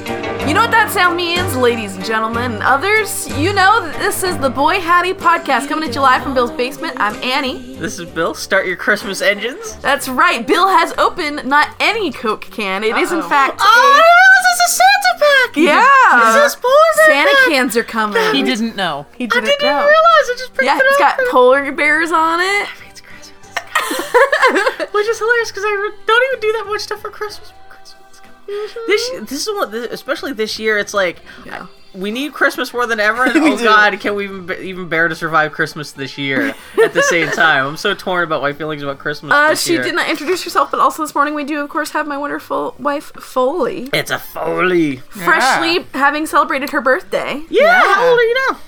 what that sound means, ladies and gentlemen and others. You know that this is the Boy Hattie podcast coming at you live from Bill's basement. I'm Annie. This is Bill. Start your Christmas engines. That's right. Bill has opened not any Coke can. It is in Uh-oh. fact Oh, this is a Santa pack. Yeah. This is poison. Santa cans are coming. He He didn't know. He I didn't, didn't know. even realize. I just picked yeah, it it's up. got polar bears on it. It's Christmas. Which is hilarious because I re- don't even do that much stuff for Christmas. Christmas. Mm-hmm. This this is what this, especially this year. It's like Yeah. we need Christmas more than ever. And, oh God, can we even be- even bear to survive Christmas this year? At the same time, I'm so torn about my feelings about Christmas. Uh, this she year. did not introduce herself, but also this morning we do, of course, have my wonderful wife Foley, It's a foley. freshly having celebrated her birthday. Yeah, How old are you now?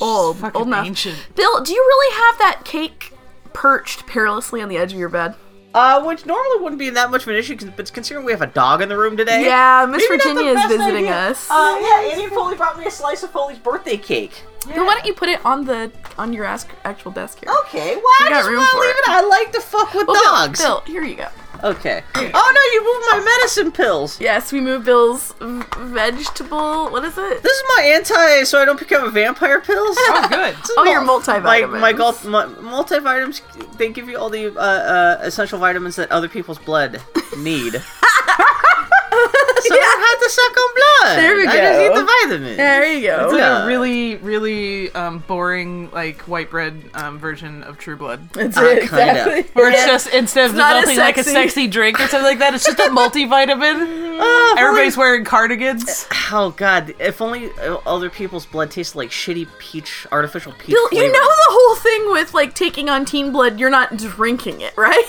old, Fucking old enough. ancient. Bill, do you really have that cake perched perilously on the edge of your bed? Uh, which normally wouldn't be that much of an issue, con- but considering we have a dog in the room today. Yeah, Miss maybe not the Virginia is best visiting idea. us. Uh, yeah, Annie and Foley brought me a slice of Foley's birthday cake. Bill, why don't you put it on the on your ask, actual desk here? Okay, well, We I got just room want to for leave it. it. I like to fuck with Well, Bill- Oh, dogs. Bill, here you go. Okay. Oh no, you moved my medicine pills. Yes, we move Bill's v- vegetable. What is it? This is my anti, so I don't become a vampire pills. Oh, good. This is Oh, your mul- multivitamins. My, my, gul- my multivitamins, they give you all the uh, uh, essential vitamins that other people's blood need. so I don't have to suck on blood. There we I just go. eat the vitamins. There you It's go. like Yeah. a really, really um, boring, like white bread um, version of True Blood, That's Uh, it, kinda. exactly. where it's just instead of It's not as developing like a sexy. sexy drink or something like that, it's just a multivitamin. Oh, if Everybody's wearing cardigans. Eh, only- oh god! If only uh, other people's blood tasted like shitty peach, artificial peach. Bill, you know flavor. the whole thing with like taking on teen blood, you're not drinking it, right?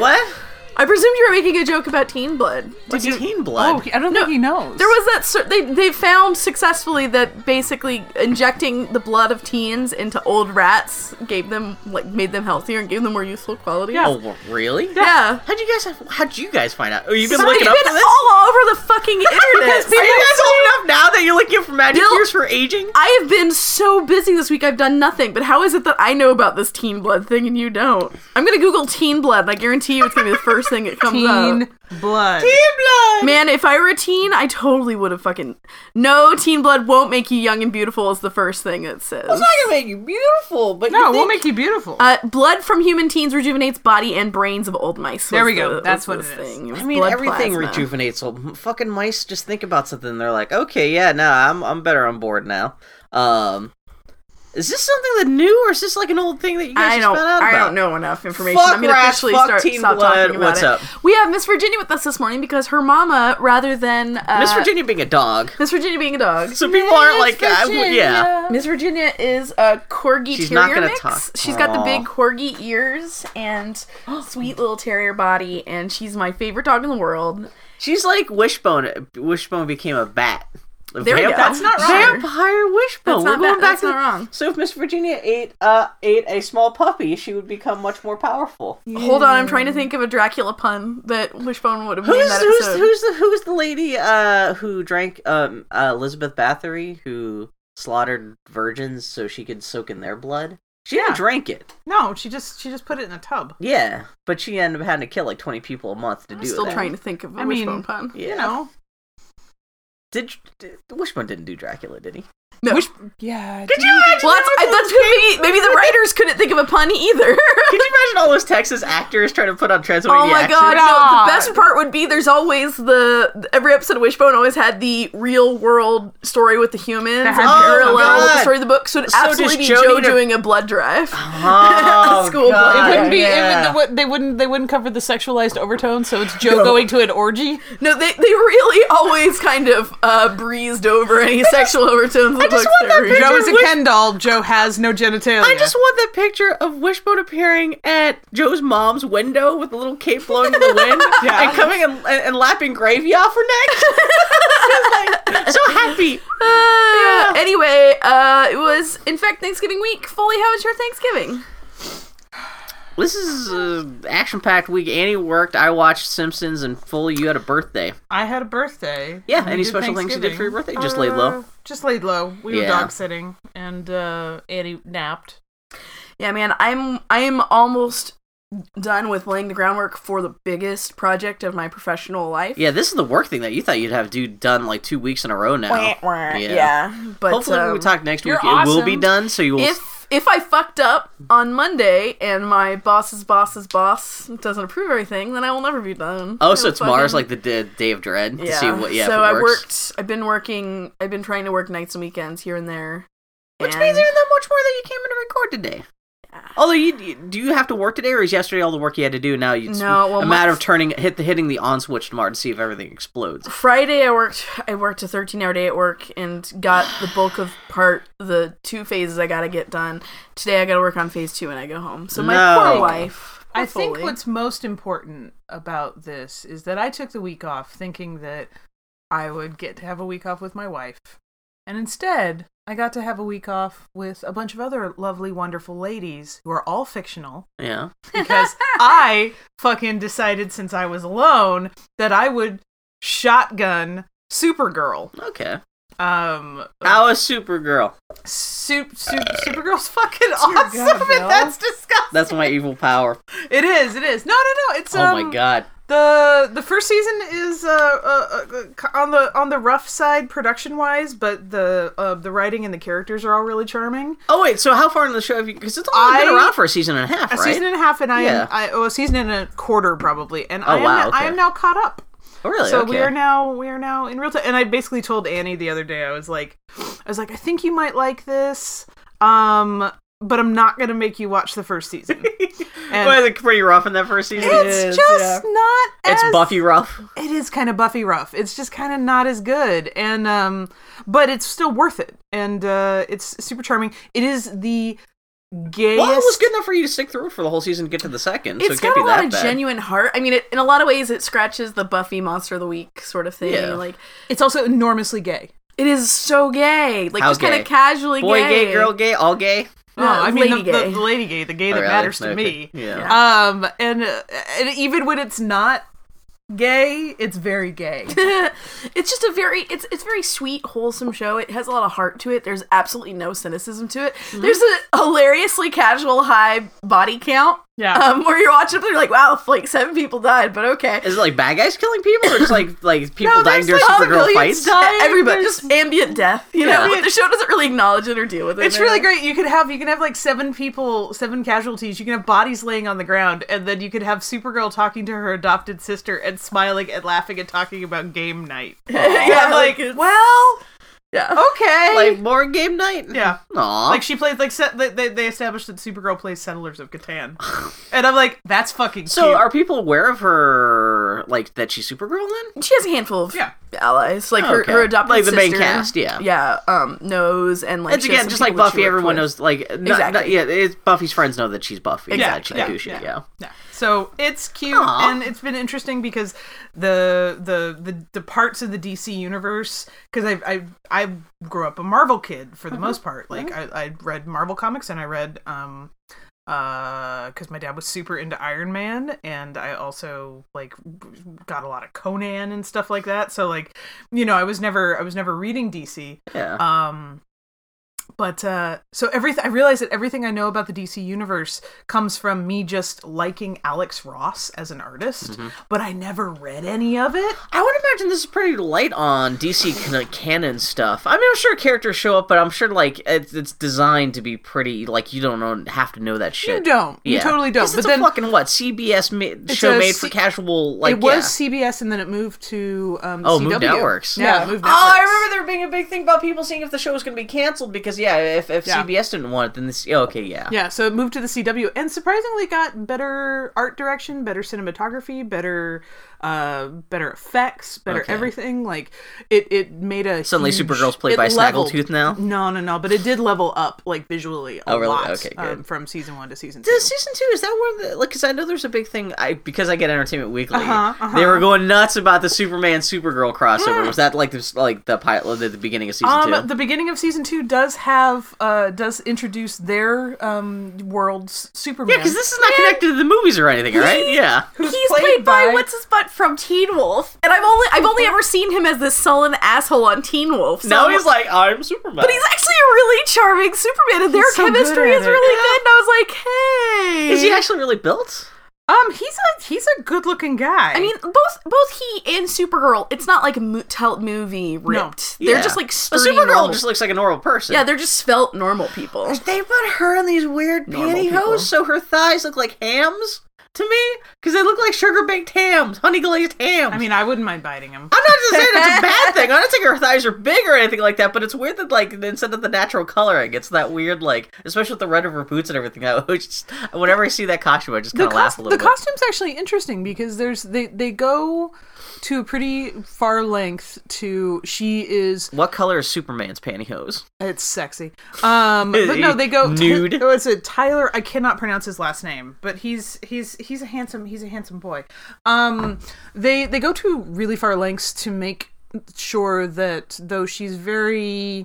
what? I presumed you were making a joke about teen blood. What's teen blood? Oh, he- I don't think he knows. There was that cer- they they found successfully that basically injecting the blood of teens into old rats gave them like made them healthier and gave them more useful qualities. Yeah. Oh, really? Yeah. How'd you guys? Have, how'd you guys find out? Oh, you've been Somebody's looking up been for this. all over the fucking internet. Are you guys old enough now that you're looking for magic Bill- years for aging? I have been so busy this week. I've done nothing. But how is it that I know about this teen blood thing and you don't? I'm gonna Google teen blood. and I guarantee you, it's gonna be the first thing that comes teen up. blood. Man, if I were a teen, I totally would have fucking. No, teen blood won't make you young and beautiful is the first thing it says. gonna make you beautiful, but No, we'll make you beautiful. Uh, blood from human teens rejuvenates body and brains of old mice. There was we go. the- That's was what the it is. thing. It was I mean, blood everything plasma. rejuvenates. So m- fucking mice just think about something. They're like, okay, yeah, nah, I'm I'm better on board now. Um, is this something that new, or is this like an old thing that you guys I just don't. found out I about? don't know enough information. Fuck I'm gonna rats, officially fuck start teen stop blood, talking about what's it. up? We have Miss Virginia with us this morning because her mama, rather than uh, Miss Virginia being a dog, Miss Virginia being a dog. so people aren't like, I w- yeah. Miss Virginia is a corgi She's terrier not gonna mix. talk. She's got the Aw. big corgi ears and sweet little terrier body, and she's my favorite dog in the world. She's like Wishbone. Wishbone became a bat. A There we go. vampire- That's not wrong. Vampire Wishbone. That's not We're going bad. back That's to not wrong. So if Miss Virginia ate uh ate a small puppy, she would become much more powerful. Hold on, I'm trying to think of a Dracula pun that Wishbone would have made in Who's that who's episode. who's the who's the lady uh who drank um uh, Elizabeth Bathory who slaughtered virgins so she could soak in their blood? She Yeah. didn't drank it. No, she just she just put it in a tub. Yeah, but she ended up having to kill like twenty people a month to I'm do still that. trying to think of a I mean- Wishbone pun. Yeah. You know. Did, did Wishbone didn't do Dracula, did he? No. Which yeah. Could you imagine? Well, that's, I- that's gonna be- maybe the writers couldn't think of a pun either. Could you imagine all those Texas actors trying to put on Transylvania oh my accents? god! No, God. the best part would be there's always the every episode of Wishbone always had the real world story with the humans That and had the- Oh parallel my with the God. story of the book. So it'd So absolutely be does Joe Jody to- doing a blood drive. Oh, School God, boy. It wouldn't be. yeah. It would, they, would, they wouldn't. They wouldn't cover the sexualized overtones. So it's Joe going to an orgy. No, they, they really always kind of uh, breezed over any sexual overtones. I just want that picture Joe is a Wish- Ken doll. Joe has no genitalia. I just want that picture of Wishbone appearing at Joe's mom's window with a little cape blowing in the wind Yeah. and coming and, and lapping gravy off her neck. She's like, so happy. Ah. Uh, Anyway, uh, it was in fact Thanksgiving week. Foley, how was your Thanksgiving? This is uh, action-packed week. Annie worked. I watched Simpsons, and Foley, you had a birthday. I had a birthday. Yeah. and we Any did special things you did for your Thanksgiving. birthday? Just laid low. Uh, Just laid low. We were Yeah. dog sitting, and uh, Annie napped. Yeah, man, I'm I am almost done with laying the groundwork for the biggest project of my professional life. Yeah, this is the work thing that you thought you'd have do done like two weeks in a row now. Yeah. But Hopefully, when we um, talk next week, you're it will be awesome. done. So you will. if if I fucked up on Monday and my boss's boss's boss doesn't approve everything, then I will never be done. oh, It'll so tomorrow's fucking- like the d- day of dread to see what. Yeah, so if it I works. worked. I've been working. I've been trying to work nights and weekends here and there. Which and- means even that much more that you came in to record today. Although you you- do you have to work today, or is yesterday all the work you had to do? Now it's No, well, a matter my- of turning hit the hitting the on switch tomorrow to see if everything explodes. Friday I worked I worked a 13 hour day at work and got the bulk of part the two phases I got to get done. Today I got to work on phase 2 and I go home. So my No. poor wife. poor I think Foley. what's most important about this is that I took the week off thinking that I would get to have a week off with my wife. And instead, I got to have a week off with a bunch of other lovely, wonderful ladies who are all fictional Yeah, because I fucking decided since I was alone that I would shotgun Supergirl. okay. Um, How is Supergirl? Su- Su- Supergirl's fucking God, awesome, Bill. and that's disgusting. That's my evil power. It is. It is. No, no, no. It's oh um, my god. the the first season is uh, uh, uh, c- on the on the rough side production wise, but the uh, the writing and the characters are all really charming. Oh wait, so how far in the show have you? Because it's only been I- around for a season and a half, A right? season and a half, and I Yeah. Oh, am I, oh, a season and a quarter probably, and I am wow, now, I okay. am now caught up. oh really? so okay. we are now we are now in real time and i basically told annie the other day i was like i was like i think you might like this um but i'm not gonna make you watch the first season and Well, it's pretty rough in that first season. it's is, just not It's as- Buffy rough. it is kind of buffy rough it's just kind of not as good and um but it's still worth it and uh it's super charming it is the gayest Well, it was good enough for you to stick through for the whole season to get to the second, so It's it can't got a be lot that of bad. genuine heart. I mean, it, in a lot of ways, it scratches the Buffy Monster of the Week sort of thing. Yeah. Like, it's also enormily gay it is so gay. Like, How just kind gay? of casually Boy gay. gay, girl gay, all gay. No, oh, I mean lady the, gay. The, the lady gay, the gay Oh, that really? matters to Okay. me. Yeah. Um, and uh, and even when it's not gay, it's very gay. it's just a very it's it's very sweet, wholesome show. It has a lot of heart to it. There's absolutely no cynicism to it. Mm-hmm. There's a hilariously casual high body count. Yeah. Um, where you're watching it, you're like, wow, like seven people died, but okay. Is it like bad guys killing people, or just like like people No, dying there's, during like, all the Supergirl millions fights? dying. I- Everybody there's- just ambient death, you Yeah. know. The show doesn't really acknowledge it or deal with it. It's really great. You could have you can have like seven people, seven casualties. You can have bodies laying on the ground, and then you could have Supergirl talking to her adopted sister and smiling and laughing and talking about game night. yeah, like, it's- well, oh. yeah. okay, Like more game night. yeah. Aw. Like she plays like set, they they established that Supergirl plays Settlers of Catan, and I'm like that's fucking so cute. are people aware of her like that she's Supergirl then? She has a handful of Yeah. allies, like Oh, her, okay. her adopted Like the main sister. cast, yeah. yeah, um, knows and like It's she has again some just like people that she Buffy. worked Everyone with. knows like n- Exactly. n- yeah. It's Buffy's friends know that she's Buffy. Yeah, Exactly. yeah, Yeah, yeah, yeah. Yeah. So it's cute, Aw. and it's been interesting because the the the, the parts of the DC universe because I I I grew up a Marvel kid for the most part. Like I, I read Marvel comics and I read um uh because my dad was super into Iron Man and I also like got a lot of Conan and stuff like that. So like you know I was never I was never reading DC. yeah. Um, but uh, so everything I realized that everything I know about the DC universe comes from me just liking Alex Ross as an artist, Mm-hmm. but I never read any of it. I would imagine this is pretty light on DC kind of canon stuff. I mean, I'm sure characters show up, but I'm sure like it's, it's designed to be pretty like you don't know, have to know that shit. You don't. You totally don't. 'Cause But It's then a fucking what CBS ma- show a made for C- casual like it was CBS, and then it moved to um, Oh, CW. moved networks. Yeah, Yeah. moved networks. Oh, I remember there being a big thing about people seeing if the show was going to be canceled because yeah, if, if Yeah. CBS didn't want it, then this. Oh, okay, yeah. Yeah, so it moved to the CW and surprisingly got better art direction, better cinematography, better uh better effects, better Okay. everything. Like it it made a Suddenly huge- Supergirl's played it by leveled- Snaggletooth now? No, no, no, but it did level up like visually a Oh, really? lot Okay, good. Um, from season 1 to season 2. This season two is that where the like because I know there's a big thing I because I get Entertainment Weekly Uh-huh, uh-huh. they were going nuts about the Superman Supergirl crossover was that like this like the pilot at the beginning of season two Um, the beginning of season two does have uh, does introduce their um, world's Superman. yeah because this is not connected to the movies or anything right yeah He's played played, by, by- what's his butt from Teen Wolf, and I've only I've only ever seen him as this sullen asshole on Teen Wolf. So now he's like I'm Superman but he's actually a really charming Superman, and their He's so good chemistry at is it. really good. And I was like, hey, is he actually really built Um, he's a he's a good looking guy. I mean, both both he and Supergirl. It's not like mo- tel- movie ripped. They're Yeah. just like But sturdy. Supergirl normal- just looks like a normal person. yeah, they're just svelte normal people. They put her in these weird Normal pantyhose people. so her thighs look like hams to me because they look like sugar baked hams, honey glazed hams. I mean, I wouldn't mind biting him. I'm not just saying it's a bad thing. I don't think her thighs are big or anything like that, but it's weird that like instead of the natural coloring, it's that weird like, especially with the red of her boots and everything. I always just, whenever I see that costume, I just kind of the laugh cos- a little the bit. costume's actually interesting because there's they they go to a pretty far length to she is What color is Superman's pantyhose? it's sexy um but no they go Nude. oh it's a tyler i cannot pronounce his last name but he's he's he's a handsome he's a handsome boy um they they go to really far lengths to make sure that though she's very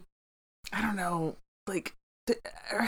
i don't know like th- uh,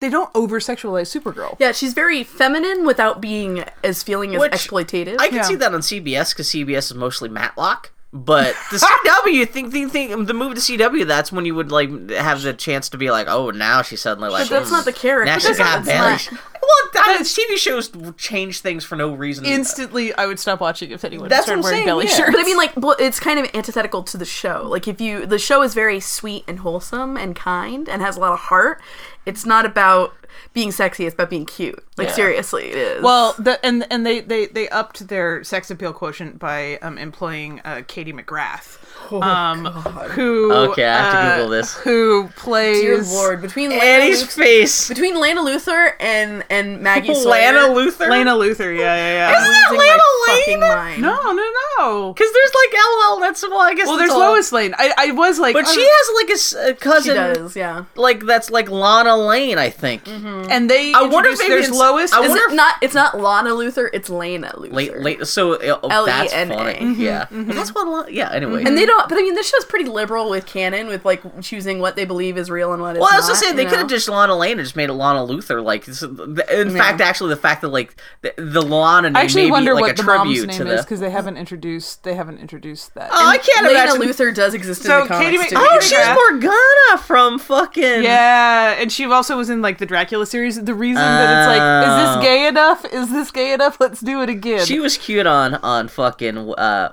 they don't over sexualize supergirl Yeah, she's very feminine without being as feeling as Which- exploitative. I can Yeah. see that on CBS because CBS is mostly Matlock. But the CW, think, think, think, the move to CW, that's when you would like have the chance to be like, oh, now she's suddenly like, but that's "Hmm, not the character. now That's she's got not- that's bellies." Well, not- I mean, TV shows change things for no reason. instantly i would stop watching if anyone That's started what I'm wearing saying, belly yeah. shirts But I mean, like, bl- it's kind of antithetical to the show. Like, if you, the show is very sweet and wholesome and kind and has a lot of heart. It's not about being sexy; it's about being cute. Like, Yeah. seriously, it is. Well, the, and and they, they they upped their sex appeal quotient by um, employing uh, Katie McGrath, um, who Okay, I have to uh, Google this. Who plays? dear lord, between Lana, Annie's Luth- face. between Lana Luthor and and Maggie Sawyer, Lana Luther? Lana Luthor. Yeah, yeah, yeah. I'm losing my Lana fucking Lane? mind. no, no, no. Because there's like LL, that's, well, I guess Well, that's there's all. Lois Lane. I, I was like, But oh, she has like a s- a, she cousin, does. Yeah, like, that's like Lana Lane, I think. mm-hmm. and they. I wonder if introduced- maybe there's it's- Lois. I and- Is wonder it not? It's not Lana Luthor. It's Lana Luthor. Late, late. So uh, oh, that's L.E.N.A.. funny. Yeah, that's what. a lot- Yeah. Anyway, And they don't. But I mean, this show's pretty liberal with canon, with like choosing what they believe is real and what is well, I was not, just saying you they could know? have just Lana Lane and just made it Lana Luther. Like, this- the- in fact, actually, the fact that like the, the Lana name I actually may be, wonder like what a the tribute mom's name to the. is because they haven't introduced they haven't introduced that. oh, I can't Lana imagine. Luthor does exist in So, the comics. Katie Mc- too. Oh, Oh, she's Yeah. Morgana from fucking. Yeah, and she also was in like the Dracula series. The reason that it's like, is this Oh. gay enough? Is this gay enough? Let's do it again. She was cute on on fucking. Uh,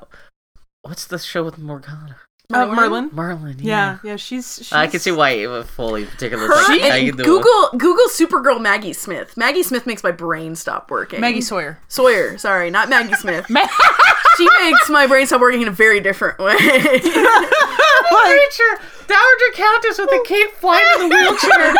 what's the show with Morgana? uh, Merlin? Merlin. Merlin. Yeah, Yeah. yeah, she's, she's. I can see why it would fully particular. Her like, how and you do it. Google Google Supergirl Maggie Smith. Maggie Smith makes my brain stop working. Maggie Sawyer. Sawyer, sorry, not Maggie Smith. Ma- she makes my brain stop working in a very different way. creature, Dowager Countess with a cape flying in the wheelchair.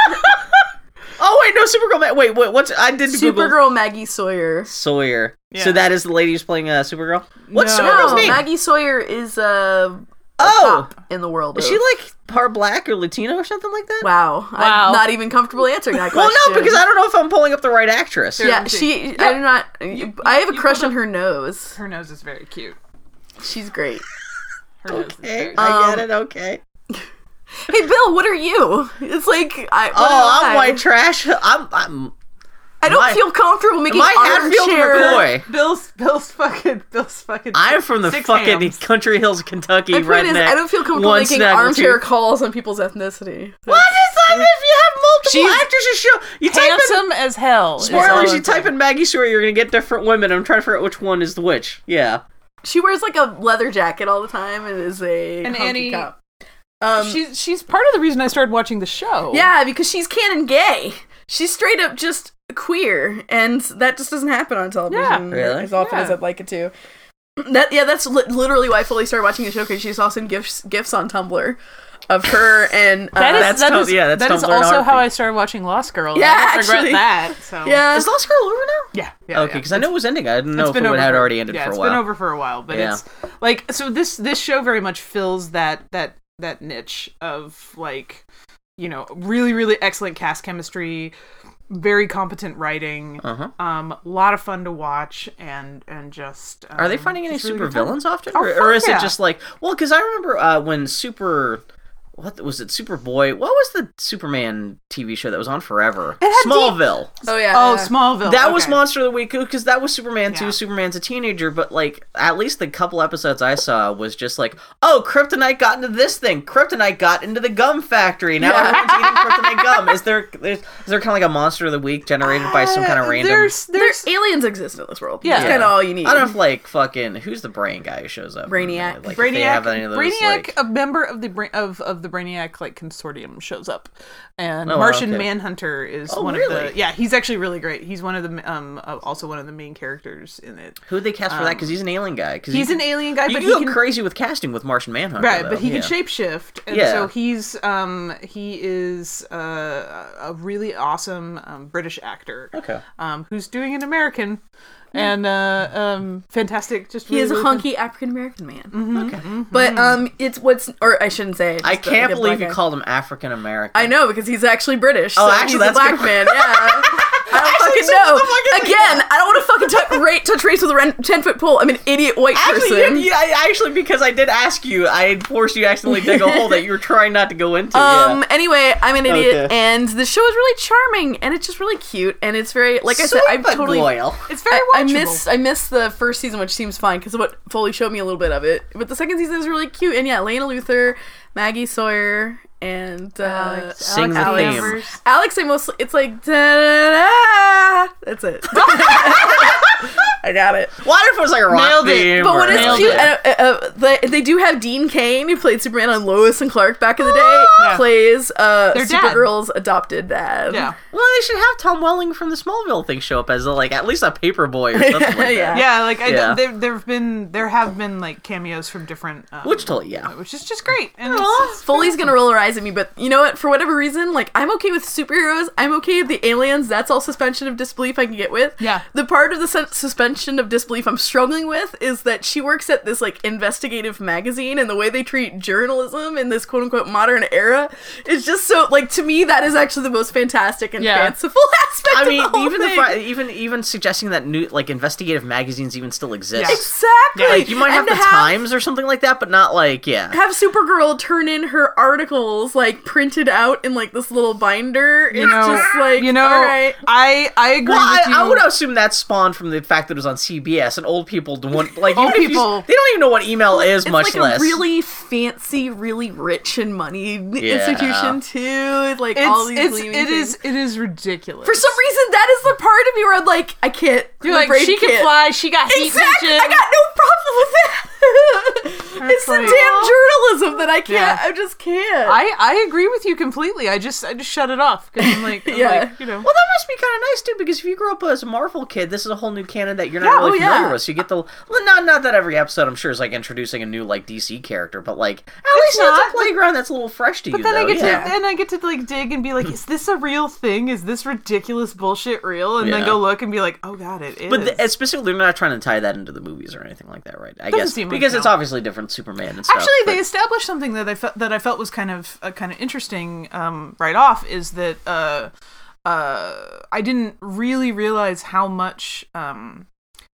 oh wait, no, Supergirl. Ma- Wait, wait, what's I did Google Supergirl Maggie Sawyer. Sawyer. Yeah. So that is the lady who's playing uh, Supergirl. What's No. Supergirl's No, name? Maggie Sawyer is uh, oh, top in the world. is of- she like part black or Latino or something like that? wow, Wow. I'm not even comfortable answering that Well, question. no, because I don't know if I'm pulling up the right actress. Yeah, Guaranteed. she. I'm not. I have a crush on her nose. Her nose is very cute. She's great. Her nose is Okay, very I Um, get it. Okay. Hey, Bill, what are you? It's like I. what Oh, am I'm I? white trash. I'm. I'm I don't my- feel comfortable making my Hatfield armchair. McCoy. Bill's Bill's fucking Bill's fucking. I'm from the Six fucking hams. Country Hills, Kentucky. My point redneck. is, I don't feel comfortable One making snaggle armchair tooth. calls on people's ethnicity. What is that? If you have multiple Mm. She's actresses, show you type in handsome as hell. is all Spoilers, I'm you type in Maggie Sawyer, you're gonna get different women. I'm trying to figure out which one is the which. Yeah. She wears like a leather jacket all the time and is a And hunky Annie- cop. Um, saying. She's she's part of the reason I started watching the show. yeah, because she's canon gay. She's straight up just queer, and that just doesn't happen on television Yeah. Really? as often Yeah. as I'd like it to. That yeah, that's li- literally why I fully started watching the show because she saw some gifts gifts on Tumblr of her and uh, that is That's that Tom- is- yeah, that's that is Tom Bernard also how Fee. I started watching Lost Girl. and Yeah, I don't regret actually. that. So yeah. Is Lost Girl over now? yeah, yeah okay, yeah. because I know it was ending. I didn't know It's if it would- had for- already ended yeah, for a it's while. been over for a while, but Yeah. it's like so this this show very much fills that that that niche of like you know really really excellent cast chemistry, very competent writing, Uh-huh. um, a lot of fun to watch, and and just um, Are they finding any just really super good time. villains often, Oh, or, or fuck is yeah. it just like well? Because I remember uh, when Super what was it? Superboy. What was the Superman TV show that was on forever? had deep- Smallville. Oh yeah. Oh, yeah. Smallville. That was okay. Monster of the Week because that was Superman Yeah. too. Superman's a teenager, but like at least the couple episodes I saw was just like, oh, Kryptonite got into this thing. Kryptonite got into the gum factory. Now Yeah. everyone's eating Kryptonite gum. Is there is, is there kind of like a Monster of the Week generated by some kind of Uh, random? There's there's There's aliens exist in this world. Yeah. That's kind of all you need. I don't know if like fucking who's the brain guy who shows up. in Brainiac. there, Like, if they Brainiac. have any of those, Brainiac, like- a member of the Bra- of of the Brainiac like consortium, shows up, and Oh, wow, Martian okay. Manhunter is Oh, one of really? the. Yeah, he's actually really great. He's one of the um uh, also one of the main characters in it. Who'd they cast for that? Because he's an alien guy. Because um, He's an alien guy, You but can he go can crazy with casting with Martian Manhunter. right, though. but he Yeah. can shapeshift, and Yeah. so he's um he is uh, a really awesome um, British actor. Okay. Hmm. Um, who's doing an American, and uh, um, fantastic. Just He really, is a really Mm-hmm, fun- hunky African American man. But um, it's what's or I shouldn't say. I just a can't good believe black you guy. called him African American. I know because he's actually British. so actually, he's that's a black good. man. Yeah. I don't fucking so what know. the fuck is he? Again, I don't want to fucking t- rate touch race with a ren- ten foot pole. I'm an idiot white Actually, person. yeah, I- actually, because I did ask you, I forced you to accidentally dig a hole that you were trying not to go into. Um. Anyway, I'm an idiot, Okay. and the show is really charming, and it's just really cute, and it's very like I yeah. said, I've totally. Supergirl. It's very I, I watchable. miss I miss the first season, which seems fine because what Foley showed me a little bit of it. But the second season is really cute, and yeah, Lana Luther, Maggie Sawyer, and uh, Alex. Sing the Alex. theme. Danvers. I mostly it's like da da da. That's it. I got it. Well, I don't know if it was like a rock Nailed it. theme But or what is Nailed cute, it. uh, uh, uh, they, they do have Dean Kane, who played Superman on Lois and Clark back in the day, Yeah. plays uh, Ah. Their dad. Supergirl's adopted dad. Yeah. Well, they should have Tom Welling from the Smallville thing show up as like at least a paper boy or something like that. Yeah. Yeah, like I, Yeah. there there've been there have been like cameos from different um, Which totally, yeah. which is just great. And it's, Aw, it's- Foley's gonna roll her eyes at me, but you know what? For whatever reason, like I'm okay with superheroes. I'm okay with the aliens. That's all suspension of disbelief I can get with. Yeah. The part of the su- suspension of disbelief I'm struggling with is that she works at this like investigative magazine, and the way they treat journalism in this quote unquote modern era is just so like to me that is actually the most fantastic and Yeah. fanciful aspect. I of mean, the whole even the thing. fi- even even suggesting that new like investigative magazines even still exist. Yeah. exactly. Like you might have And the to Times or something like that, but not like yeah. Have Supergirl turn in her articles like printed out in like this little binder. It's you know, just like you know, all right. I I agree Well, I, with you. I would assume that spawned from the fact that it was on CBS, and old people don't want like Old even if you- people- they don't even know what email is, it's like much less. a really fancy, really rich and money Yeah. institution too. It's Like all it's, these it's gleaming it is things. it is ridiculous. for some reason that is the part of me where I'm like, I can't. you're my like brain she can can't." fly, she got heat Exactly, vision. I got no problem with that. it's the like- damn journalism that I Yeah. can't. I just can't. I, I agree with you completely. I just I just shut it off because I'm like, I'm Yeah. like, you know. Well, that must be kind of nice too, because if you grew up as a Marvel kid, this is a whole new canon that you're not Yeah, really oh, yeah. familiar with. So you get the well, not not that every episode I'm sure is like introducing a new like DC character, but like at least not, it's a playground that's a little fresh to But you. then I though, get yeah. to then I get to like dig and be like, is this a real thing? Is this ridiculous bullshit real? And Yeah. then go look and be like, oh god, it is. But the, specifically, they're not trying to tie that into the movies or anything like that, right? I guess seem like because no. it's obviously different Superman and stuff. Actually, they but- established something that I felt that I felt was kind of uh, kind of interesting um, right off is that uh, uh, I didn't really realize how much um,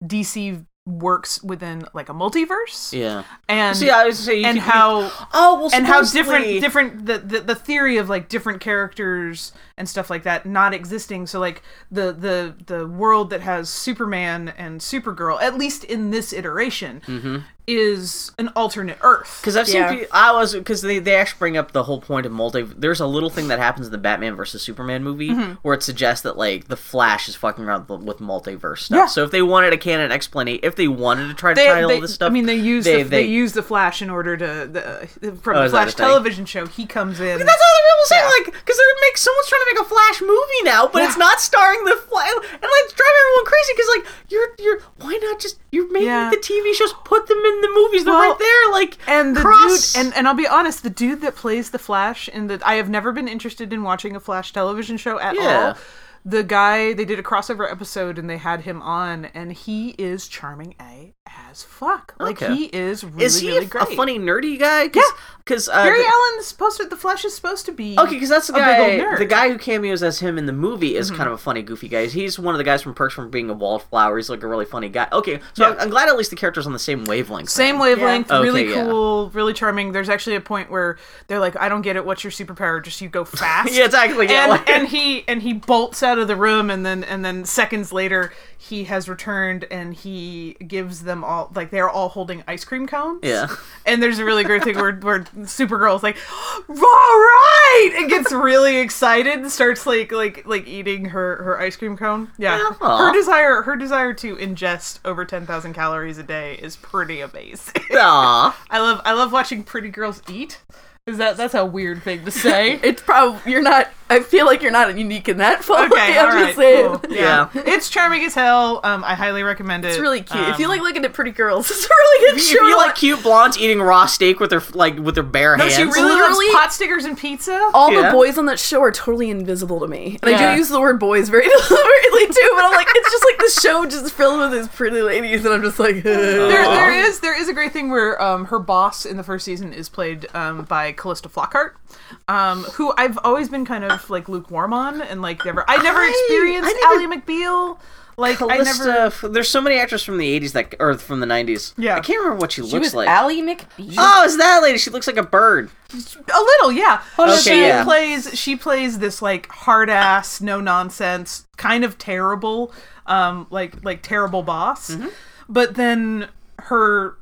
DC works within like a multiverse yeah. and See, I was say you and could- you- how oh well and how supposedly- different different the, the the theory of like different characters and stuff like that not existing so like the the the world that has superman and supergirl at least in this iteration Mm-hmm. is an alternate earth Because I've seen, Yeah. pe- I was because they they actually bring up the whole point of multi. There's a little thing that happens in the Batman versus Superman movie Mm-hmm. where it suggests that like the Flash is fucking around with- with multiverse stuff. Yeah. So if they wanted a canon explanation, if they wanted to try to they, tie they- all this stuff, I mean, they use they- the, they, they- use the Flash in order to the, the from Oh, the is that Flash a thing? television show. He comes in. That's all the people saying, like, because they're make someone's trying to make a Flash movie now, but it's Yeah. not starring the Flash, and like it's driving everyone crazy because like you're you're why not just you're making Yeah. the TV shows, put them in the movies, they're Well, right there, like and the cross- dude, and, and I'll be honest, the dude that plays the Flash, in the I have never been interested in watching a Flash television show at Yeah. all. The guy, they did a crossover episode and they had him on, and he is charming a as as fuck. Like Okay. he is really Is he really a, great. a funny nerdy guy? Cause, Because uh, Barry the- Allen's supposed to the Flash is supposed to be Okay, because that's the a big old guy. nerd. The guy who cameos as him in the movie is kind of a funny, goofy guy. He's one of the guys from Perks from Being a Wallflower. He's like a really funny guy. Okay, so I'm, I'm glad at least the character's on the same wavelength. Same then. wavelength, Yeah. Okay, really yeah. cool, really charming. There's actually a point where they're like, "I don't get it. What's your superpower? Just you go fast." Yeah, exactly. Yeah, and, like- and he and he bolts out of the room, and then and then seconds later, he has returned, and he gives them all like they're all holding ice cream cones. Yeah. And there's a really great thing where where Supergirl's like, "All right," and gets really excited and starts like like like eating her her ice cream cone. Yeah. Uh-huh. Aw. Her desire her desire to ingest over ten thousand calories a day is pretty amazing. Aw. I love I love watching pretty girls eat. Is that that's a weird thing to say? It's probably you're not. I feel like you're not unique in that. Folly. okay, I'm all right, just saying. cool. Yeah. it's charming as hell. Um, I highly recommend it. It's really cute. if you Um, like looking at pretty girls, it's a really good If show. you like cute blondes eating raw steak with their like with their bare no, hands, she really Literally- loves pot stickers and pizza. all Yeah. the boys on that show are totally invisible to me. And I Yeah. do use the word boys very deliberately too, but I'm like, it's just like the show just filled with these pretty ladies, and I'm just Oh, like, there, there is there is a great thing where um, her boss in the first season is played um, by Callista Flockhart, um, who I've always been kind of like lukewarm on and like never I never experienced I Ally McBeal. Like Callista, I never f- there's so many actors from the 80s that or from the 90s. Yeah. I can't remember what she, She looks was like. Ally Uh, McBeal. oh, is that lady? She looks like a bird. a little, yeah. Okay, she yeah. plays she plays this like hard ass, no nonsense, kind of terrible, um, like like terrible boss. But then her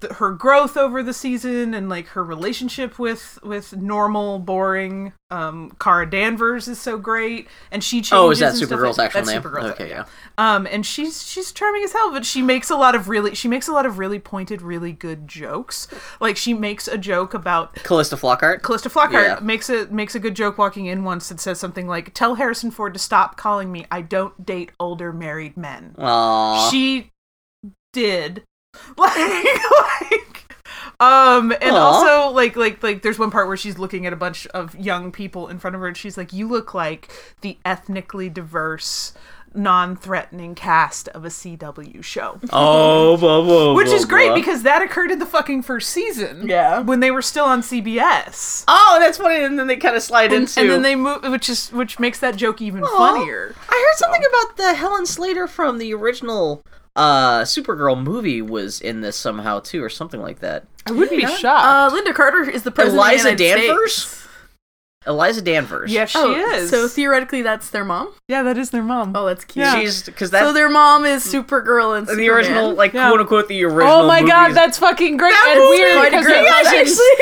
th- her growth over the season and like her relationship with with normal boring um Cara Danvers is so great and she changes Oh, is that and stuff Supergirl's like- actual that's name? Supergirl's okay, yeah. um, and she's she's charming as hell, but she makes a lot of really she makes a lot of really pointed, really good jokes. Like she makes a joke about Callista Flockhart. Callista Flockhart Yeah. makes a makes a good joke walking in once that says something like, "Tell Harrison Ford to stop calling me. I don't date older married men." Aw. She did like like um and Aw. also like like like there's one part where she's looking at a bunch of young people in front of her and she's like you look like the ethnically diverse non-threatening cast of a CW show oh, blah, blah, which is blah, great blah. because that occurred in the fucking first season Yeah. when they were still on CBS Oh, that's funny. And then they kind of slide into. and then they move, which is which makes that joke even funnier. I heard something about the Helen Slater from the original uh Supergirl movie was in this somehow too, or something like that. I wouldn't be shocked. Uh, Linda Carter is the president. Eliza of the United Danvers? States. Eliza Danvers. yeah, she Oh, is. So theoretically, that's their mom. yeah, that is their mom. Oh, that's cute. Yeah. she's because that's so their mom is Supergirl and the original, like Yeah. quote unquote, the original. Oh my movie god, is- that's fucking great That and movie's weird. quite a because great they're movie, cousins. You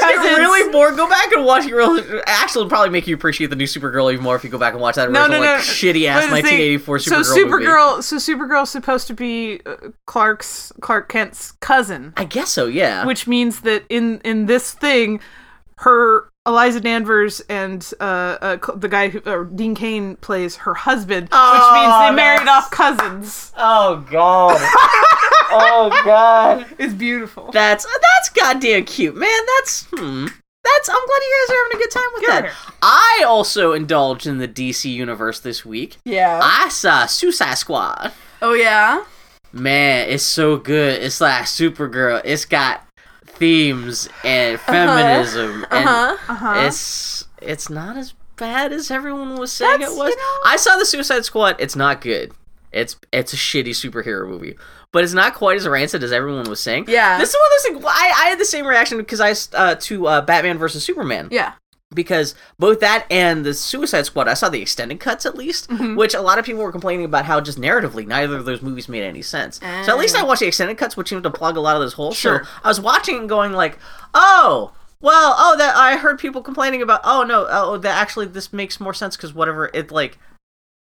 They're get cousins. really bored. Go back and watch your real. Actually, it'll probably make you appreciate the new Supergirl even more if you go back and watch that no, original no, no. like shitty ass But the thing- 1984 Supergirl So movie. Supergirl, so Supergirl's supposed to be uh, Clark's Clark Kent's cousin, I guess so. Yeah. which means that in in this thing, her Eliza Danvers and uh, uh Cl- the guy who uh, Dean Kane plays her husband, Oh, which means that's- they married off cousins. oh god. oh god. It's beautiful. That's uh, that's goddamn cute, man. That's hmm. That's I'm glad you guys are having a good time with that. I also indulged in the DC universe this week. Yeah. I saw Suicide Squad. Oh yeah. Man, it's so good. It's like Supergirl. It's got themes and feminism and Uh huh. Uh-huh. it's it's not as bad as everyone was saying That's, it was. you know- I saw the Suicide Squad. It's not good. It's it's a shitty superhero movie, but it's not quite as rancid as everyone was saying. Yeah. this is one of those things. well, I, I had the same reaction because I s- uh, to uh, Batman versus Superman Yeah. because both that and the Suicide Squad, I saw the extended cuts at least, Mm-hmm. which a lot of people were complaining about how just narratively neither of those movies made any sense. So at Ah. least I watched the extended cuts, which seemed to plug a lot of those holes. Sure. So I was watching and going like, oh. Well, oh, that I heard people complaining about. Oh no, oh, that actually this makes more sense because whatever it like,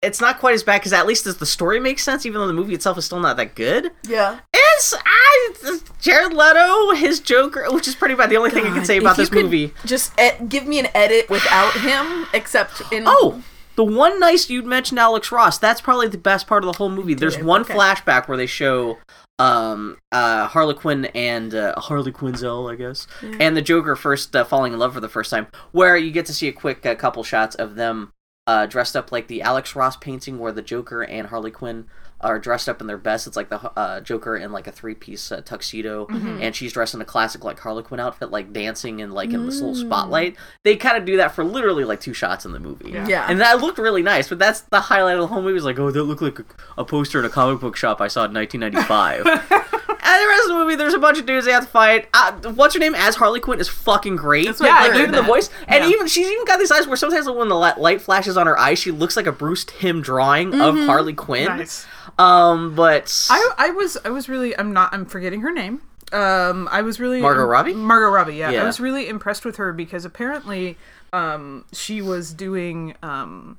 it's not quite as bad because at least as the story makes sense, even though the movie itself is still not that good. Yeah. It's I Jared Leto, his Joker, which is pretty about the only thing I can God, say if about you this could movie. Just e- give me an edit without him, except in Oh, the one nice you'd mentioned Alex Ross. That's probably the best part of the whole movie. There's one flashback where they show um uh Harlequin and uh, Harley Quinzel, I guess, and the Joker first uh, falling in love for the first time, where you get to see a quick uh, couple shots of them uh dressed up like the Alex Ross painting where the Joker and Harley Quinn are dressed up in their best. It's like the uh, Joker in like a three piece uh, tuxedo, and she's dressed in a classic like Harlequin outfit, like dancing and like in this little spotlight. They kind of do that for literally like two shots in the movie. Yeah. and that looked really nice. But that's the highlight of the whole movie. Is like, oh, that looked like a, a poster in a comic book shop I saw in 1995. And the rest of the movie, there's a bunch of dudes they have to fight. Uh, what's her name as Harley Quinn is fucking great. what yeah, I like, heard, even the that. voice, and even she's even got these eyes where sometimes when the li- light flashes on her eyes, she looks like a Bruce Tim drawing of Harley Quinn. Mm-hmm. Nice. Um, but I, I was I was really I'm not I'm forgetting her name. Um, I was really Margot Robbie? Margot Robbie, yeah. Yeah. I was really impressed with her because apparently, um, she was doing um,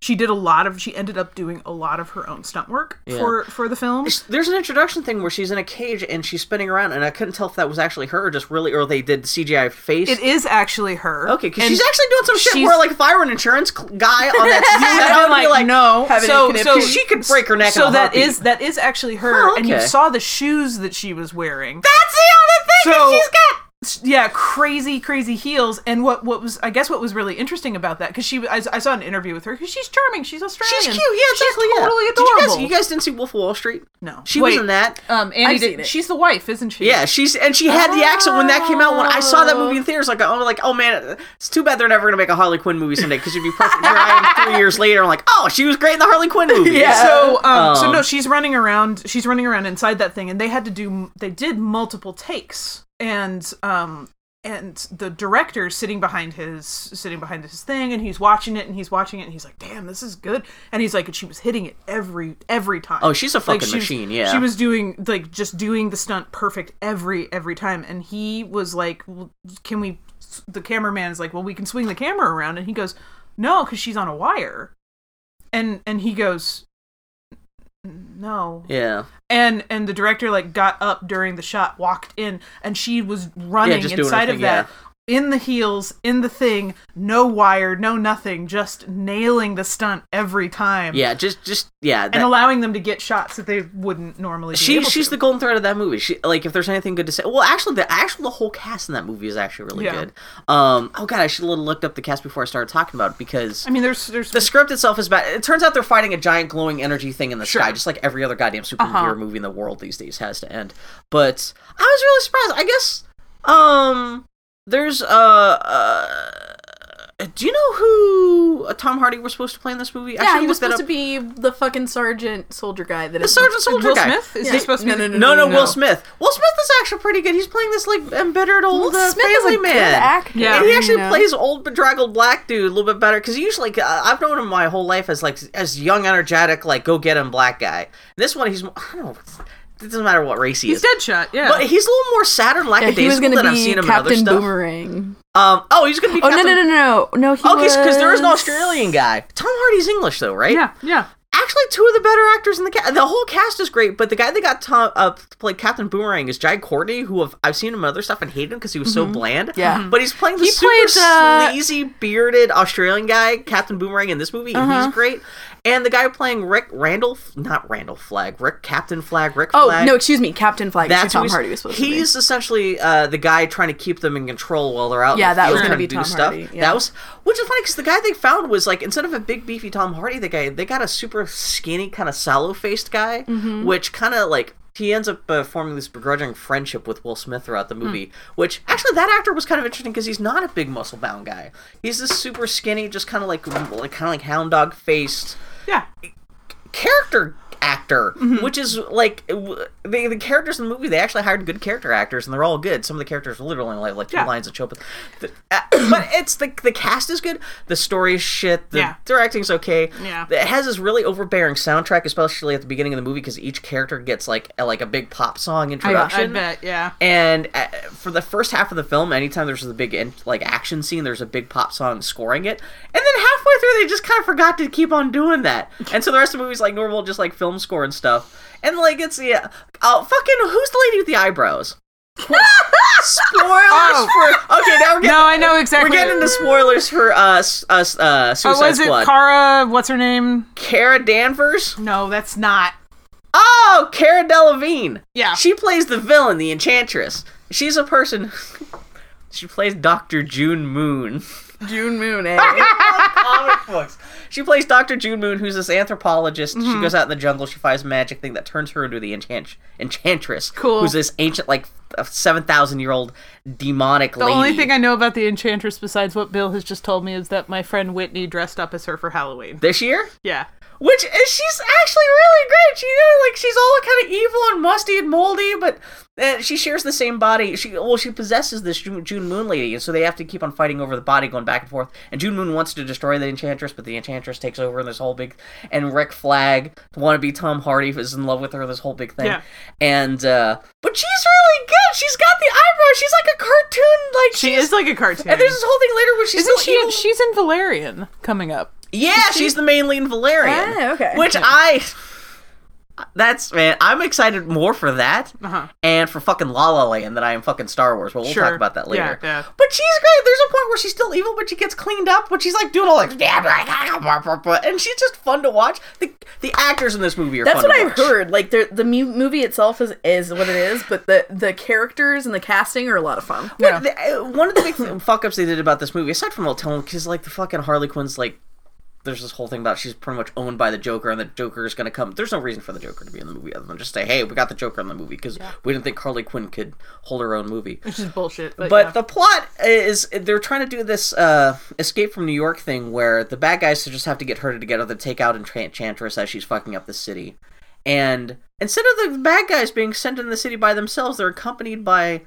she did a lot of she ended up doing a lot of her own stunt work for for the film. there's an introduction thing where she's in a cage and she's spinning around, and I couldn't tell if that was actually her or just really, or they did CGI face. It is actually her. Okay, because And she's actually doing some shit she's- where, like, if I were an insurance cl- guy on that set, I would I'm be like, no. having So, a connip- so 'Cause she could break her neck. So in a that heartbeat. is that is actually her, Oh, and you okay. saw the shoes that she was wearing. that's the other thing So- that she's got. yeah crazy crazy heels and what what was i guess what was really interesting about that because she I, I saw an interview with her because she's charming she's australian She's cute. Yeah, exactly. yeah. totally Did you guys- adorable. You guys, didn't see Wolf of Wall Street? no She was in that. um I've andy seen did, it. she's the wife isn't she Yeah, she's and she had the accent when that came out. When I saw that movie in theaters, like I'm like, oh man, it's too bad they're never gonna make a Harley Quinn movie someday because you'd be perfect. Here I am three years later, I'm like, oh, she was great in the Harley Quinn movie. Yeah. so um, so Um, no she's running around she's running around inside that thing and they had to do they did multiple takes and um and the director sitting behind his sitting behind his thing and he's watching it and he's watching it and he's like damn this is good and he's like and she was hitting it every every time Oh, she's a Like, fucking she was- machine. Yeah. she was doing like just doing the stunt perfect every every time and he was like well, can we the cameraman is like well we can swing the camera around and he goes no because she's on a wire and and he goes no Yeah. and and the director like got up during the shot walked in and she was running just doing her inside of thing, that in the heels in the thing no wire no nothing just nailing the stunt every time Yeah. Just, just yeah. and that- allowing them to get shots that they wouldn't normally be She, able she's to. the golden thread of that movie. She like if there's anything good to say. Well, actually, the actual the whole cast in that movie is actually really Yeah. good. Um, oh god, I should have looked up the cast before I started talking about it because I mean, there's there's the script itself is bad. It turns out they're fighting a giant glowing energy thing in the sky, just like every other goddamn superhero Uh-huh. movie in the world these days has to end. But I was really surprised. I guess um, there's uh, uh do you know who uh, Tom Hardy was supposed to play in this movie? I Yeah, should've he was looked that supposed to up. be the fucking sergeant soldier guy that the Sergeant Soldier Will guy. Smith. Is Yeah. he supposed to No, be? no, No, no, Will Smith. Will Smith is actually pretty good. He's playing this like embittered old uh, Smith is family a good man. actor. Yeah. And he actually You know? plays old bedraggled black dude a little bit better because usually uh, I've known him my whole life as like as young, energetic, like go get him black guy. this one, he's I don't know. It doesn't matter what race he He's is. Deadshot. Yeah. But he's a little more Saturn Yeah, lackadaisical he was gonna than I've be seen him Captain in other Boomerang. stuff. Um, oh, he's gonna be. Oh no Captain- no no no no no! He Okay, because there is an was- Australian guy. Tom Hardy's English though, right? yeah. Yeah. actually two of the better actors in the cast. The whole cast is great, but the guy that got Tom, uh, to play Captain Boomerang is Jai Courtney, who have, I've seen him in other stuff and hated him because he was so bland. Mm-hmm. Yeah. but he's playing the He super played, uh, sleazy, bearded Australian guy, Captain Boomerang, in this movie, and Uh-huh. he's great. And the guy playing Rick Randall, not Randall Flag, Rick Captain Flag, Rick Oh Flag. no, excuse me, Captain Flag. That's That's who Tom he's- Hardy was supposed to be. He's essentially uh, the guy trying to keep them in control while they're out. in Yeah, the that field was gonna trying be do Tom stuff. Hardy, yeah. That was, which is funny because the guy they found was like instead of a big beefy Tom Hardy, the guy they got a super skinny kind of sallow faced guy, Mm-hmm. which kind of like. He ends up uh, forming this begrudging friendship with Will Smith throughout the movie, Mm. which actually that actor was kind of interesting because he's not a big muscle bound guy. He's this super skinny, just kind of like like kind of like hound dog faced Yeah. character actor, Mm-hmm. which is like w- the, the characters in the movie. They actually hired good character actors, and they're all good. Some of the characters literally only have like two Yeah. lines of show, but the, uh, but it's the the cast is good. The story is shit. The Yeah. directing's okay. Yeah. it has this really overbearing soundtrack, especially at the beginning of the movie, because each character gets like a, like a big pop song introduction. I bet. Yeah. And uh, for the first half of the film, anytime there's a big in- like action scene, there's a big pop song scoring it. And then halfway through, they just kind of forgot to keep on doing that. And so the rest of the movie's like normal, just like film score and stuff. And like it's yeah, oh fucking who's the lady with the eyebrows? spoilers for okay now we're getting, Oh. No, I know we're exactly. getting into spoilers for uh s- uh, s- uh Oh, Suicide was it Squad. Kara? What's her name? Cara Danvers. No, that's not. Oh, Cara Delevingne. Yeah. She plays the villain, the enchantress. She's a person. she plays Doctor June Moon. June Moon, eh? Comic books. She plays Dr. June Moon, who's this anthropologist. Mm-hmm. She goes out in the jungle. She finds a magic thing that turns her into the enchant- enchantress. Cool. Who's this ancient, like, 7,000 year old demonic The lady. only thing I know about the Enchantress, besides what Bill has just told me, is that my friend Whitney dressed up as her for Halloween. this year? Yeah. Which is, she's actually really great. She you know, like she's all kind of evil and musty and moldy, but uh, she shares the same body. She well, she possesses this June, June Moon lady, and so they have to keep on fighting over the body, going back and forth. And June Moon wants to destroy the Enchantress, but the Enchantress takes over in this whole big. And Rick Flag, the wannabe Tom Hardy, is in love with her. This whole big thing. Yeah. And uh, but she's really good. She's got the eyebrows. She's like a cartoon. Like She she's- is E like a cartoon. And there's this whole thing later where she's Isn't still she? evil. She's in Valerian coming up. Yeah, she's the main lead in Valerian. Ah, okay. Which I. That's man. I'm excited more for that Uh-huh. and for fucking La La Land than I am fucking Star Wars. But we'll Sure. talk about that later. Yeah, yeah. But she's great. There's a point where she's still evil, but she gets cleaned up. But she's like doing all like and she's just fun to watch. The the actors in this movie are That's fun what to I watch. heard. Like the the mu- movie itself is is what it is, but the the characters and the casting are a lot of fun. But the, uh, one of the big th- fuck ups they did about this movie, aside from all telling, because like the fucking Harley Quinn's like, there's this whole thing about she's pretty much owned by the Joker, and the Joker is gonna come. There's no reason for the Joker to be in the movie other than just say, hey, we got the Joker in the movie because we didn't think Harley Quinn could hold her own movie. Which is bullshit. But, But yeah. the plot is they're trying to do this uh, escape from New York thing where the bad guys just have to get herded together to take out Enchantress as she's fucking up the city. And instead of the bad guys being sent in the city by themselves, they're accompanied by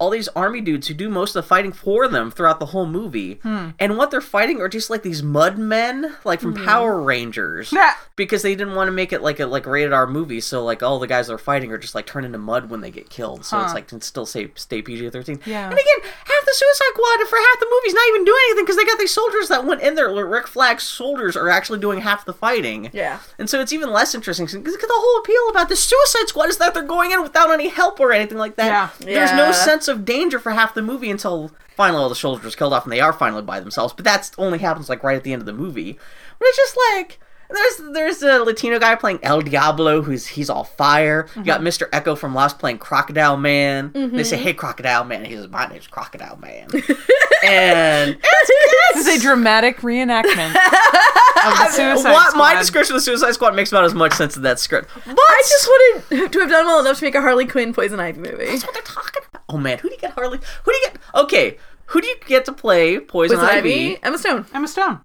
all these army dudes who do most of the fighting for them throughout the whole movie. Hmm. And what they're fighting are just like these mud men, like from Power Rangers. Yeah. Because they didn't want to make it like a like rated R movie, so like all the guys they're fighting are just like turned into mud when they get killed. So it's like can still say stay PG thirteen. Yeah. And again, half the Suicide Squad for half the movie's not even doing anything because they got these soldiers that went in there. Like, Rick Flag's soldiers are actually doing half the fighting. Yeah. And so it's even less interesting because the whole appeal about the Suicide Squad is that they're going in without any help or anything like that. Yeah. There's no Yeah. sense of danger for half the movie until finally all the soldiers killed off and they are finally by themselves. But that's only happens like right at the end of the movie. But it's just like there's there's a Latino guy playing El Diablo who's he's all fire. You Mm-hmm. got Mr. Echo from Lost playing Crocodile Man. They say, "Hey, Crocodile Man," he says, "My name's Crocodile Man," and this is a dramatic reenactment of the Suicide what my Squad. description of the Suicide Squad makes about as much sense as that script. But I just wanted to have done well enough to make a Harley Quinn Poison Ivy movie. what they're talking about. Oh man, who do you get Harley? Who do you get? Okay, who do you get to play Poison, Poison Ivy? Ivy, Emma Stone. Emma Stone.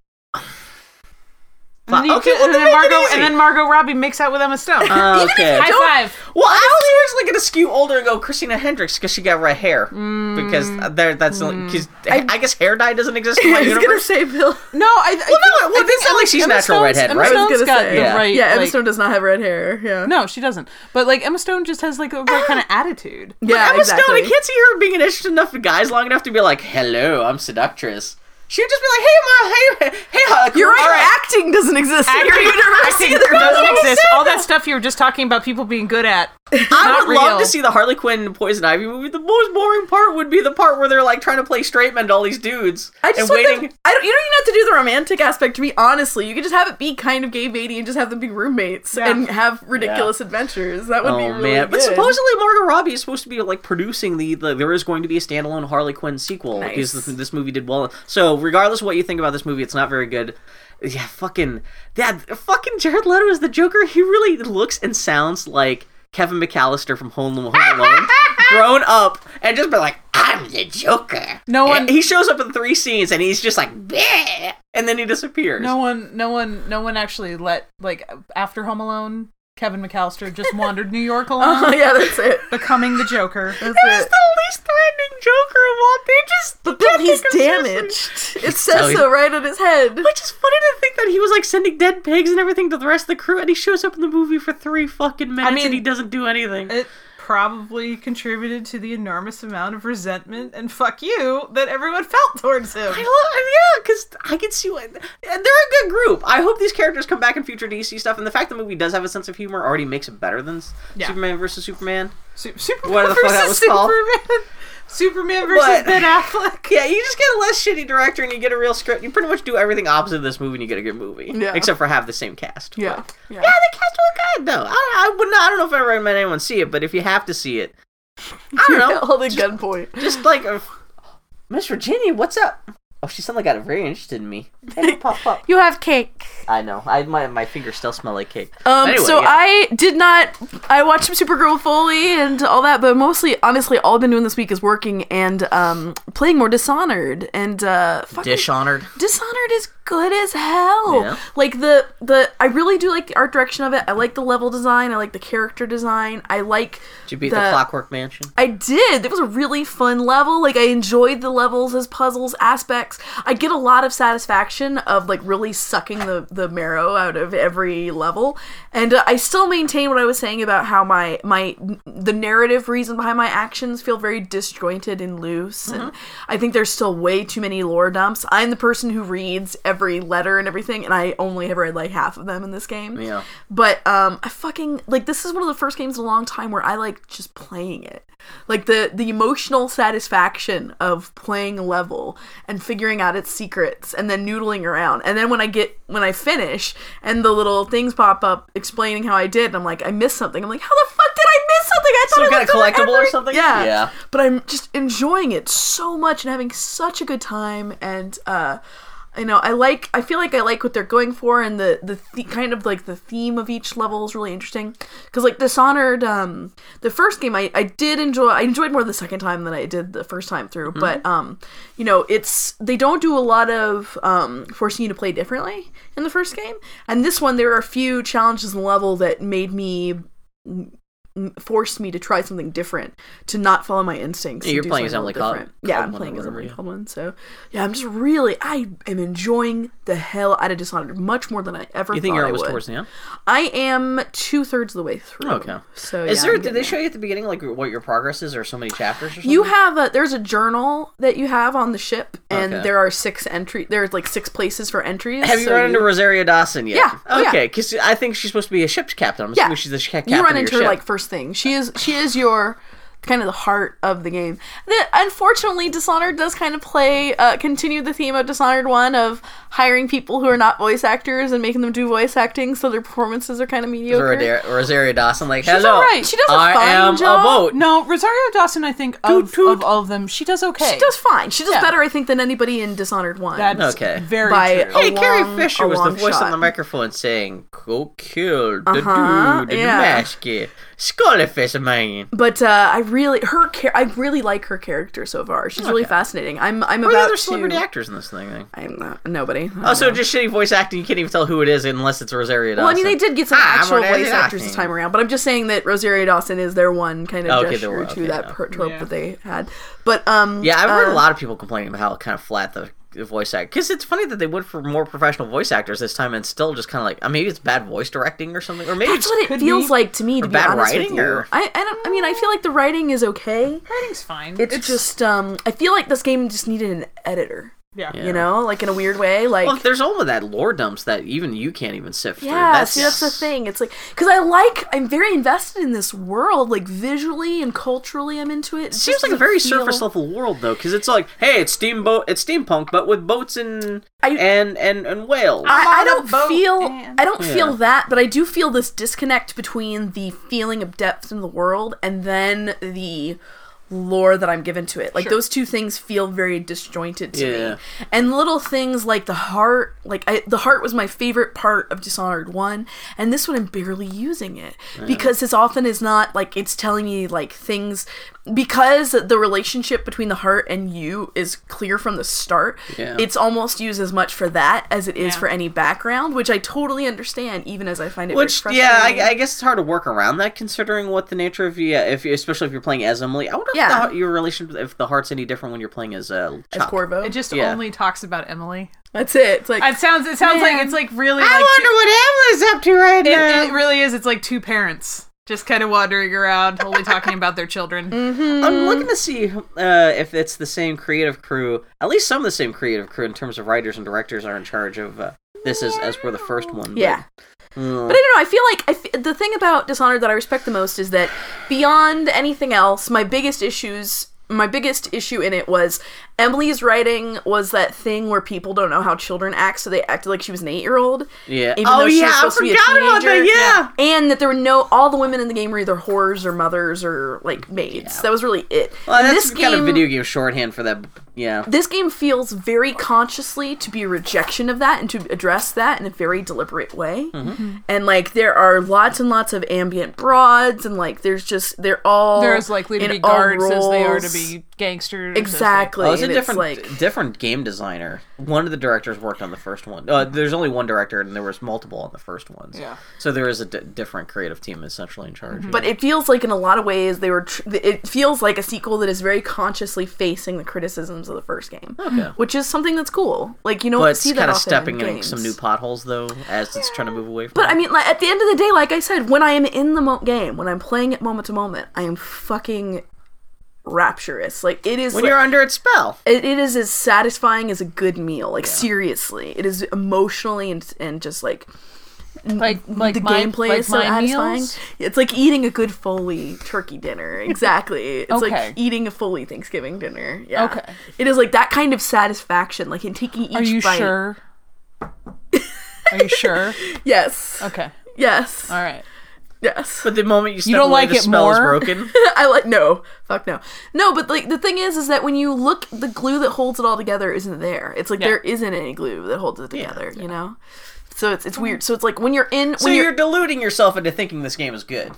Fi- And then, you okay, get- well, and then then make it Margot easy. and then Margot Robbie makes out with Emma Stone. Uh, okay. High five. well, I was originally gonna skew older and go Christina Hendricks because she got red hair Mm. because uh, there that's because I, guess hair dye doesn't exist in my I was gonna universe. say Bill. No, I, I no, think- well, I it's think not like Emma- she's Emma natural Stone's- redhead, Emma right? I I Stone's was gonna got say. the Yeah. right. Yeah, Emma like- Stone does not have red hair. Yeah. No, she doesn't. But like Emma Stone just has like a right kind of attitude. Yeah, Emma exactly. Stone, I can't see her being interested enough in guys long enough to be like, "Hello, I'm seductress." She would just be like, "Hey, Ma, hey, hey, Huck, You're right, all Acting doesn't exist in your Acting- universe acting either. doesn't Bill. exist. All that stuff you were just talking about people being good at. I Not would love real. to see the Harley Quinn and Poison Ivy movie. The most boring part would be the part where they're like trying to play straight men to all these dudes I just and want waiting. them, I don't. You don't even have to do the romantic aspect. To be honestly, you could just have it be kind of gay baity and just have them be roommates Yeah. and have ridiculous adventures. That would be Oh really man! good. But supposedly Margot Robbie is supposed to be like producing the, the there is going to be a standalone Harley Quinn sequel because Nice. this, this movie did well. So regardless of what you think about this movie, it's not very good. Yeah, fucking that fucking Jared Leto is the Joker. He really looks and sounds like Kevin McAllister from Home, Home Alone, grown up, and just be like, "I'm the Joker." No one- And he shows up in three scenes, and he's just like, "Bleh," and then he disappears. No one, no one, no one actually let like after Home Alone, Kevin McAllister just wandered New York alone, Uh-huh. Oh, yeah, that's it. becoming the Joker. That's He's it. the least threatening Joker of all. They just But Bill, can't he's take him seriously. damaged. It says so- so right on his head. Which is funny to think that he was like sending dead pigs and everything to the rest of the crew, and he shows up in the movie for three fucking minutes mean- and he doesn't do anything. uh, It probably contributed to the enormous amount of resentment and fuck you that everyone felt towards him. I love, I mean, yeah, because I can see what and they're a good group. I hope these characters come back in future DC stuff, and the fact the movie does have a sense of humor already makes it better than S- Yeah. Superman versus Superman. Su- Superman What the fuck that versus was called? Superman. Superman versus What? Ben Affleck. Yeah, you just get a less shitty director and you get a real script. You pretty much do everything opposite of this movie, and you get a good movie, Yeah. except for have the same cast. yeah. yeah. Yeah, the cast was good though. I, I would not. I don't know if I recommend anyone see it, but if you have to see it, I don't know. Holding gunpoint. just like uh, Miss Virginia, what's up? Oh, she suddenly got very interested in me. Hey, pop, pop. You have cake. I know. I my my fingers still smell like cake. Um, Anyway, so yeah. I did not. I watched some Supergirl Foley and all that, but mostly, honestly, all I've been doing this week is working and um, playing more Dishonored and uh, fucking Dishonored. Dishonored is good as hell. Yeah. Like the the I really do like the art direction of it. I like the level design. I like the character design. I like Did you beat the, The- Clockwork Mansion? I did. It was a really fun level. Like I enjoyed the levels as puzzles aspects. I get a lot of satisfaction of like really sucking the the marrow out of every level. And uh, I still maintain what I was saying about how my my the narrative reason behind my actions feel very disjointed and loose. And I think there's still way too many lore dumps. I'm the person who reads every letter and everything, and I only have read like half of them in this game. Yeah. But um, I fucking like this is one of the first games in a long time where I like just playing it, like the the emotional satisfaction of playing a level and figuring out its secrets and then noodling around. And then when I get when I finish and the little things pop up explaining how I did, and I'm like I missed something. I'm like how the fuck did I miss something? I thought Some I kind looked of over collectible or every- something? Yeah, Yeah. But I'm just enjoying it so much and having such a good time and. uh you know i like i feel like i like what they're going for and the the th- kind of like the theme of each level is really interesting because like dishonored um the first game I, I did enjoy i enjoyed more the second time than i did the first time through but um you know it's they don't do a lot of um forcing you to play differently in the first game and this one there are a few challenges in the level that made me forced me to try something different to not follow my instincts. Yeah, and you're do playing as something a little Emily Cob- different. Yeah, I'm Cobman or playing as whatever, Emily yeah. Coleman. So yeah, I'm just really I am enjoying the hell out of Dishonored much more than I ever You think thought you're I would. almost towards the end? I am two thirds of the way through. Okay. So Is Oh, yeah, there? I'm getting Did they there. show you at the beginning like what your progress is, or so many chapters, or something? You have a there's a journal that you have on the ship, and Okay. there are six entry. There's like six places for entries. Have you so run into Rosario Dawson yet? Yeah. Oh, yeah. Okay, because I think she's supposed to be a ship's captain. I'm Yeah. assuming she's the sh- captain. you of run your into her ship. like first thing. She is she is your kind of the heart of the game. The, unfortunately, Dishonored does kind of play uh, continue the theme of Dishonored One of hiring people who are not voice actors and making them do voice acting, so their performances are kind of mediocre. Rosario, Rosario Dawson, like, hello. alright. She does a fine I am job." a boat. No, Rosario Dawson. I think of, of all of them, she does okay. She does fine. She does Yeah. better, I think, than anybody in Dishonored One. That's Okay. Very By- true. a Hey, Carrie long- Fisher a was the long voice on shot. the microphone saying, Go kill the Uh-huh, dude in yeah. the basket. Skullface man. but uh, I really her char- I really like her character so far. She's really fascinating. I'm I'm Who are the about other to. celebrity actors in this thing? Then? I'm not nobody. I Also, just shitty voice acting. You can't even tell who it is unless it's Rosario Dawson. Well, I mean, they did get some Ah, I'm actual Rosario voice actors Dawson. this time around, but I'm just saying that Rosario Dawson is their one kind Oh, of okay, gesture their one, to okay, that yeah. per- trope Yeah. that they had. But um, Yeah, I've heard uh, a lot of people complaining about how kind of flat the, the voice act. Because it's funny that they went for more professional voice actors this time and still just kind of like, I mean, maybe it's bad voice directing or something, or maybe That's it's what it could feels be- like to me. To be bad honest writing, with you, or- I I, don't, I mean, I feel like the writing is okay. Writing's fine. It's, just um, I feel like this game just needed an editor. yeah. Yeah. You know, like in a weird way, like. Well, if there's all of that lore dumps that even you can't even sift through. yeah, see, that's the thing. It's like because I like I'm very invested in this world, like visually and culturally, I'm into it. It It seems just like a doesn't very feel- surface level world though, because it's like, hey, it's steamboat, it's steampunk, but with boats and I- and and and whales. I'm I, I on a don't boat, feel man. I don't feel Yeah. that, but I do feel this disconnect between the feeling of depth in the world and then the lore that I'm given to it. Like those two things feel very disjointed to Yeah. me. And little things like the heart, like I, the heart was my favorite part of Dishonored 1, and this one I'm barely using it because as often as not like it's telling me like things because the relationship between the heart and you is clear from the start. Yeah. It's almost used as much for that as it is for any background, which I totally understand even as I find it Which, very yeah, frustrating. I, I guess it's hard to work around that, considering what the nature of yeah, if especially if you're playing as Emily. I wonder Yeah. if the, your relationship, if the heart's any different when you're playing as uh, as Chop. Corvo. It just Yeah. only talks about Emily. That's it. It's like It sounds. It sounds Man. like it's like really. I like two- wonder what Emily's up to right now. it, it really is. It's like two parents just kind of wandering around, only talking about their Mm. children. I'm looking to see uh, if it's the same creative crew. At least some of the same creative crew in terms of writers and directors are in charge of uh, this as as we're the first one. but- yeah. Mm. But I don't know. I feel like I f- the thing about Dishonored that I respect the most is that beyond anything else, my biggest issues, my biggest issue in it was Emily's writing was that thing where people don't know how children act, so they acted like she was an eight-year-old. Yeah. Even oh though she yeah, was I supposed to be a forgot about that. teenager. Yeah. and that there were no all the women in the game were either whores or mothers or like maids. That was really it. Well, In this that's kind game, of video game shorthand for that yeah. This game feels very consciously to be a rejection of that and to address that in a very deliberate way. Mm-hmm. And like there are lots and lots of ambient broads and like there's just they're all They're as likely to in be all guards as they are to roles. be gangsters. as they- Exactly. Well, Oh, it's a and different like different game designer. One of the directors worked on the first one. Uh, there's only one director, and there was multiple on the first ones. Yeah. So there is a d- different creative team essentially in charge. but it feels like in a lot of ways they were tr- it feels like a sequel that is very consciously facing the criticisms of the first game Okay. which is something that's cool like you don't but it's see that kind of often stepping in in games. some new potholes though, as it's trying to move away from. but it. i mean like at the end of the day like i said when i am in the mo- game when i'm playing it moment to moment i am fucking rapturous like it is when like- you're under its spell, it, it is as satisfying as a good meal like seriously it is emotionally and, and just like Like like the my, gameplay like is so my satisfying. meals? It's like eating a good Foley turkey dinner. Exactly. It's Okay. like eating a Foley Thanksgiving dinner. Yeah. Okay. It is like that kind of satisfaction, like in taking each Are you bite. sure? Are you sure? Yes. Okay. Yes. All right. Yes. but the moment you step don't away, like the it spell is more? broken. I like no. Fuck no. No, but like the thing is, is that when you look, the glue that holds it all together isn't there. It's like Yeah. there isn't any glue that holds it together. You know. So it's it's weird. So it's like when you're in so when you're deluding yourself into thinking this game is good.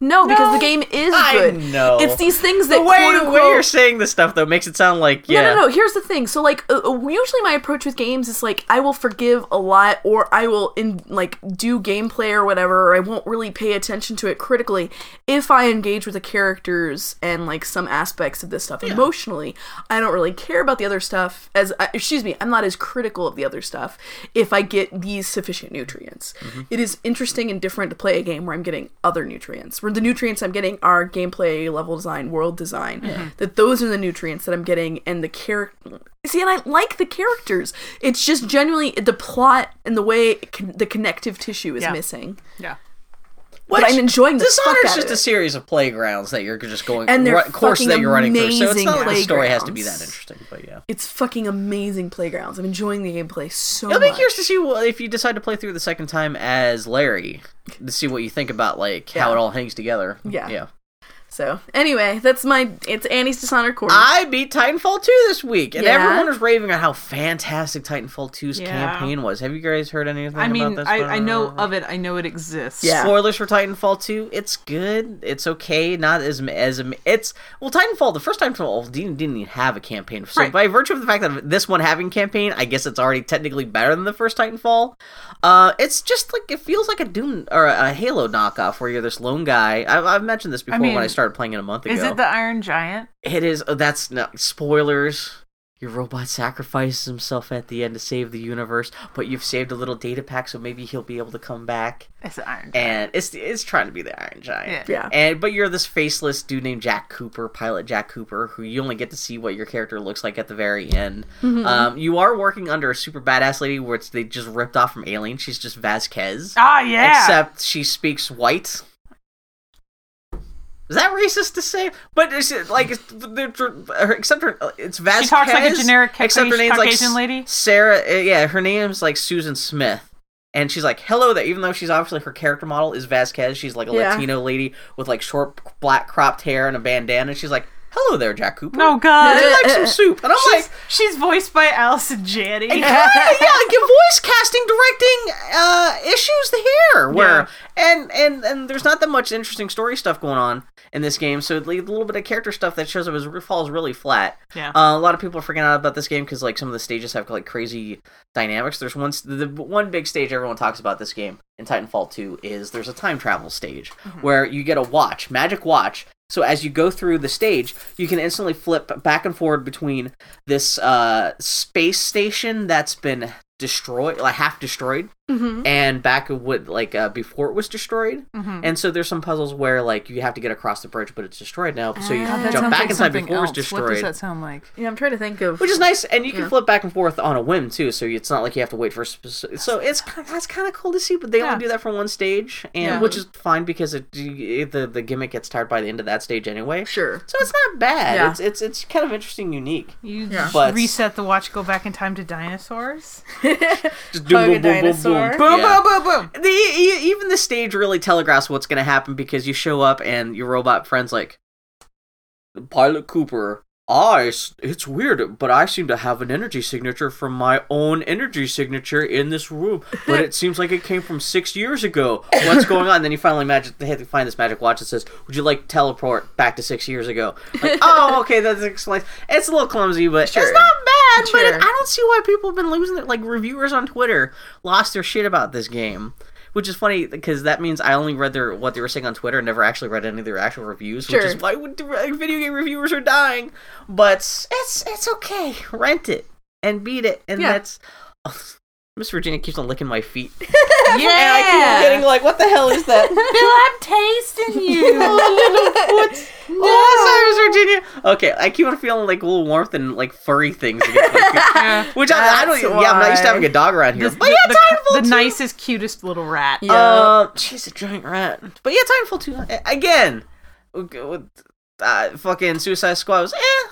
no because the game is I good. know. It's these things that The way, quote the unquote, way you're saying this stuff though makes it sound like yeah. No, no, no. Here's the thing. So, like, uh, uh, usually my approach with games is like, I will forgive a lot, or I will in like do gameplay or whatever, or I won't really pay attention to it critically if I engage with the characters and like some aspects of this stuff emotionally. I don't really care about the other stuff. As I, excuse me, I'm not as critical of the other stuff if I get these sufficient nutrients. Mm-hmm. It is interesting and different to play a game where I'm getting other nutrients, where the nutrients I'm getting are gameplay, level design, world design. That those are the nutrients that I'm getting, and the character. See, and I like the characters. It's just genuinely the plot and the way it con- the connective tissue is Yeah. missing. Yeah. but I'm enjoying the fuck Dishonored's out just of a it. series of playgrounds that you're just going And they're ru- course that fucking you're running through. So it's amazing not like the story has to be that playgrounds. interesting, but yeah. It's fucking amazing playgrounds. I'm enjoying the gameplay so I'll be much. curious to see what, if you decide to play through the second time as Larry to see what you think about like how Yeah. it all hangs together. Yeah. yeah. so anyway, that's my it's Annie's Dishonored Corner. I beat Titanfall 2 this week, and Yeah? everyone was raving on how fantastic Titanfall 2's Yeah. campaign was. Have you guys heard anything I about mean, this? I, I know of it. I know it exists. Yeah. Spoilers for Titanfall 2. It's good. It's okay. Not as as it's well. Titanfall, the first Titanfall oh, didn't, didn't even have a campaign. So Right. by virtue of the fact that this one having campaign, I guess it's already technically better than the first Titanfall. Uh, it's just like it feels like a Doom or a Halo knockoff where you're this lone guy. I, I've mentioned this before mean, when I started playing it a month ago. Is it the Iron Giant? It is. Oh, that's not spoilers. Your robot sacrifices himself at the end to save the universe, but you've saved a little data pack, so maybe he'll be able to come back. It's the Iron Giant. And it's it's trying to be the Iron Giant. Yeah. And but you're this faceless dude named Jack Cooper, pilot Jack Cooper, who you only get to see what your character looks like at the very end. Um, you are working under a super badass lady, where it's, they just ripped off from Alien. She's just Vasquez, Ah, yeah. except she speaks white. Is that racist to say? But it's uh, like, it's- they're- her- except her, it's Vasquez. She talks like a generic except her Caucasian- name's like Caucasian S- lady? Sarah. uh, Yeah, her name's like Susan Smith, and she's like hello there. Even though she's obviously her character model is Vasquez, she's like a Yeah. Latino lady with like short black cropped hair and a bandana. She's like hello there, Jack Cooper. oh God. Would you like some soup, and I'm like. She's voiced by Allison Janney. yeah, yeah, like your voice casting, directing uh, issues here. Where and and and there's not that much interesting story stuff going on in this game, so the little bit of character stuff that shows up is falls really flat. Yeah. uh, a lot of people are freaking out about this game because like some of the stages have like crazy dynamics. There's one st- the one big stage everyone talks about this game in Titanfall 2 is there's a time travel stage Mm-hmm. where you get a watch, magic watch. So as you go through the stage, you can instantly flip back and forward between this uh, space station that's been destroyed, like half destroyed, Mm-hmm. and back of what like uh, before it was destroyed. And so there's some puzzles where like you have to get across the bridge, but it's destroyed now. So you Ah. That jump sounds back like inside something before it was else. destroyed What does that sound like? yeah, I'm trying to think of which is nice, and you can flip back and forth on a whim too. So it's not like you have to wait for a specific. So it's ki- that's kind of cool to see, but they Yeah. only do that for one stage, and Yeah. which is fine because it, it- the the gimmick gets tired by the end of that stage anyway. sure. So it's not bad. Yeah. It's it's it's kind of interesting, and unique. You just But- reset the watch, go back in time to dinosaurs. Just do Hug a dinosaur. Boom, Yeah. boom, boom, boom. The, e- even the stage really telegraphs what's going to happen because you show up and your robot friend's like, Pilot Cooper I, s- it's weird, but I seem to have an energy signature from my own energy signature in this room, but it seems like it came from six years ago. What's going on? then you finally magic, they have to find this magic watch that says, "Would you like teleport back to six years ago?" Like, oh, okay, that explains. It's a little clumsy, but Sure. it's not bad. But Sure. it, I don't see why people have been losing it. Like reviewers on Twitter lost their shit about this game. Which is funny because that means I only read their what they were saying on Twitter and never actually read any of their actual reviews, Sure. which is why would the re- video game reviewers are dying. But it's it's okay. Rent it and beat it, and Yeah. that's. Miss Virginia keeps on licking my feet. Yeah. And I keep getting like, what the hell is that? Bill, I'm tasting you. oh, sorry, Miss Virginia. Okay, I keep on feeling like little warmth and like furry things against my feet. Yeah. Which I, I don't. That's Yeah, I'm not used to why. having a dog around here. This- but yeah, the, the, the nicest, cutest little rat. Yeah. Uh, she's a giant rat. But yeah, Titanfall 2. uh, Again, we go with, uh, fucking Suicide Squad was eh.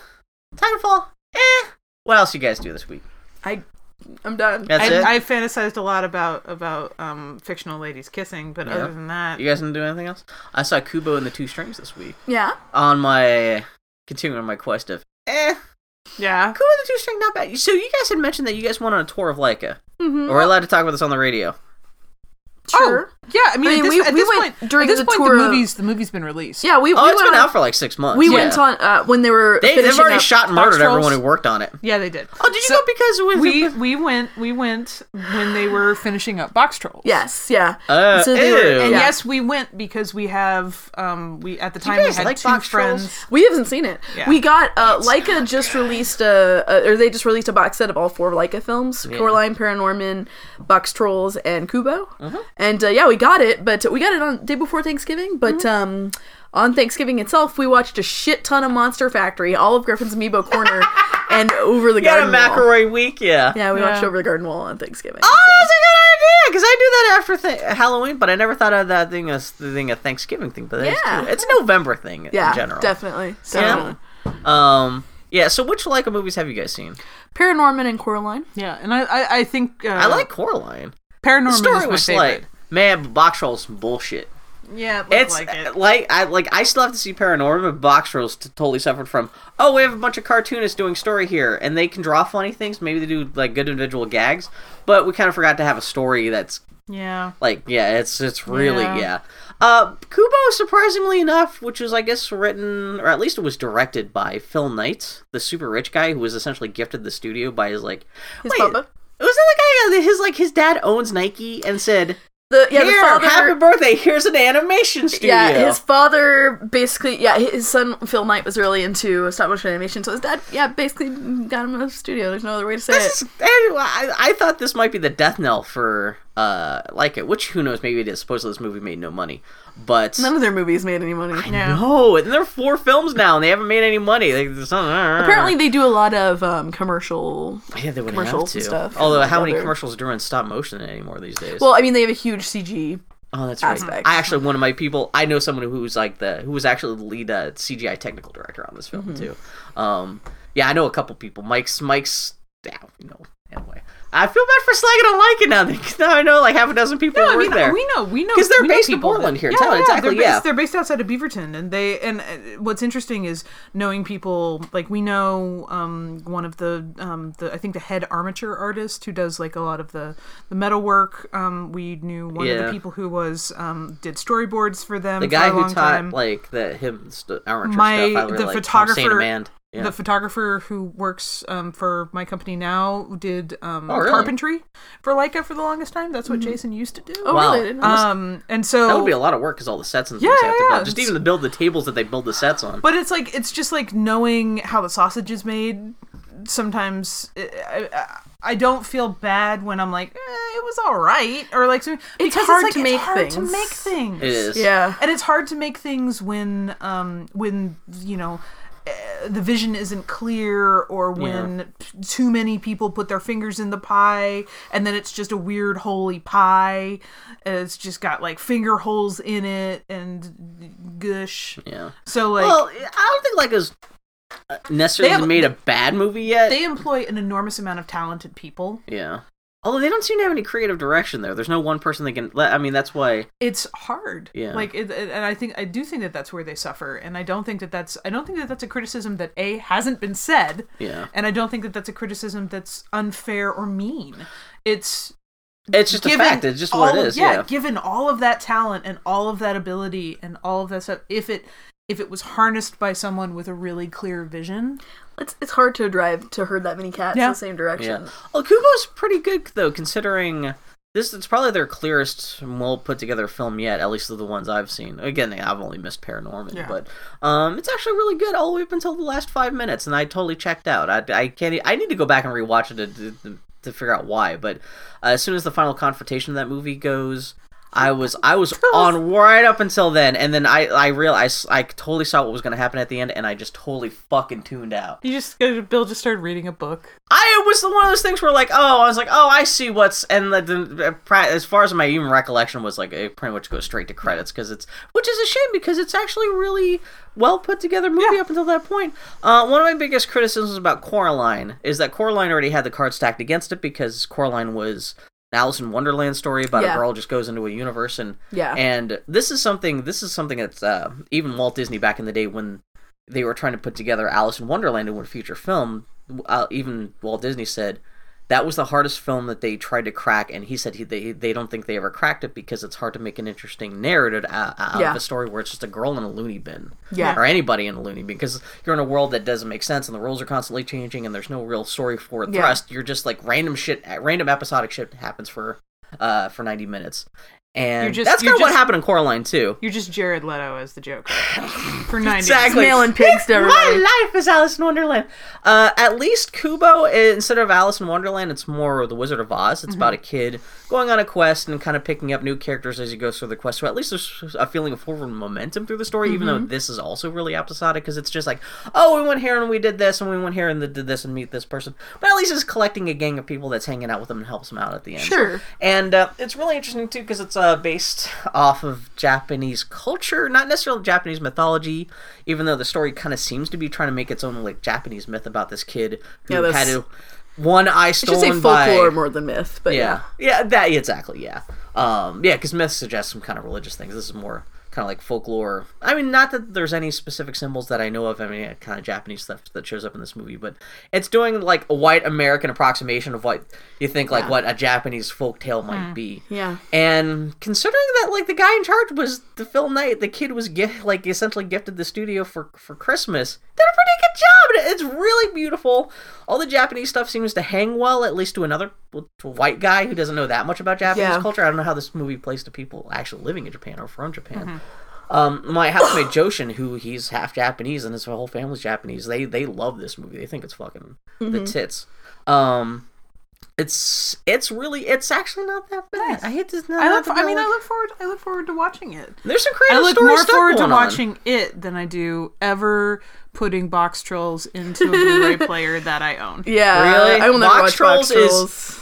Titanfall, eh. What else you guys do this week? I'm done. That's it. I, I fantasized a lot about about um, fictional ladies kissing, but Yeah. other than that, you guys didn't do anything else? I saw Kubo and the Two Strings this week Yeah. on my continuing my quest of eh. yeah. Kubo and the Two String, not bad. So you guys had mentioned that you guys went on a tour of Leica. Mm-hmm. We're allowed to talk about this on the radio. Sure. Oh, yeah. I mean, I mean, at this, we- at we this went point, during at this the point, tour of- the movie's the movie's been released. Yeah, we, Oh, we it's went been on, out for like six months. we yeah. went on uh, when they were They, they've finishing already up. shot and murdered Foxtrolls. everyone who worked on it. Yeah, they did. Oh, did you So- go because it was We we went we went when they were finishing up Box Trolls. Yes, yeah. Uh, So they were- ew. And Yeah. yes, we went because we have um we at the time we guys had like two Box Trolls? friends. We haven't seen it. Yeah. We got uh, Leica just released a, a, or they just released a box set of all four Leica films: Coraline, Paranorman, Box Trolls, and Kubo. Mm-hmm. And uh, yeah, we got it, but we got it on day before Thanksgiving. But Mm-hmm. um, on Thanksgiving itself, we watched a shit ton of Monster Factory, all of Griffin's Amiibo Corner, and Over the You got Garden a Wall. McElroy week, yeah. Yeah, we watched Yeah. Over the Garden Wall on Thanksgiving. Oh, that's a good idea because I do that after th- Halloween, but I never thought of that thing as the thing a Thanksgiving thing. But that is Yeah. cool. it's a November thing yeah, in general. definitely. So Yeah. Um, yeah. So which Leica movies have you guys seen? Paranorman and Coraline. Yeah, and I I, I think uh, I like Coraline. Paranorman The is story my was favorite. like, man, but Box Troll's some bullshit. Yeah, it It's like it. like I like I still have to see Paranorman, but Box Trolls t- totally suffered from. Oh, we have a bunch of cartoonists doing story here, and they can draw funny things. Maybe they do like good individual gags, but we kind of forgot to have a story that's Yeah. Like, yeah, it's it's really yeah. Yeah. Uh, Kubo, surprisingly enough, which was I guess written or at least it was directed by Phil Knight, the super rich guy who was essentially gifted the studio by his like His wait, papa. Was that the guy? uh, His like his dad owns Nike and said, The yeah, the "Here, father. happy birthday! Here's an animation studio." Yeah, his father basically, yeah, his son Phil Knight was really into established animation, so his dad, yeah, basically got him a studio. There's no other way to say This it. is- anyway, I, I thought this might be the death knell for uh like it, which who knows? Maybe it is. Supposedly this movie made no money, but None of their movies made any money. no, and there are four films now, and they haven't made any money. Like, it's not- Apparently, they do a lot of um, commercial. Yeah, they would have commercials to. and stuff. Although, Like how many other- commercials are doing stop motion anymore these days? Well, I mean, they have a huge CG. oh, that's right. aspects. I actually, one of my people, I know someone who's like the who was actually the lead uh, CGI technical director on this film Mm-hmm. too. Um, yeah, I know a couple people. Mike's Mike's. Yeah, you know. Anyway, I feel bad for slagging on Leica now. Because now I know like half a dozen people No, who I work mean there. we know we know 'Cause they're we know based in people Portland that- here, tell- exactly, They're based, yeah. they're based outside of Beaverton, and they and uh, what's interesting is knowing people like we know um, one of the um, the I think the head armature artist who does like a lot of the the metal work. Um, we knew one of Yeah. the people who was um, did storyboards for them. the guy for a long who taught time. like the him st- armature My- stuff. I really the like, photographer- Tom Sandemand. Yeah. the photographer who works um, for my company now did um, Oh, really? carpentry for Leica for the longest time. That's what Jason used to do. Oh, Wow. really? I didn't know. Um, and so that would be a lot of work because all the sets and things Yeah, have yeah, to yeah, build. Just it's- even to build the tables that they build the sets on. But it's like it's just like knowing how the sausage is made. Sometimes eh, I, I, I don't feel bad when I'm like eh, it was all right or like something. because hard like, to make it's hard things. to make things. it is. yeah. and it's hard to make things when um when you know eh, the vision isn't clear or when p- too many people put their fingers in the pie and then it's just a weird holy pie and it's just got like finger holes in it and gush Yeah. so like well, I don't think Leica's uh, necessarily They have- made a bad movie yet. they employ an enormous amount of talented people yeah. Although they don't seem to have any creative direction there. There's no one person that can. I mean, that's why. it's hard Yeah. like it, it- and i think i do think that that's where they suffer and i don't think that that's i don't think that that's a criticism that a hasn't been said Yeah. and i don't think that that's a criticism that's unfair or mean it's It's just a fact. It's just what all it of- is. Yeah. given all of that talent and all of that ability and all of that stuff if it if it was harnessed by someone with a really clear vision It's, it's hard to drive to herd that many cats Yeah. in the same direction. Yeah. Well, Kubo's pretty good though, considering this. It's probably their clearest, well put together film yet, at least of the ones I've seen. Again, I've only missed Paranorman, Yeah. but um, it's actually really good all the way up until the last five minutes, and I totally checked out. I, I can't. e- I need to go back and rewatch it to, to, to figure out why. But uh, as soon as the final confrontation of that movie goes. I was I was on right up until then, and then I I realized I totally saw what was going to happen at the end, and I just totally fucking tuned out. you just uh, bill just started reading a book I it was one of those things where like, oh, I was like, oh, I see what's and the, the, pra- as far as my even recollection was like, it pretty much goes straight to credits because it's which is a shame because it's actually really well put together movie up until that point. Uh, one of my biggest criticisms about Coraline is that Coraline already had the cards stacked against it because Coraline was an Alice in Wonderland story about Yeah. a girl just goes into a universe and Yeah. and this is something this is something that's uh, even Walt Disney back in the day when they were trying to put together Alice in Wonderland into a feature film, uh, even Walt Disney said that was the hardest film that they tried to crack, and he said he, they they don't think they ever cracked it because it's hard to make an interesting narrative out, out Yeah. of a story where it's just a girl in a loony bin, Yeah. or anybody in a loony bin, because you're in a world that doesn't make sense and the rules are constantly changing and there's no real story for Yeah. thrust. You're just like random shit, random episodic shit happens for uh for 90 minutes. And You're just- that's you're kind of what just- happened in Coraline too. you're just jared leto as the joker for 90 Exactly. It's mailing pigs to everybody. My life is Alice in Wonderland. Uh, at least Kubo, eh, instead of Alice in Wonderland, it's more The Wizard of Oz. It's Mm-hmm. about a kid going on a quest and kind of picking up new characters as he goes through the quest. So at least there's a feeling of forward momentum through the story, even Mm-hmm. though this is also really episodic because it's just like, oh, we went here and we did this, and we went here and did this and meet this person. But at least it's collecting a gang of people that's hanging out with him and helps him out at the end. Sure. And uh, it's really interesting too because it's uh, based off of Japanese culture, not necessarily Japanese mythology, even though the story kind of seems to be trying to make its own like Japanese myth about this kid who Yeah, had that's- a, one eye I should say stolen folklore by. more than myth, but yeah. Yeah, yeah, that exactly. Yeah, um, yeah, because myth suggests some kind of religious things. This is more kind of like folklore. I mean, not that there's any specific symbols that I know of. I mean, kind of Japanese stuff that shows up in this movie, but it's doing like a white American approximation of what you think like what a Japanese folk tale might be. Mm. Yeah. And considering that, like, the guy in charge was the Phil Knight, the kid was gift, like essentially gifted the studio for for Christmas. Did a pretty good job. and It's really beautiful. All the Japanese stuff seems to hang well, at least to another to a white guy who doesn't know that much about Japanese Yeah. culture. I don't know how this movie plays to people actually living in Japan or from Japan. Um, my housemate Joshin, who he's half Japanese and his whole family's Japanese, they they love this movie. They think it's fucking the tits. Um, it's it's really it's actually not that bad. I hate to. I look. For, I mean, I look forward. I look forward to watching it. There's some I creative look story more stuff forward to going on. watching it than I do ever putting box trolls into a Blu-ray player that I own. Yeah. Really? I will never Box watch Trolls Box is- Trolls.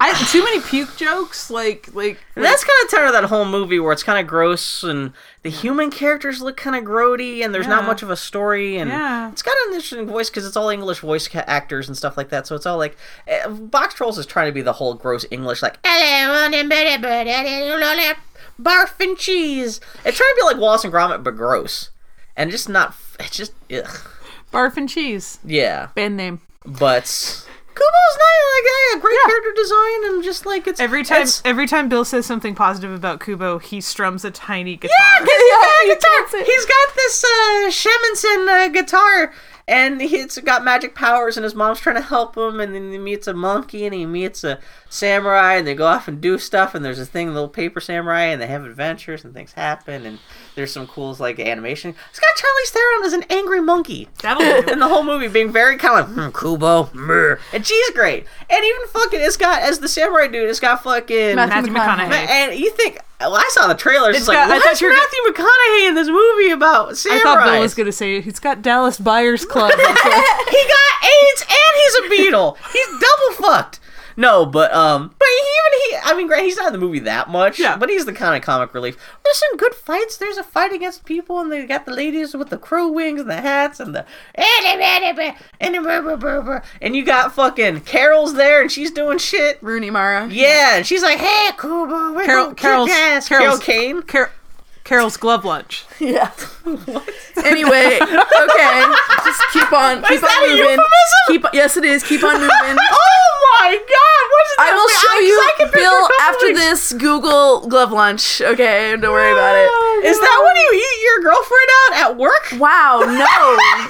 I too many puke jokes. Like like That's kind of tired of that whole movie where it's kind of gross and the human characters look kind of grody and there's not Yeah. much of a story and Yeah. it's got an interesting voice because it's all English voice ca- actors and stuff like that. So it's all like eh, Box Trolls is trying to be the whole gross English like barf and cheese. It's trying to be like Wallace and Gromit but gross and just not. It's just ugh. barf and cheese yeah, band name. but. Kubo's nice, like, yeah, great character design, and just like it's Every time it's- every time Bill says something positive about Kubo, he strums a tiny guitar. yeah, guitar. He's got this uh, Shemenson uh, guitar, and he's got magic powers, and his mom's trying to help him. And then he meets a monkey, and he meets a samurai, and they go off and do stuff. And there's a thing, little paper samurai, and they have adventures, and things happen. And there's some cool like animation. It's got Charlize Theron as an angry monkey That'll do. in the whole movie being very kind of like, hmm, Kubo, meh." and she's great. And even fucking, it's got as the samurai dude, it's got fucking Matthew McConaughey. and you think well, I saw the trailers. It's It's like got- I what's thought you were Matthew McConaughey in this movie about samurai? I thought Bill was gonna say he's got Dallas Buyers Club. he got AIDS and he's a beetle. he's double fucked. No, but um, but he even he I mean, Grant, he's not in the movie that much, Yeah. but he's the kind of comic relief. There's some good fights. There's a fight against people, and they got the ladies with the crow wings and the hats and the and the and you got fucking Carol's there, and she's doing shit. Rooney Mara. Yeah, and she's like, "Hey, Kubo, we're Carol, gonna kick Carol's, ass." Carol Carol's Kane. Car- Carol's glove lunch. Yeah. Anyway, okay. Just keep on, keep that on a moving. Keep yes, it is. Keep on moving. Oh my God! What is that? I will show you, Bill, after this. Google glove lunch. Okay, don't worry about it. Is that when you eat your girlfriend out at work? Wow, no.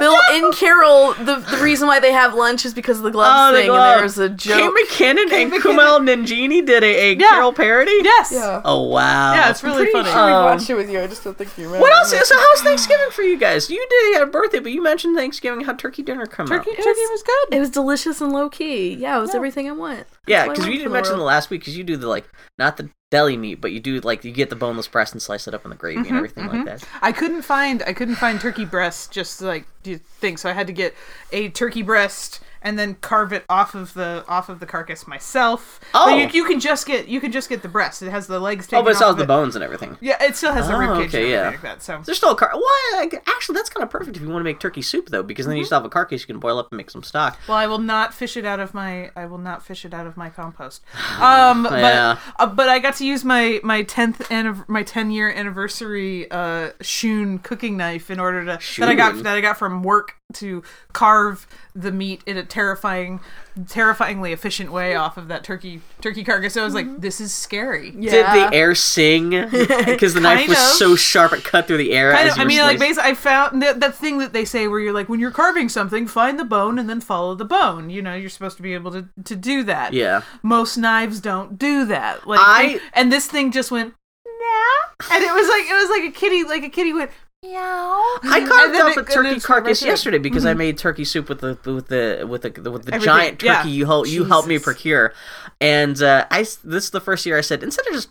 Bill and Carol, the, the reason why they have lunch is because of the gloves Oh, the thing, glove. and there was a joke. Kate McKinnon and Kumail Nanjiani did a, a Carol parody. Yes. Yeah. Oh wow. Yeah, it's really funny. Uh, sure. Um, it with you. I just don't think you remember. What else? So how's Thanksgiving for you guys? You did have a birthday, but you mentioned Thanksgiving. How turkey dinner come turkey, out? turkey was good. It was delicious and low key. Yeah, it was everything I want. Yeah, That's because what I want for we didn't the mention world. the last week because you do the like not the deli meat, but you do like you get the boneless breast and slice it up in the gravy and everything like that. I couldn't find I couldn't find turkey breast just like do thing, so I had to get a turkey breast and then carve it off of the off of the carcass myself. Oh. But you, you can just get you can just get the breast. It has the legs. Taken Oh, but it off still has of the bones and everything. Yeah, it still has the Oh, rib cage okay, and everything yeah. like that. So There's still a car. Well, I- actually, that's kind of perfect if you want to make turkey soup though, because then you still have a carcass you can boil up and make some stock. Well, I will not fish it out of my I will not fish it out of my compost. Um, but Yeah. uh, but I got to use my my tenth anniv- my ten year anniversary uh Shun cooking knife in order to that I got Shun. that I got from work to carve the meat in a terrifying, terrifyingly efficient way off of that turkey turkey carcass. So I was like, this is scary. Yeah. Did the air sing? Because the knife Kind was of. so sharp it cut through the air. I, as don't- you I were mean, like slicing. basically, I found that, that thing that they say where you're like, when you're carving something, find the bone and then follow the bone. You know, you're supposed to be able to to do that. yeah. most knives don't do that. Like I- and- and this thing just went meow, and it was like it was like a kitty, like a kitty went meow. I carved And then up it- a and turkey then it's right carcass there. yesterday because I made turkey soup with the with the with the with the Mm-hmm. Everything, giant turkey yeah. you helped you helped me Jesus. procure, and uh, I s- this is the first year I said instead of just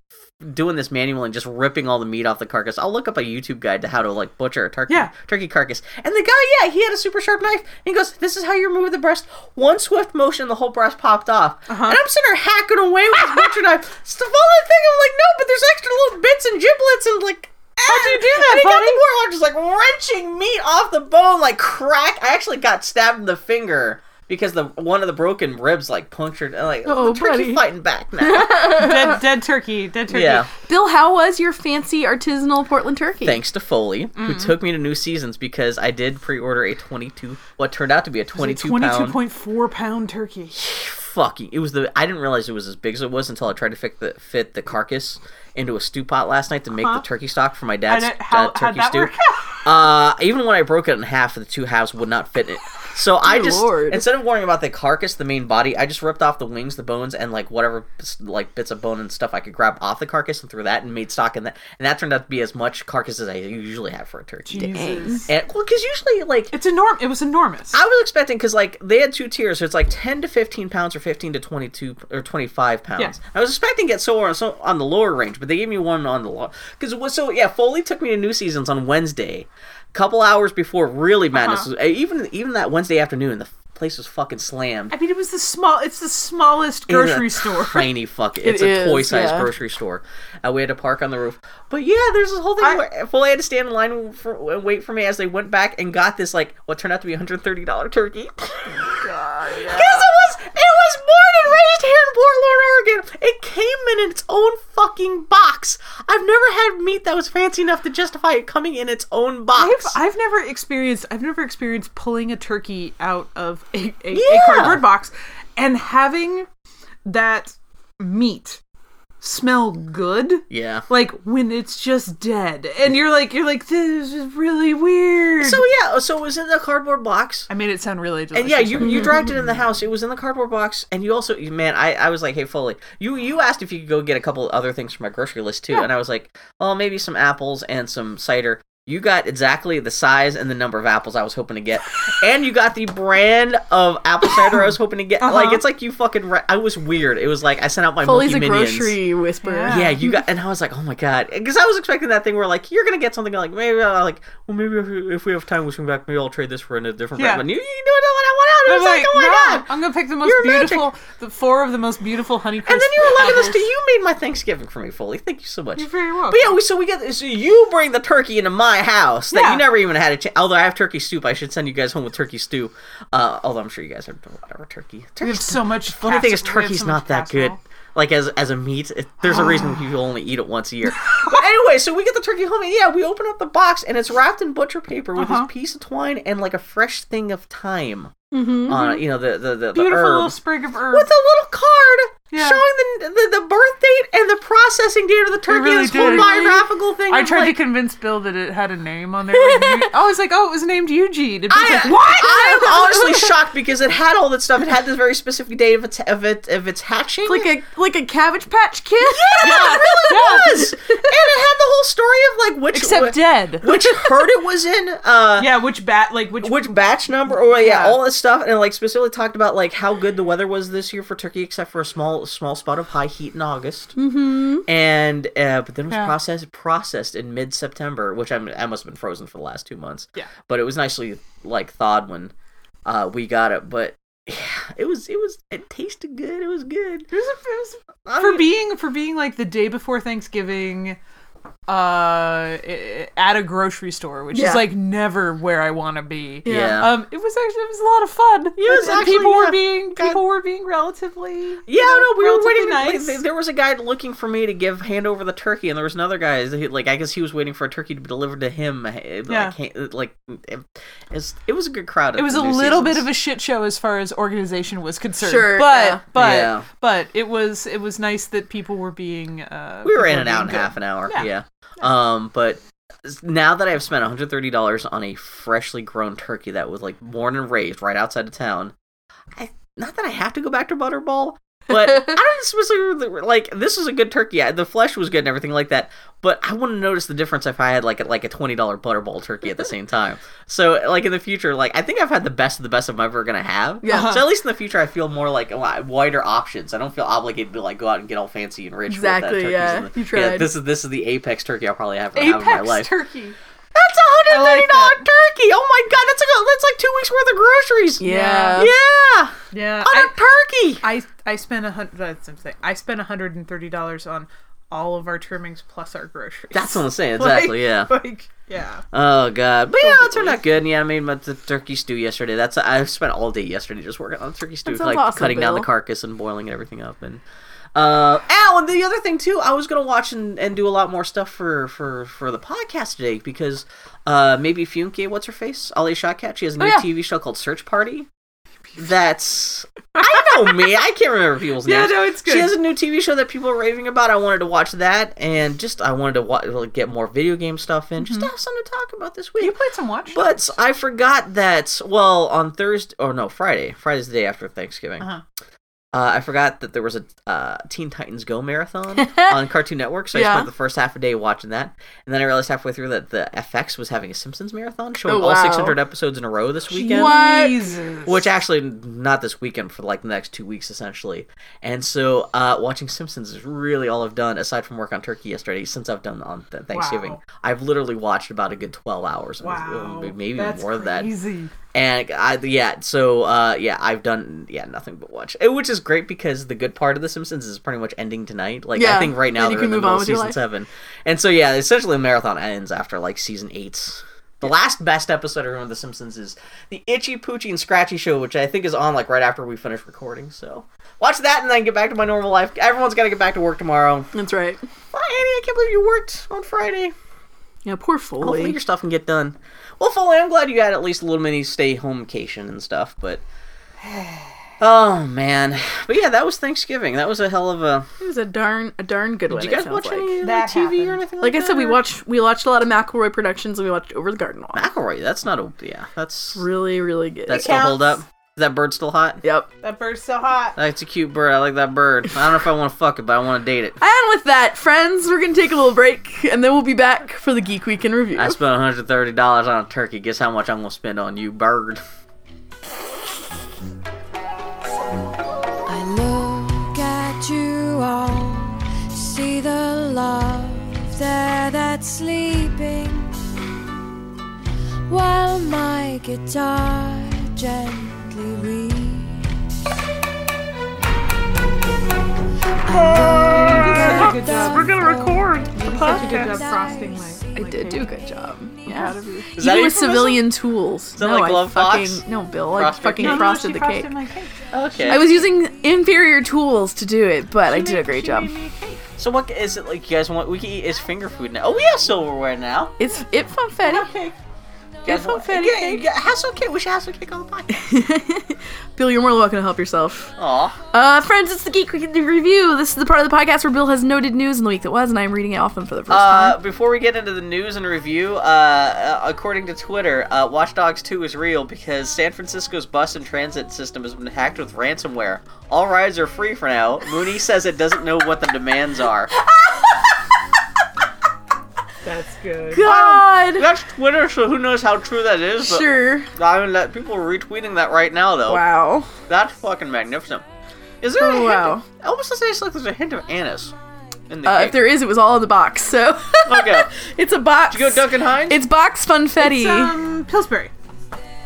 doing this manual and just ripping all the meat off the carcass, I'll look up a YouTube guide to how to like butcher a turkey Yeah. turkey carcass. And the guy, yeah, he had a super sharp knife, and he goes, "This is how you remove the breast. One swift motion, the whole breast popped off." And I'm sitting there hacking away with this butcher knife. Stuff all that thing. I'm like, no, but there's extra little bits and giblets and like. How do you do that, and he got the warlock just like wrenching meat off the bone, like crack. I actually got stabbed in the finger because the one of the broken ribs like punctured. And, like, oh, Oh, the turkey buddy. fighting back now. dead, dead turkey, dead turkey. yeah, Bill, how was your fancy artisanal Portland turkey? thanks to Foley who took me to New Seasons because I did pre-order a 22, what turned out to be a 22 Twenty-two pound point four pound turkey. fucking it was the i didn't realize it was as big as it was until i tried to fit the, fit the carcass into a stew pot last night to make the turkey stock for my dad's And it- how- uh, how'd turkey that stew work uh, even when i broke it in half the two halves would not fit it so i just lord. instead of worrying about the carcass the main body i just ripped off the wings the bones and like whatever like bits of bone and stuff i could grab off the carcass and threw that and made stock in that and that turned out to be as much carcass as i usually have for a turkey Jesus. and well because usually like It's enorm. It was enormous. I was expecting because like they had two tiers, so it's like ten to fifteen pounds or fifteen to twenty two or twenty five pounds. Yeah. I was expecting it so on, so on the lower range, but they gave me one on the low because it was so yeah. Foley took me to New Seasons on Wednesday, couple hours before really madness. was- eh, Even even that Wednesday afternoon, the place was fucking slammed. I mean, it was the small. It's the smallest It was a grocery store. Tiny fuck. It's a is, toy sized yeah. grocery store. Uh, we had to park on the roof. But yeah, there's this whole thing I- where Foley had to stand in line for, and wait for me as they went back and got this, like, what turned out to be $130 turkey. Because it was it was born and raised here in Portland, Oregon. It came in its own fucking box. I've never had meat that was fancy enough to justify it coming in its own I've, box. I've never experienced I've never experienced pulling a turkey out of a, a, a Yeah. cardboard box and having that meat smell good yeah. like when it's just dead and you're like you're like this is really weird So yeah, so it was in the cardboard box. I made it sound really delicious And yeah, you you dragged it in the house. It was in the cardboard box, and you also, man, I, I was like, hey Foley, you you asked if you could go get a couple other things from my grocery list too, and I was like, oh maybe some apples and some cider. You got exactly the size and the number of apples I was hoping to get, and you got the brand of apple cider I was hoping to get. Like it's like you fucking. Re- I was weird. It was like I sent out my Uh-huh. Foley's a Milky Minions. grocery whisperer. Yeah. Yeah, you got, and I was like, oh my god, because I was expecting that thing where like you're gonna get something like maybe uh, like well maybe if, we- if we have time we swing back maybe I'll trade this for a different Yeah. brand. And you you know what I want I out. was I'm like, like, oh my no, god. I'm gonna pick the most You're magic. beautiful, the four of the most beautiful honey. And then you were loving us too. You made my Thanksgiving for me, Foley. Thank you so much. You're very welcome. But yeah, we so we get so you bring the turkey into my house that Yeah. you never even had a chance. Although I have turkey soup, I should send you guys home with turkey stew. Uh, although I'm sure you guys are whatever turkey. we Turkey. have so much. The only thing is casserole- we have turkey's so much not that good. casserole. Like as as a meat, it, there's a reason you only eat it once a year. but anyway, so we get the turkey home, and yeah, we open up the box, and it's wrapped in butcher paper with Uh-huh. this piece of twine and like a fresh thing of thyme Mm-hmm. on it. You know the the the, the Beautiful little herbs sprig of with herbs. a little card Yeah. showing the, the the birth date and the processing date of the turkey. really this whole did. biographical thing. I of, tried like- to convince Bill that it had a name on there. Like, Eu- I was like, oh, it was named Eugene. And Bill's I, like, what? I am honestly shocked because it had all that stuff. It had this very specific date of its of it of its hatching. Like a like a Cabbage Patch Kid. yeah, it really was. and it had the whole story of like which Except wh- dead. which herd it was in. Uh, Yeah, which bat? Like which? Which batch number? Or yeah, Yeah. all this stuff, and like specifically talked about like how good the weather was this year for Turkey, except for a small small spot of high heat in August. Mm-hmm. and uh, but then it was Yeah. processed processed in mid September, which I'm, I must have been frozen for the last two months. Yeah. but it was nicely like thawed when uh, we got it. But yeah, it was it was it tasted good. It was good. It was a- it was I for mean, being for being like the day before Thanksgiving uh i- at a grocery store which Yeah. is like never where I want to be. yeah. Um it was actually it was a lot of fun. Yeah, it was And actually- people yeah, were being God. people were being relatively yeah, no, we were relatively waiting. like, nice. th- there was a guy looking for me to give hand over the turkey, and there was another guy. that he- Like I guess he was waiting for a turkey to be delivered to him. eh, Yeah. Like, yeah. like it, it's- it was a good crowd. it was a little bit of a shit show as far as organization was concerned. Sure, but yeah. but Yeah. but it was it was nice that people were being uh we were in people and being out in good. half an hour. Yeah. Yeah. Um, but s- now that I've spent $130 on a freshly grown turkey that was like born and raised right outside of town, I not that I have to go back to Butterball, but I don't specifically like this is a good turkey. Yeah, the flesh was good and everything like that, but I wouldn't notice the difference if I had like a, like a $20 Butterball turkey at the same time. So like in the future, like I think I've had the best of the best I'm ever gonna have. Yeah. So at least in the future, I feel more like a lot wider options. I don't feel obligated to like go out and get all fancy and rich with that Exactly, turkey's yeah. in the- You tried. this is this is the apex turkey I'll probably have, have in my Apex life. turkey. that's a hundred I thirty like dollar turkey. Oh my god, that's like a, that's like two weeks worth of groceries. Yeah. yeah, Yeah. on I- a turkey. I I spent a hundred. That's what I'm saying. I spent hundred and thirty dollars on all of our trimmings plus our groceries. That's what I'm saying. Like- Exactly. yeah. Like yeah. Oh god. But yeah, it turned out good. And yeah, I made my t- turkey stew yesterday. That's I spent all day yesterday just working on turkey stew, That sounds like awesome, cutting down the Bill. carcass and boiling and everything up. And uh, Al, and the other thing too, I was gonna watch and, and do a lot more stuff for for for the podcast today because uh maybe Funke, what's her face, Ali Shotcat, she has a new Oh, yeah. TV show called Search Party. That's I know me. I can't remember people's Yeah, names. no, it's She good. has a new TV show that people are raving about. I wanted to watch that, and just I wanted to wa- like, get more video game stuff in, just Mm-hmm. to have something to talk about this week. You played some watch. But I forgot that. Well, on Thursday, or no, Friday. Friday's the day after Thanksgiving. Uh-huh. Uh, I forgot that there was a uh, Teen Titans Go marathon on Cartoon Network, so I Yeah. spent the first half a day watching that, and then I realized halfway through that the FX was having a Simpsons marathon, showing Oh, all wow. 600 episodes in a row this weekend. What? Jesus. Which actually not this weekend for like the next two weeks essentially, and so uh, watching Simpsons is really all I've done aside from work on turkey yesterday. Since I've done on th- Thanksgiving, Wow. I've literally watched about a good twelve hours, and Wow. maybe That's more than that. crazy. And I yeah, so uh, yeah, I've done yeah nothing but watch, Eh, which is great because the good part of The Simpsons is pretty much ending tonight. Like I Yeah, think right now and you they're can in the move middle on of with your season life. seven, and so yeah, essentially the marathon ends after like season eight. The last best episode I remember of The Simpsons is the Itchy Poochie and Scratchy show, which I think is on like right after we finish recording. So watch that and then get back to my normal life. Everyone's got to get back to work tomorrow. That's right. Well, Annie, I can't believe you worked on Friday. Yeah, poor Hopefully Foley. your stuff can get done. Well, Foley, I'm glad you had at least a little mini stay home cation and stuff, but oh man, but yeah, that was Thanksgiving. That was a hell of a. It was a darn a darn good one. Did you it guys sounds watch like. any uh, That TV or happened. anything? Like, Like I said, we that, or- watched we watched a lot of McElroy productions and we watched Over the Garden Wall. McElroy. That's not a yeah. That's Really, really good. that still hold up. counts. Is that bird still hot? yep. That bird's so hot. That's a cute bird. I like that bird. I don't know if I want to fuck it, but I want to date it. And with that, friends, we're gonna take a little break and then we'll be back for the Geek Week in Review. I spent 130 dollars on a turkey. Guess how much I'm gonna spend on you, bird. I look at you all, see the love there that's sleeping, while my guitar gently quickly reach. Oh, Good job. We're gonna record. You did such a good job frosting my. I my did cake. do a good job. Yeah. Proud of you. Even that a with euphemism? civilian tools. that no, like I Glove fucking, Fox? No, Bill, I Frosted fucking cake? No, no, frosted she the frosted cake. my cake. Okay. I was using inferior tools to do it, but I did a great She job. made me a cake. so what is it like? You guys want? We can eat is finger food now. Oh, we have silverware now. It's it funfetti. Okay. It Guys, want- funfetti Yeah, cake. yeah, Hassle cake. We should hassle cake on the podcast. Bill, you're more than welcome to help yourself. Aw. Uh, friends, it's the Geek Weekly Review. This is the part of the podcast where Bill has noted news in the week that was, and I'm reading it off them for the first Uh, time. before we get into the news and review, uh, uh, according to Twitter, uh, Watch Dogs 2 is real because San Francisco's bus and transit system has been hacked with ransomware. All rides are free for now. Mooney says it doesn't know what the demands are. That's good. God! That's Twitter, so who knows how true that is? But Sure. I mean, that people are retweeting that right now, though. Wow. Uh, That's fucking magnificent. Is there? Oh, a hint wow. I almost tastes like there's a hint of anise in the Uh, if cake. there is, it was all in the box, so. Okay. it's a box. Did you go Duncan Hines? It's box funfetti. It's, um, Pillsbury.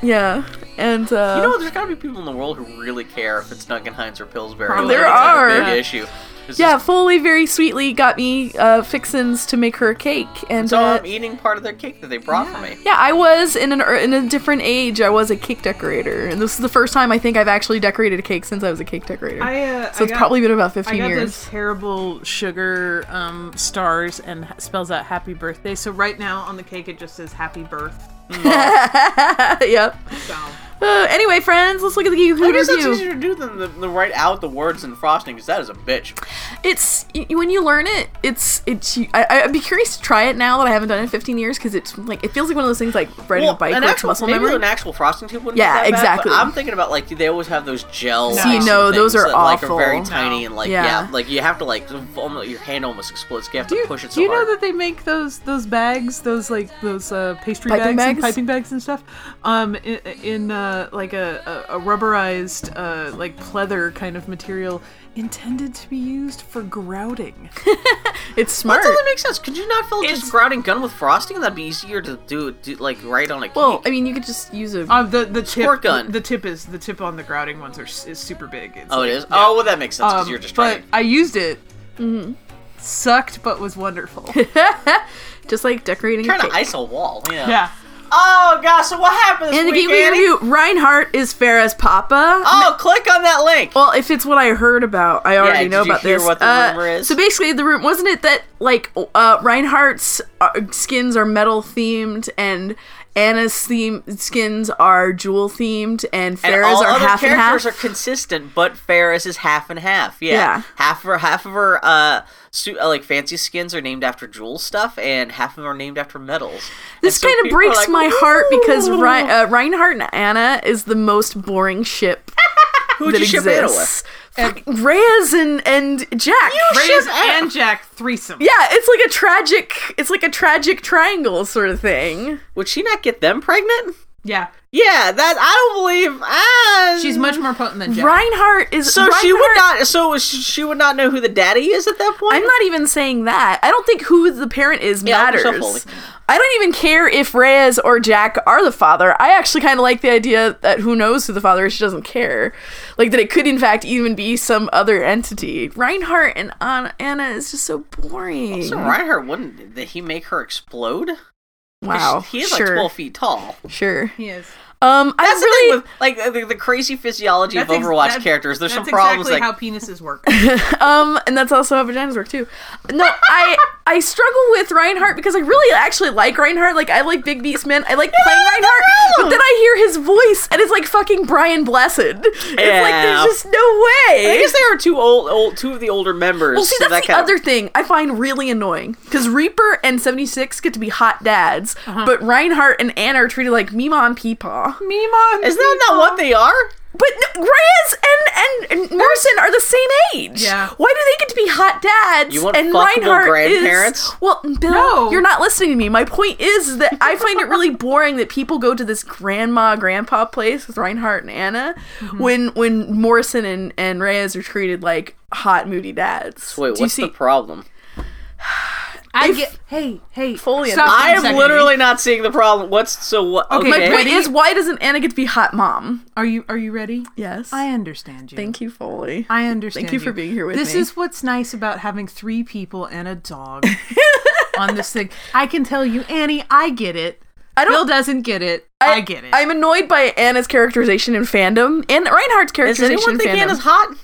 yeah. And, uh. you know, there's gotta be people in the world who really care if it's Duncan Hines or Pillsbury. Probably. Like, There it's not a are. big issue. It's yeah, just- Foley very sweetly got me uh, fixins to make her a cake, and so uh, "Oh, I'm eating part of their cake that they brought for me. yeah, I was in an er, in a different age. I was a cake decorator, and this is the first time I think I've actually decorated a cake since I was a cake decorator. I, uh, so I it's got- probably been about I fifteen got years. those terrible sugar um, stars and h- spells out happy birthday. So right now on the cake it just says happy birth. yep. So Uh, anyway, friends, let's look at the Geek Who I guess that's review. easier to do than the, the write out the words and frosting, because that is a bitch. It's y- when you learn it, it's it's. you- I, I'd be curious to try it now that I haven't done it in fifteen years because it's like it feels like one of those things like riding a bike an where it's actual, muscle maybe memory. an actual frosting tube wouldn't be Yeah, that bad, but exactly. I'm thinking about like they always have those gel. See, icing no, those things are that, like, are very awful. tiny and like Yeah. yeah. like you have to like almost, your hand almost explodes. You have to do you, push it so do you know hard. that they make those those bags, those like those uh, pastry Piping bags, and bags? piping bags and stuff, um, in, in uh, like a, a, a rubberized uh, like pleather kind of material intended to be used for grouting. it's That smart. doesn't make sense. Could you not fill just grouting gun with frosting? That'd be easier to do, do like right on a cake. Well, I mean, you could just use a. Uh, Um, the the tip Squirt gun. the tip is the tip on the grouting ones are s- is super big. It's oh, like- it is. Oh, well, that makes sense because Um, you're just but trying. I used it. Mm-hmm. Sucked, but was wonderful. just like decorating a Trying cake. to ice a wall. Yeah. yeah. Oh gosh, so what happened this And the week, Geek Weekly Annie? Review, Reinhardt is Farrah's papa. Oh, click on that link. Well, if it's what I heard about, I already did know you about hear this. what the Uh, rumor is? So basically, the room wasn't it that like uh, Reinhardt's uh, skins are metal themed and Anna's theme skins are jewel themed and and Farrah's all are other half and characters half. are consistent, but Ferris is half and half. Yeah, Yeah. half of her, half of her, uh, su- uh, like fancy skins are named after jewel stuff, and half of them are named after metals. this And so kind of people are breaks like, my heart because "Ooh, Rein- uh, Reinhardt and Anna is the most boring ship who'd that you ship Anna with? exists. Fuck, Reyes and and Jack. Reyes and Jack threesome. yeah, it's like a tragic. It's like a tragic triangle sort of thing. Would she not get them pregnant? Yeah. Yeah, that I don't believe. Ah, She's much more potent than Jack. Reinhardt is so she Reinhardt- would not. So she she would not know who the daddy is at that point. I'm not even saying that. I don't think who the parent is Yeah, I'm matters. so fully. I don't even care if Reyes or Jack are the father. I actually kind of like the idea that who knows who the father is. She doesn't care. Like that it could in fact even be some other entity. Reinhardt and Anna, Anna is just so boring. So Reinhardt wouldn't. Did he make her explode? 'Cause wow. he is like sure. twelve feet tall. Sure. He is. Um, I That's really. the thing with like the, the crazy physiology of ex- Overwatch that- characters. There's some that's problems exactly like how penises work. Um, and that's also how vaginas work too. No, I I struggle with Reinhardt because I really actually like Reinhardt. Like I like Big Beast Man. I like playing Reinhardt, but then I hear his voice and it's like fucking Brian Blessed. It's like Yeah. there's just no I way. guess there are two old, old two of the older members. Well, see, so that's the that kind other of, thing I find really annoying because Reaper and Seventy Six get to be hot dads, Uh-huh. but Reinhardt and Anna are treated like Mima and Peepaw. Mima. Isn't that not what they are? But no, Reyes and, and and Morrison are the same age. Yeah. Why do they get to be hot dads? You want and fuckable Reinhardt grandparents? Is, well, Bill, No. you're not listening to me. My point is that I find it really boring that people go to this grandma grandpa place with Reinhardt and Anna Mm-hmm. when when Morrison and and Reyes are treated like hot moody dads. Wait, do you what's see? the problem? I get hey hey. Fully stop in- for a I am second. literally not seeing the problem. What's so what? Okay, My Ready? point is, why doesn't Anna get to be hot mom? Are you are you ready? Yes. I understand you. Thank you, Foley. I understand. Thank you for being here with this me. This is what's nice about having three people and a dog on this thing. I can tell you, Annie, I get it. I Bill doesn't get it. I, get it. I'm annoyed by Anna's characterization in fandom and Reinhardt's Does characterization anyone think in fandom. Anna's hot?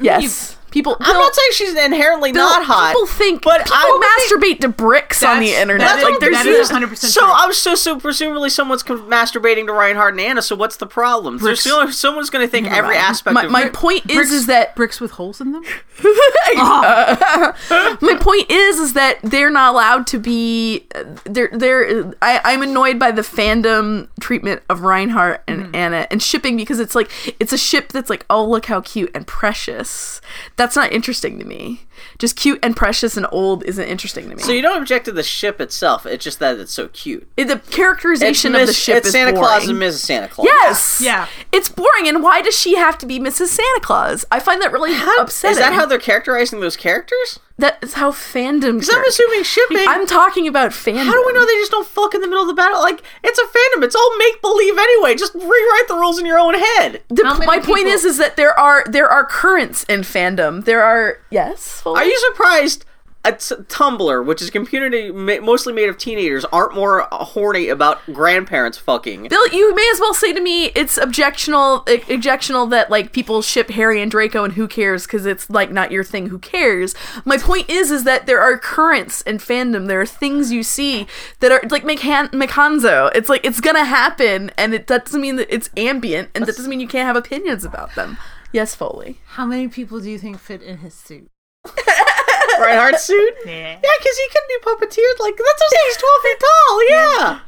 yes. people. I'm not saying she's inherently Bill, not hot. People think, but but people I masturbate to bricks on the That's- internet. that Like, is- there's that is these 100% So true. I'm so so presumably someone's con- masturbating to Reinhardt and Anna. So what's the problem? There's Bricks. still- someone's going to think every aspect my, of my point is is that bricks with holes in them? Uh-huh. my point is is that they're not allowed to be they're they're I, I'm annoyed by the fandom treatment of Reinhardt and Mm-hmm. Anna and shipping because it's like it's a ship that's like oh look how cute and precious that's not interesting to me just cute and precious and old isn't interesting to me So you don't object to the ship itself. It's just that it's so cute. It- the It's, characterization of the Miss- ship it's is Santa boring. Claus and Mrs. Santa Claus. yes Yeah. it's boring and why does she have to be Mrs Santa Claus I find that really upsetting Is that how they're characterizing those characters? that's how fandom Because I'm assuming shipping. I'm talking about fandom how do we know they just don't fuck in the middle of the battle? Like it's a fandom. It's all make believe anyway. Just rewrite the rules in your own head. The, How many my point people- is is that there are there are currents in fandom. There are yes. Fully? Are you surprised? At s- Tumblr, which is a community ma- mostly made of teenagers, aren't more uh, horny about grandparents fucking. Bill, you may as well say to me it's objectional, e- objectional that like people ship Harry and Draco and who cares because it's like not your thing. Who cares? My point is, is that there are currents in fandom. There are things you see that are like McHan- McHanzo. It's like it's gonna happen, and it that doesn't mean that it's ambient, and that doesn't mean you can't have opinions about them. Yes, Foley. How many people do you think fit in his suit? Reinhardt suit? Yeah, because he can be puppeteered. Like, that's what I'm saying. He's 12 feet tall. Yeah.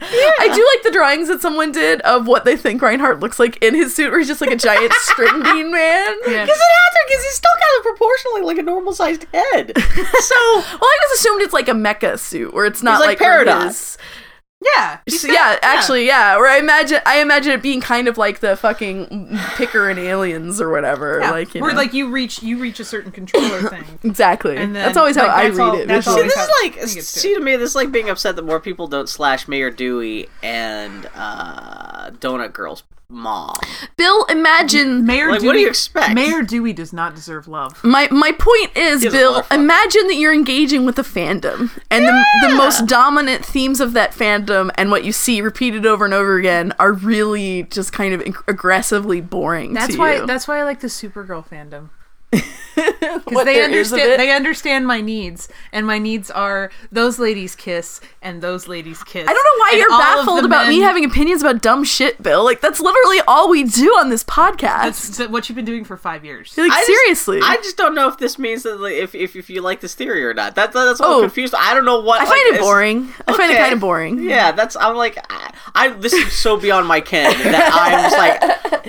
Yeah. I do like the drawings that someone did of what they think Reinhardt looks like in his suit, where he's just like a giant string bean man. Because it had to, because he's still kind of proportionally like a normal sized head. so, Well, I just assumed it's like a mecha suit, where it's not like like where Peridot. it is. Yeah. So, yeah, actually, yeah. Where I imagine, I imagine it being kind of like the fucking picker in Aliens or whatever. Yeah. Like, you Where know. like you reach you reach a certain controller thing. exactly. and then, that's always how like, I that's read all- it. that's visually. always- this how- is I like, think it's see to me, this is like being upset that more people don't slash Mayor Dewey and uh, Donut Girl's mom. Bill, imagine Mayor Like, Dewey, what do you expect? Mayor Dewey does not deserve love. My my point is, He's a Bill, motherfucker. imagine that you're engaging with a fandom and the, the most dominant themes of that fandom and what you see repeated over and over again are really just kind of ag- aggressively boring That's to why you. that's why I like the Supergirl fandom. What Because they there is of it. understand they understand my needs, and my needs are those ladies kiss and those ladies kiss. I don't know why and you're all of baffled the about me men- having opinions about dumb shit, Bill. Like that's literally all we do on this podcast. That's th- what you've been doing for five years. Like I just- seriously. I just don't know if this means that like, if, if if you like this theory or not. That, that's all Oh. I'm confused. I don't know what. I like, find it is- boring. I find it Okay. kind of boring. Yeah, that's. I'm like, I, I this is so beyond my ken that I'm just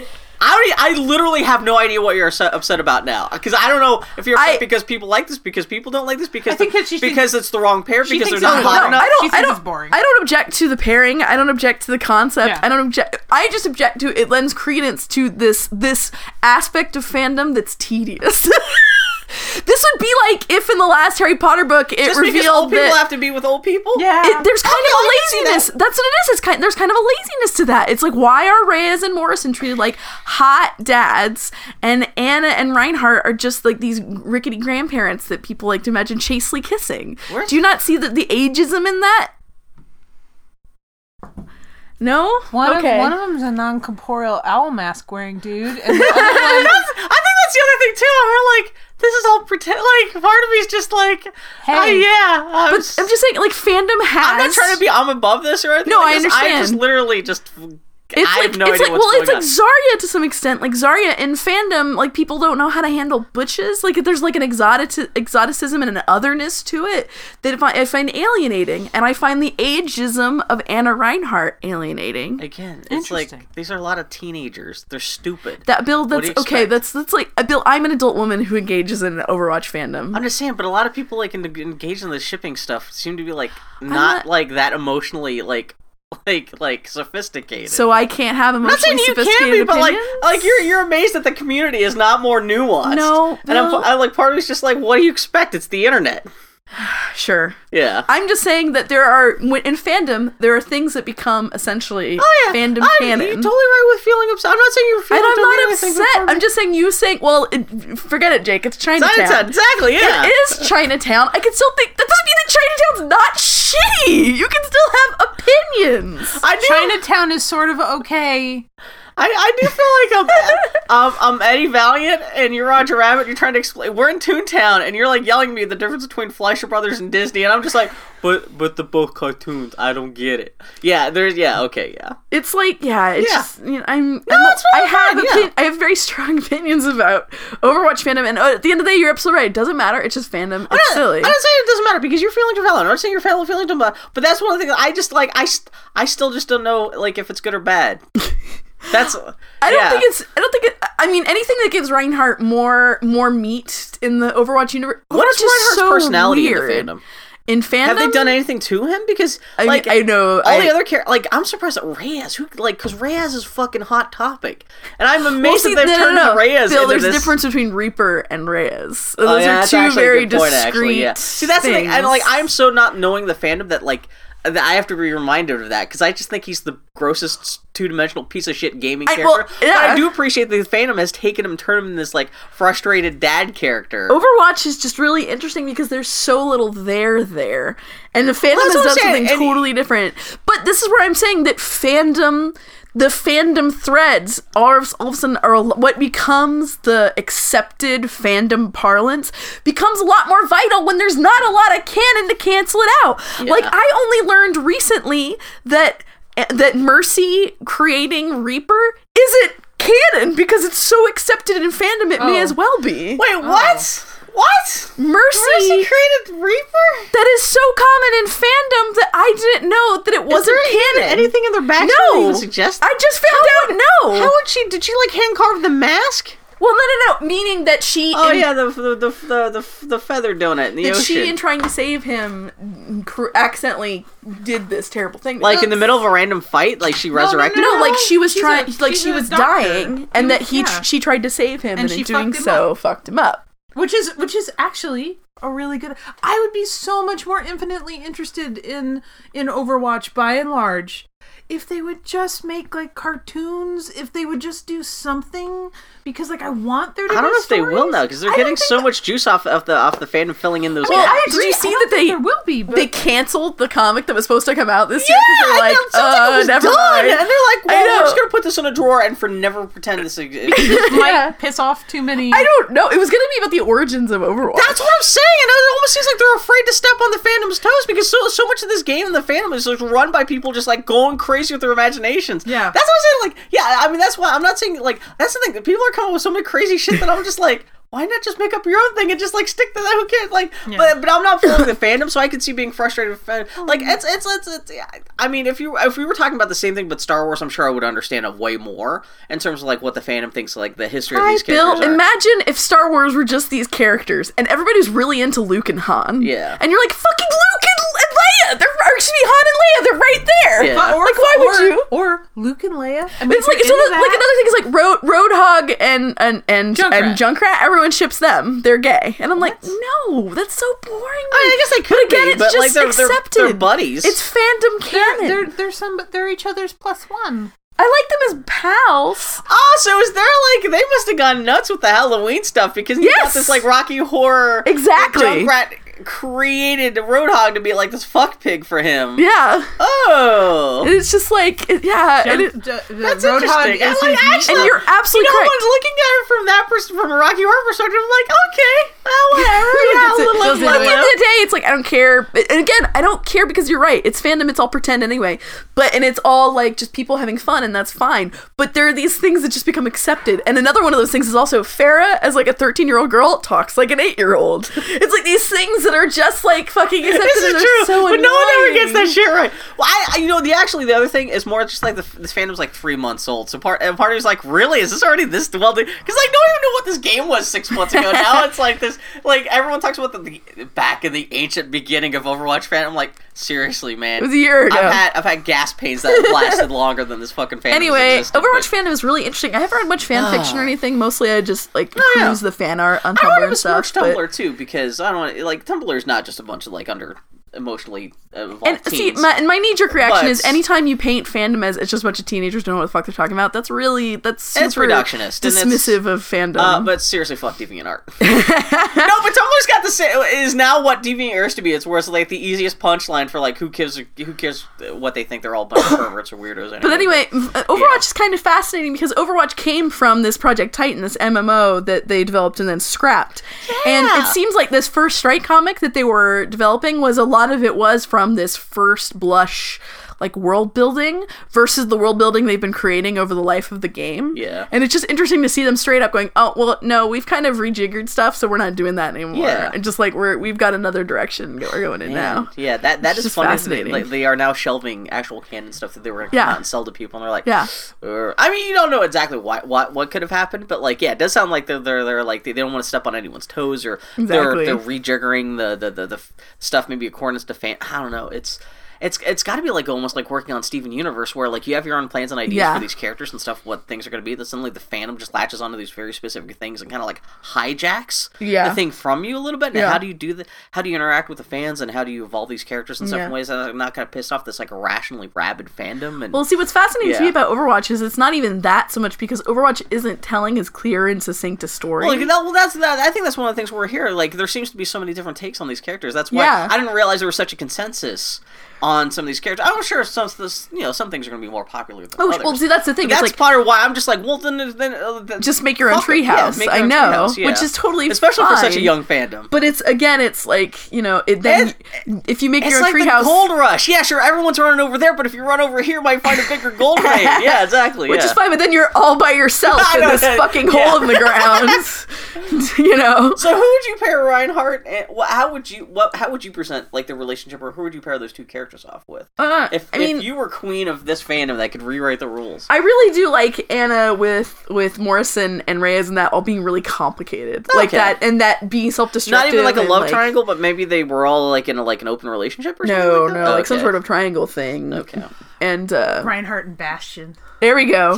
like, I don't. e- I literally have no idea what you're upset, upset about now because I don't know if you're upset I- because people like this, because people don't like this, because think the- that she thinks- because it's the wrong pair, because they're thinks not it's- hot no, enough. I don't. She I thinks don't. it's boring. I don't object to the pairing. I don't object to the concept. Yeah. I don't object. I just object to it lends credence to this this aspect of fandom that's tedious. this would be like if in the last Harry Potter book it Just because revealed old people that. have to be with old people. Yeah. it- there's kind of I a can see laziness. That's what it is. It's kind. There's kind of a laziness to that. It's like why are Reyes and Morrison treated like hot dads, and Anna and Reinhardt are just like these rickety grandparents that people like to imagine chastely kissing. Do you not see that the ageism in that? No. One okay. of one of them's a non corporeal owl mask wearing dude, and the other one, That's- I think that's the other thing too. We're like, this is all pretend. Like part of me's just like, oh Hey. yeah. I'm, but s- I'm just saying, like fandom has. I'm not trying to be. I'm above this or anything. No, like I this. I just understand. literally just. It's I like have no it's idea like what's well, it's going like on. Zarya to some extent. Like Zarya in fandom, like people don't know how to handle butches. Like there's like an exotic exoticism and an otherness to it that I find, I find alienating, and I find the ageism of Anna Reinhardt alienating. Again, it's Interesting. like these are a lot of teenagers. They're stupid. That Bill, What do that's you okay. expect? That's that's like Bill. I'm an adult woman who engages in Overwatch fandom. I'm just saying, but a lot of people like en- engaged in the shipping stuff seem to be like not, not- like that emotionally like like like sophisticated. so I can't have I'm not emotionally saying you can sophisticated be, but like opinions. like you're you're amazed that the community is not more nuanced. No, and I'm, no. I'm like part of me's just like, what do you expect? It's the internet. Sure. Yeah. I'm just saying that there are when- in fandom there are things that become essentially Oh yeah, fandom I'm, canon. You're totally right with feeling upset. I'm not saying you're and feeling. I'm totally not right, I think upset. that's part of I'm just saying you saying. Well, it, forget it, Jake. It's Chinatown. Chinatown, exactly, yeah. It is Chinatown. I can still think that doesn't mean that Chinatown's not shitty. You can still have opinions. I do, Chinatown is sort of okay. I, I do feel like I'm, I'm, I'm Eddie Valiant and you're Roger Rabbit. You're trying to explain. We're in Toontown and you're like yelling at me the difference between Fleischer Brothers and Disney, and I'm just like, but but the both cartoons. I don't get it. Yeah, there's yeah, okay, yeah. It's like yeah, it's Yeah. just you know, I'm, I'm it's really I have fine, opin- yeah. I have very strong opinions about Overwatch fandom, and uh, at the end of the day, you're absolutely right. It doesn't matter. It's just fandom. It's silly. I'm not saying it doesn't matter because you're feeling valid. I'm not saying you're feeling feeling valid, but that's one of the things I just like. I st- I still just don't know like if it's good or bad. That's I don't think it's. I don't think it. I mean, anything that gives Reinhardt more more meat in the Overwatch universe. what is Overwatch Reinhardt's so personality weird. in the fandom? In fandom, Have they done anything to him? Because I mean, like I know, all I- the other characters. Like I'm surprised that Reyes, who like, because Reyes is fucking hot topic, and I'm amazed Well, see, that they've no, no, no. turned Reyes Bill, into there's this. a difference between Reaper and Reyes. Those Oh, yeah, are that's two actually a very good point, discreet. actually, yeah. See, that's the thing. And like, things. I'm so not knowing the fandom that like that I have to be reminded of that because I just think he's the grossest two dimensional piece of shit gaming I- character. well, But I yeah. do appreciate that the fandom has taken him, turned him in this like frustrated dad character. Overwatch is just really interesting because there's so little there there. And the fandom has that's what I'm done saying, something and- totally different. But this is where I'm saying that fandom the fandom threads are of- all of a sudden are a lo- what becomes the accepted fandom parlance becomes a lot more vital when there's not a lot of canon to cancel it out. Like I only learned recently that eh, that Mercy creating Reaper isn't canon because it's so accepted in fandom it may as well be. Oh. Oh. Wait, what? What? Mercy, Mercy created Reaper? that is so common in fandom that I didn't know that it Was there wasn't even canon. anything in their backstory that No, even suggests? I just found out. No, How would she? Did she like hand carve the mask? well, no, no, no. Meaning that she. Oh in- yeah, the the the the, the, the feather donut in the That ocean. she, in trying to save him, cr- accidentally did this terrible thing. like in the middle of a random fight, like she resurrected. No, like she was She's trying, a- like she's she a was doctor. dying, and that he, tr- Yeah. she tried to save him, and, she in doing fucked him so, fucked him up. which is which is actually a really good i would be so much more infinitely interested in in overwatch by and large if they would just make like cartoons if they would just do something because like i want there to I be don't know if they will stories. now because they're I don't getting think- so much juice off off the off the fandom filling in those. Well, gaps. I I Did you agree, see I that don't think they- there will be but They canceled the comic that was supposed to come out this yeah, year because I they're like, know, it sounds like it uh, was never done, mind. and they're like, I well, we're know. just gonna put this in a drawer and for never pretend this exists. Might piss off too many. I don't know. It was going to be about the origins of Overwatch. That's what I'm saying. And it almost seems like they're afraid to step on the fandom's toes because so so much of this game in the fandom is just run by people just like going crazy with their imaginations. Yeah. that's what I'm saying. Like, yeah, I mean, that's why I'm not saying like that's the thing that people are coming up with so many crazy shit that I'm just like. Why not just make up your own thing and just like stick to that? Who cares? Like, but but I'm not feeling the fandom, so I can see being frustrated. With fan- like, it's it's it's, it's yeah. I mean, if you if we were talking about the same thing but Star Wars, I'm sure I would understand of way more in terms of like what the fandom thinks, like the history of these Bill, characters. are. imagine if Star Wars were just these characters and everybody's really into Luke and Han. Yeah. And you're like, fucking Luke and, and Leia! They're, or excuse me, Han and Leia, they're right there! Yeah. But- or- like, why would or- you? or luke and leia I mean, It's like, if so you're the, into like that- another thing is like Road Roadhog and and and Junkrat. and Junkrat. Everyone ships them. They're gay, and I'm like, no, that's so boring. I guess they could but again, be, it's but, like, just they're- they're- accepted. they're buddies. It's fandom canon. They're they're some but they're each other's plus one. I like them as pals. Oh, so is there like they must have gone nuts with the Halloween stuff because you got Yes! this like Rocky Horror Exactly. Junkrat created Roadhog to be like this fuck pig for him. Yeah, Oh, and it's just like, it- yeah, and it, Jump- ju- the that's Roadhog interesting. is And, like, his actually, and you're you absolutely know, correct. when looking at it from that pers- from a Rocky Horror perspective, I'm like, okay, well, whatever. yeah, It's- little- at the little- end of the day, it's like I don't care. But- And again, I don't care because you're right. It's fandom. It's all pretend anyway. But and it's all like just people having fun, and that's fine. But there are these things that just become accepted. And another one of those things is also Farah as like a 13 year old girl talks like an eight year old. It's like these things that are just like fucking accepted. This and is they're true, So but no one ever gets that annoying. shit right. Well, I, I you know, the actually the other thing is more just like the, this fandom's like three months old, so part and part of me's like, really, is this already this well? Because like, no one even knew what this game was six months ago. now it's like this, like everyone talks about the, the back in the ancient beginning of Overwatch fandom. Like, seriously, man, It was a year ago. I've had I've had gas pains that have lasted longer than this fucking fandom. Anyway, existed, Overwatch fandom is really interesting. I haven't read much fan fiction or anything. Mostly, I just like cruise the fan art on Ah. Oh, I Tumblr want to and stuff. besmirch but- Tumblr too because I don't want like Tumblr Tumblr's not just a bunch of like under emotionally evolved And see, teens. my, and my knee-jerk reaction But- is anytime you paint fandom as it's just a bunch of teenagers who don't know what the fuck they're talking about. That's really that's super It's reductionist, and it's- dismissive of fandom. Uh, but seriously, fuck DeviantArt. no, but Tumblr's got the same. Is now what DeviantArt used to be. It's where it's like the easiest punchline for like who cares who cares what they think they're all a bunch of perverts or weirdos. Anyway. But anyway, v- uh, Overwatch is kind of fascinating because Overwatch came from this Project Titan, this MMO that they developed and then scrapped. And it seems like this first Strike comic that they were developing was a lot of it was from this first blush like world building versus the world building they've been creating over the life of the game. Yeah. And it's just interesting to see them straight up going, "Oh, well, no, we've kind of rejiggered stuff, so we're not doing that anymore." Yeah. And just like we're we've got another direction that we're going in And, now. Yeah, that that It's is just funny. fascinating. Fascinating. They, like, they are now shelving actual canon stuff that they were going to Yeah. out and sell to people, and they're like, Yeah. "Er," I mean, you don't know exactly what what what could have happened, but like, yeah, it does sound like they're they're, they're like they, they don't want to step on anyone's toes, or Exactly. they're they're rejiggering the the the, the f- stuff maybe according to fan. I don't know. It's it's it's got to be like almost like working on Steven Universe, where like you have your own plans and ideas Yeah. for these characters and stuff, what things are going to be. That suddenly the fandom just latches onto these very specific things and kind of like hijacks Yeah. the thing from you a little bit. And Yeah. how do you do the how do you interact with the fans and how do you evolve these characters in stuff Yeah. in ways that are not going to piss off this like irrationally rabid fandom and Well, see, what's fascinating to me Yeah. about Overwatch is it's not even that so much because Overwatch isn't telling as clear and succinct a story. Well, like, that, well, that's that. I think that's one of the things we're here. Like, there seems to be so many different takes on these characters. That's why Yeah. I didn't realize there was such a consensus on some of these characters. I'm sure some this, you know some things are going to be more popular than oh, others. well, see, that's the thing. that's it's like part of why I'm just like, well, then, then uh, th- just make your own fuck it. Yeah, treehouse. make your I own know, treehouse, yeah. which is totally especially for such a fine. young fandom. But it's again, it's like you know, it then if you make It's your own like the treehouse, gold rush. Yeah, sure, everyone's running over there, but if you run over here, you might find a bigger gold vein. Yeah, exactly. which yeah. is fine, but then you're all by yourself I in know this that- fucking yeah. hole in the ground. you know, So who would you pair Reinhardt and wh- how would you what how would you present like the relationship or who would you pair those two characters off with? Uh, If I mean, if you were queen of this fandom that could rewrite the rules. I really do like Anna with with Morrison and Reyes and that all being really complicated, like Okay. that, and that being self destructive. Not even like a love triangle, but maybe they were all like in a, like an open relationship or something. No, like that? no, like some Okay. sort of triangle thing. Okay. And uh, Reinhardt and Bastion. there we go.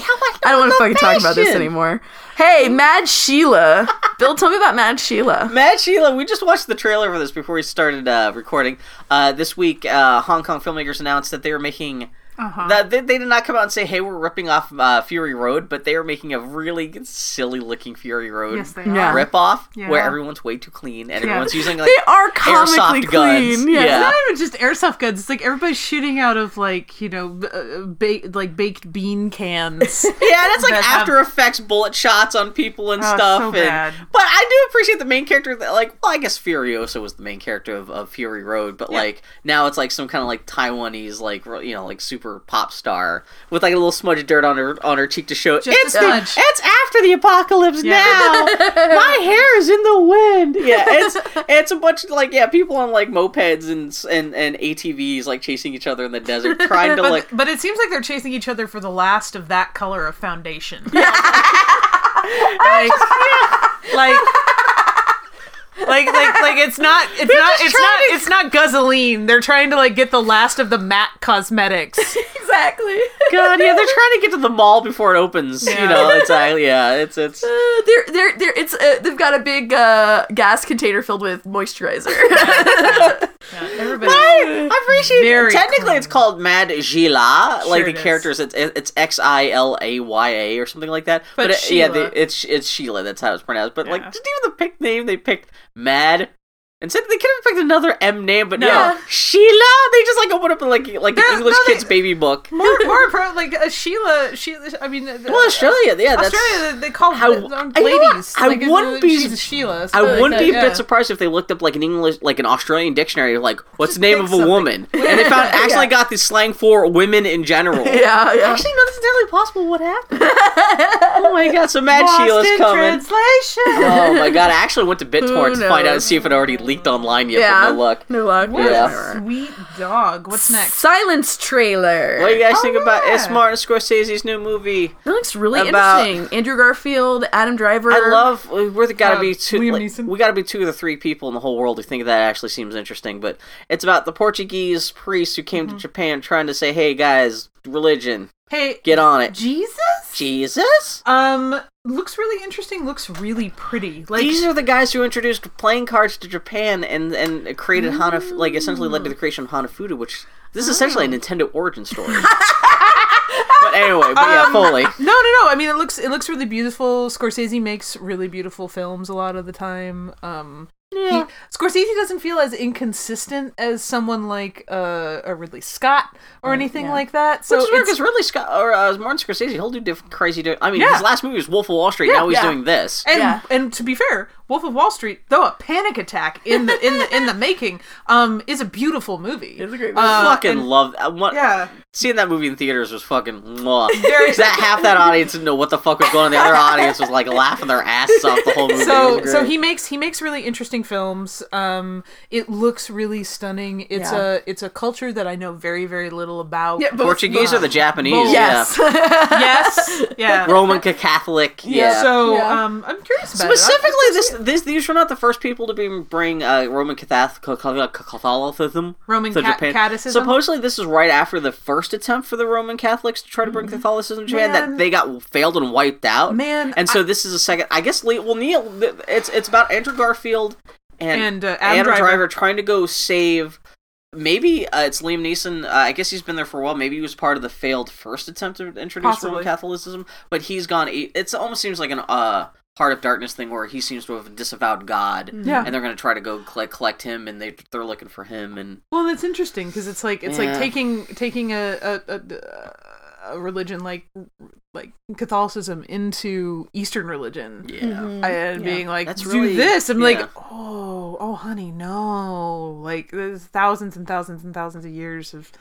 I don't want to fucking talk about this fashion? anymore. Hey, Mad Sheila. Bill, tell me about Mad Sheila. Mad Sheila, we just watched the trailer for this before we started uh, recording. Uh, this week, uh, Hong Kong filmmakers announced that they were making. Uh-huh. Uh-huh. That they, they did not come out and say, "Hey, we're ripping off uh, Fury Road," but they are making a really silly-looking Fury Road Yes, they Yeah. are. rip-off where Yeah. everyone's way too clean and everyone's using like They are comically airsoft guns. clean. Yeah. Yeah. Not even just airsoft guns. It's like everybody's shooting out of like you know, b- uh, ba- like baked bean cans. Yeah, that's like That have- After Effects bullet shots on people and Oh, stuff. so and- bad. But I do appreciate the main character that, like, well, I guess Furiosa was the main character of, of Fury Road, but like now it's like some kind of like Taiwanese, like ro- you know, like super pop star with like a little smudge of dirt on her on her cheek to show Just a it's the- smudge. it's after the apocalypse now. My hair is in the wind. Yeah, it's it's a bunch of like yeah people on like mopeds and s- and and ATVs like chasing each other in the desert trying to But, like but it seems like they're chasing each other for the last of that color of foundation. like, like, like like like it's not it's not it's not it's not gasoline. They're trying to like get the last of the matte cosmetics. Exactly. God, yeah, they're trying to get to the mall before it opens. You know, it's uh, yeah, it's it's. Uh, they're they're they're it's uh, they've got a big uh, gas container filled with moisturizer. Everybody I appreciate. Very Technically, it's called Mad Gila. like Sure the it is. characters, it's it's X I L A Y A or something like that. But, But it, yeah, they, Sheila. it's it's Sheila. That's how it's pronounced. But like, Yeah. just even the pick name they picked, Mad. Instead, they could have picked another M name, but no, Yeah. Sheila. They just like open up like like an No, English no, they- kids baby book. more more pro, like uh, Sheila Sheila I mean uh, Well, Australia, yeah, that's. Australia they call How- the- um, I- you know what? ladies. I like, uh, wouldn't be- she's a Sheila. I Oh, so like wouldn't that, be a yeah. bit surprised if they looked up like an English, like an Australian dictionary, like what's the name pick of a something. woman, and they found actually got the slang for women in general. yeah, yeah. Actually, no, that's entirely possible. What happened? oh my god, so Mad Sheila's coming. translation. Oh my god, I actually went to BitTorrent to find out and knows? see if it already leaked online yet, yeah. but no luck. No luck. Yeah. Sweet dog. What's next? Silence trailer. What do you guys think about yeah. S. Martin Scorsese's new movie? That looks really About- interesting. Andrew Garfield, Adam Driver. I love. We're the gotta be two. Uh, Liam like, Neeson. we gotta be two of the three people in the whole world who think that actually seems interesting. But it's about the Portuguese priest who Mm-hmm. came to Japan trying to say, "Hey guys, religion, Hey get on it." Jesus? Jesus? Um looks really interesting. Looks really pretty. Like These are the guys who introduced playing cards to Japan and and created Hana, like essentially led to Mm. the creation of Hanafuda, which this is Oh. essentially a Nintendo origin story. but anyway, but Um, yeah, Foley. No, no, no. I mean, it looks it looks really beautiful. Scorsese makes really beautiful films a lot of the time. Um, yeah. Scorsese doesn't feel as inconsistent as someone like uh, a Ridley Scott or anything like that. So Which is weird it's- because Ridley Scott or uh, Martin Scorsese, he'll do different crazy. Do- I mean, Yeah. his last movie was Wolf of Wall Street. now he's yeah. doing this. and Yeah. and to be fair, Wolf of Wall Street, though a panic attack in the in the in the making, um, is a beautiful movie. It's a great I Uh, fucking and- love that. What, yeah. Seeing that movie in theaters was fucking. Mwah. that half that audience didn't know what the fuck was going on. The other audience was like laughing their asses off the whole movie. It so was so great. he makes he makes really interesting films um it looks really stunning it's Yeah. a it's a culture that i know very very little about Yeah, but- Portuguese or the Japanese? yes. yes yeah Yeah. Roman ca- Catholic. Yeah. so Yeah. um i'm curious about it. Specifically, this, this these were not the first people to be bring uh, Roman Catholic- Catholicism Roman to ca- Japan. Catholicism? Supposedly, this is right after the first attempt for the Roman Catholics to try to bring Catholicism to Japan Mm-hmm. Man. that they got failed and wiped out. Man, and so this is a second. I guess Lee, well, Neil, th- it's it's about Andrew Garfield and And, uh, Adam Driver. Driver trying to go save. Maybe uh, it's Liam Neeson. Uh, I guess he's been there for a while. Maybe he was part of the failed first attempt to introduce Possibly. Roman Catholicism, but he's gone. It almost seems like an uh Heart of Darkness thing where he seems to have disavowed God, Yeah. and they're going to try to go collect, collect him, and they they're looking for him, and well that's interesting because it's like it's Yeah. like taking taking a a, a a religion like like catholicism into eastern religion Mm-hmm. yeah. and being like That's do really- this i'm yeah. like oh oh honey no like there's thousands and thousands and thousands of years of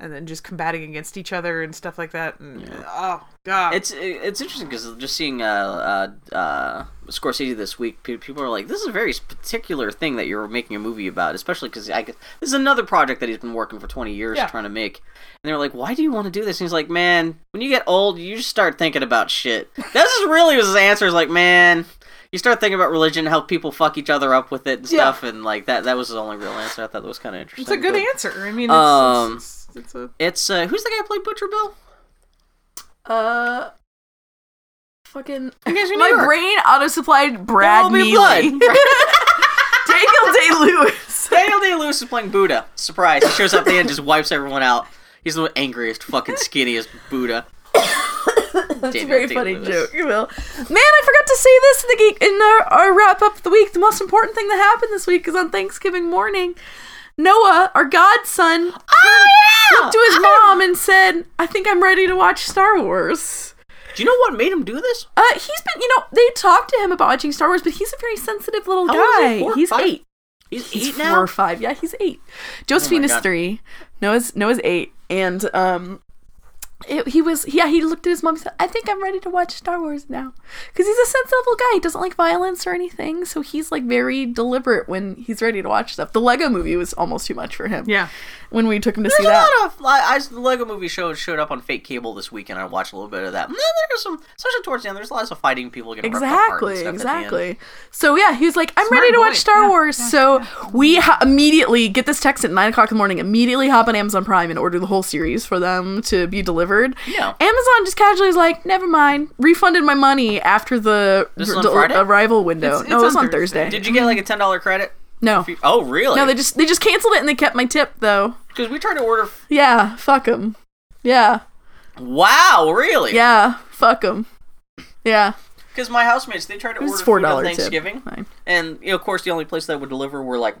and then just combating against each other and stuff like that and oh god It's it's interesting because just seeing uh, uh, uh, Scorsese this week, pe- people are like, "This is a very particular thing that you're making a movie about," especially because I guess- this is another project that he's been working for 20 years Yeah. trying to make. And they're like, "Why do you want to do this?" And he's like, "Man, when you get old, you just start thinking about shit." That's just really was his answer. Is like, "Man." You start thinking about religion, how people fuck each other up with it and Yeah. stuff, and like that—that was his only real answer. I thought that was kind of interesting. it's a good but- answer i mean it's, Um, it's, it's, it's a It's uh, who's the guy who played Butcher Bill? Uh, fucking. You guys are My New York. brain auto supplied There Brad will be Neely. blood. Daniel Day Lewis. Daniel Day Lewis is playing Buddha. Surprise! He shows up at the end, just wipes everyone out. He's the angriest, fucking skinniest Buddha. That's a Daniel very Day funny Lewis. joke, you will. Man, I forgot to say this in the geek in our, our wrap up of the week. The most important thing that happened this week is on Thanksgiving morning. Noah, our godson, Oh, Uh, looked to his mom and said, "I think I'm ready to watch Star Wars." Do you know what made him do this? Uh, he's been, you know, they talked to him about watching Star Wars, but he's a very sensitive little How old is guy. he? Four or he's five? eight. He's, He's eight four now. Oh or five. Yeah, he's eight. Josephine is God. three. Noah's Noah's eight, and um, it, he was yeah. He looked at his mom. and said, "I think I'm ready to watch Star Wars now," because he's a sensitive little guy. He doesn't like violence or anything, so he's like very deliberate when he's ready to watch stuff. The Lego Movie was almost too much for him. yeah when we took him to see There's a that. lot of I, I, the Lego Movie show showed up on fake cable this weekend. I watched a little bit of that. And then there's some, especially towards the end, there's lots of fighting people getting Exactly, ripped apart and stuff at the end. exactly. So yeah, he was like, "I'm Smart ready to watch boy. Star Wars." so we ha- immediately get this text at nine o'clock in the morning. Immediately hop on Amazon Prime and order the whole series for them to be delivered. Yeah. Amazon just casually is like, "Never mind," refunded my money after the This is on del- Friday? arrival window. It's- no, it's it was on on Thursday. Did you get like a ten dollar credit? no, Oh really? no, they just they just canceled it and they kept my tip though. because we tried to order. Yeah, fuck them. Yeah, Wow, really? yeah, fuck them. Yeah, Because my housemates they tried to it was order four food on dollar tip. Thanksgiving, Fine. and you know, of course the only place that would deliver were like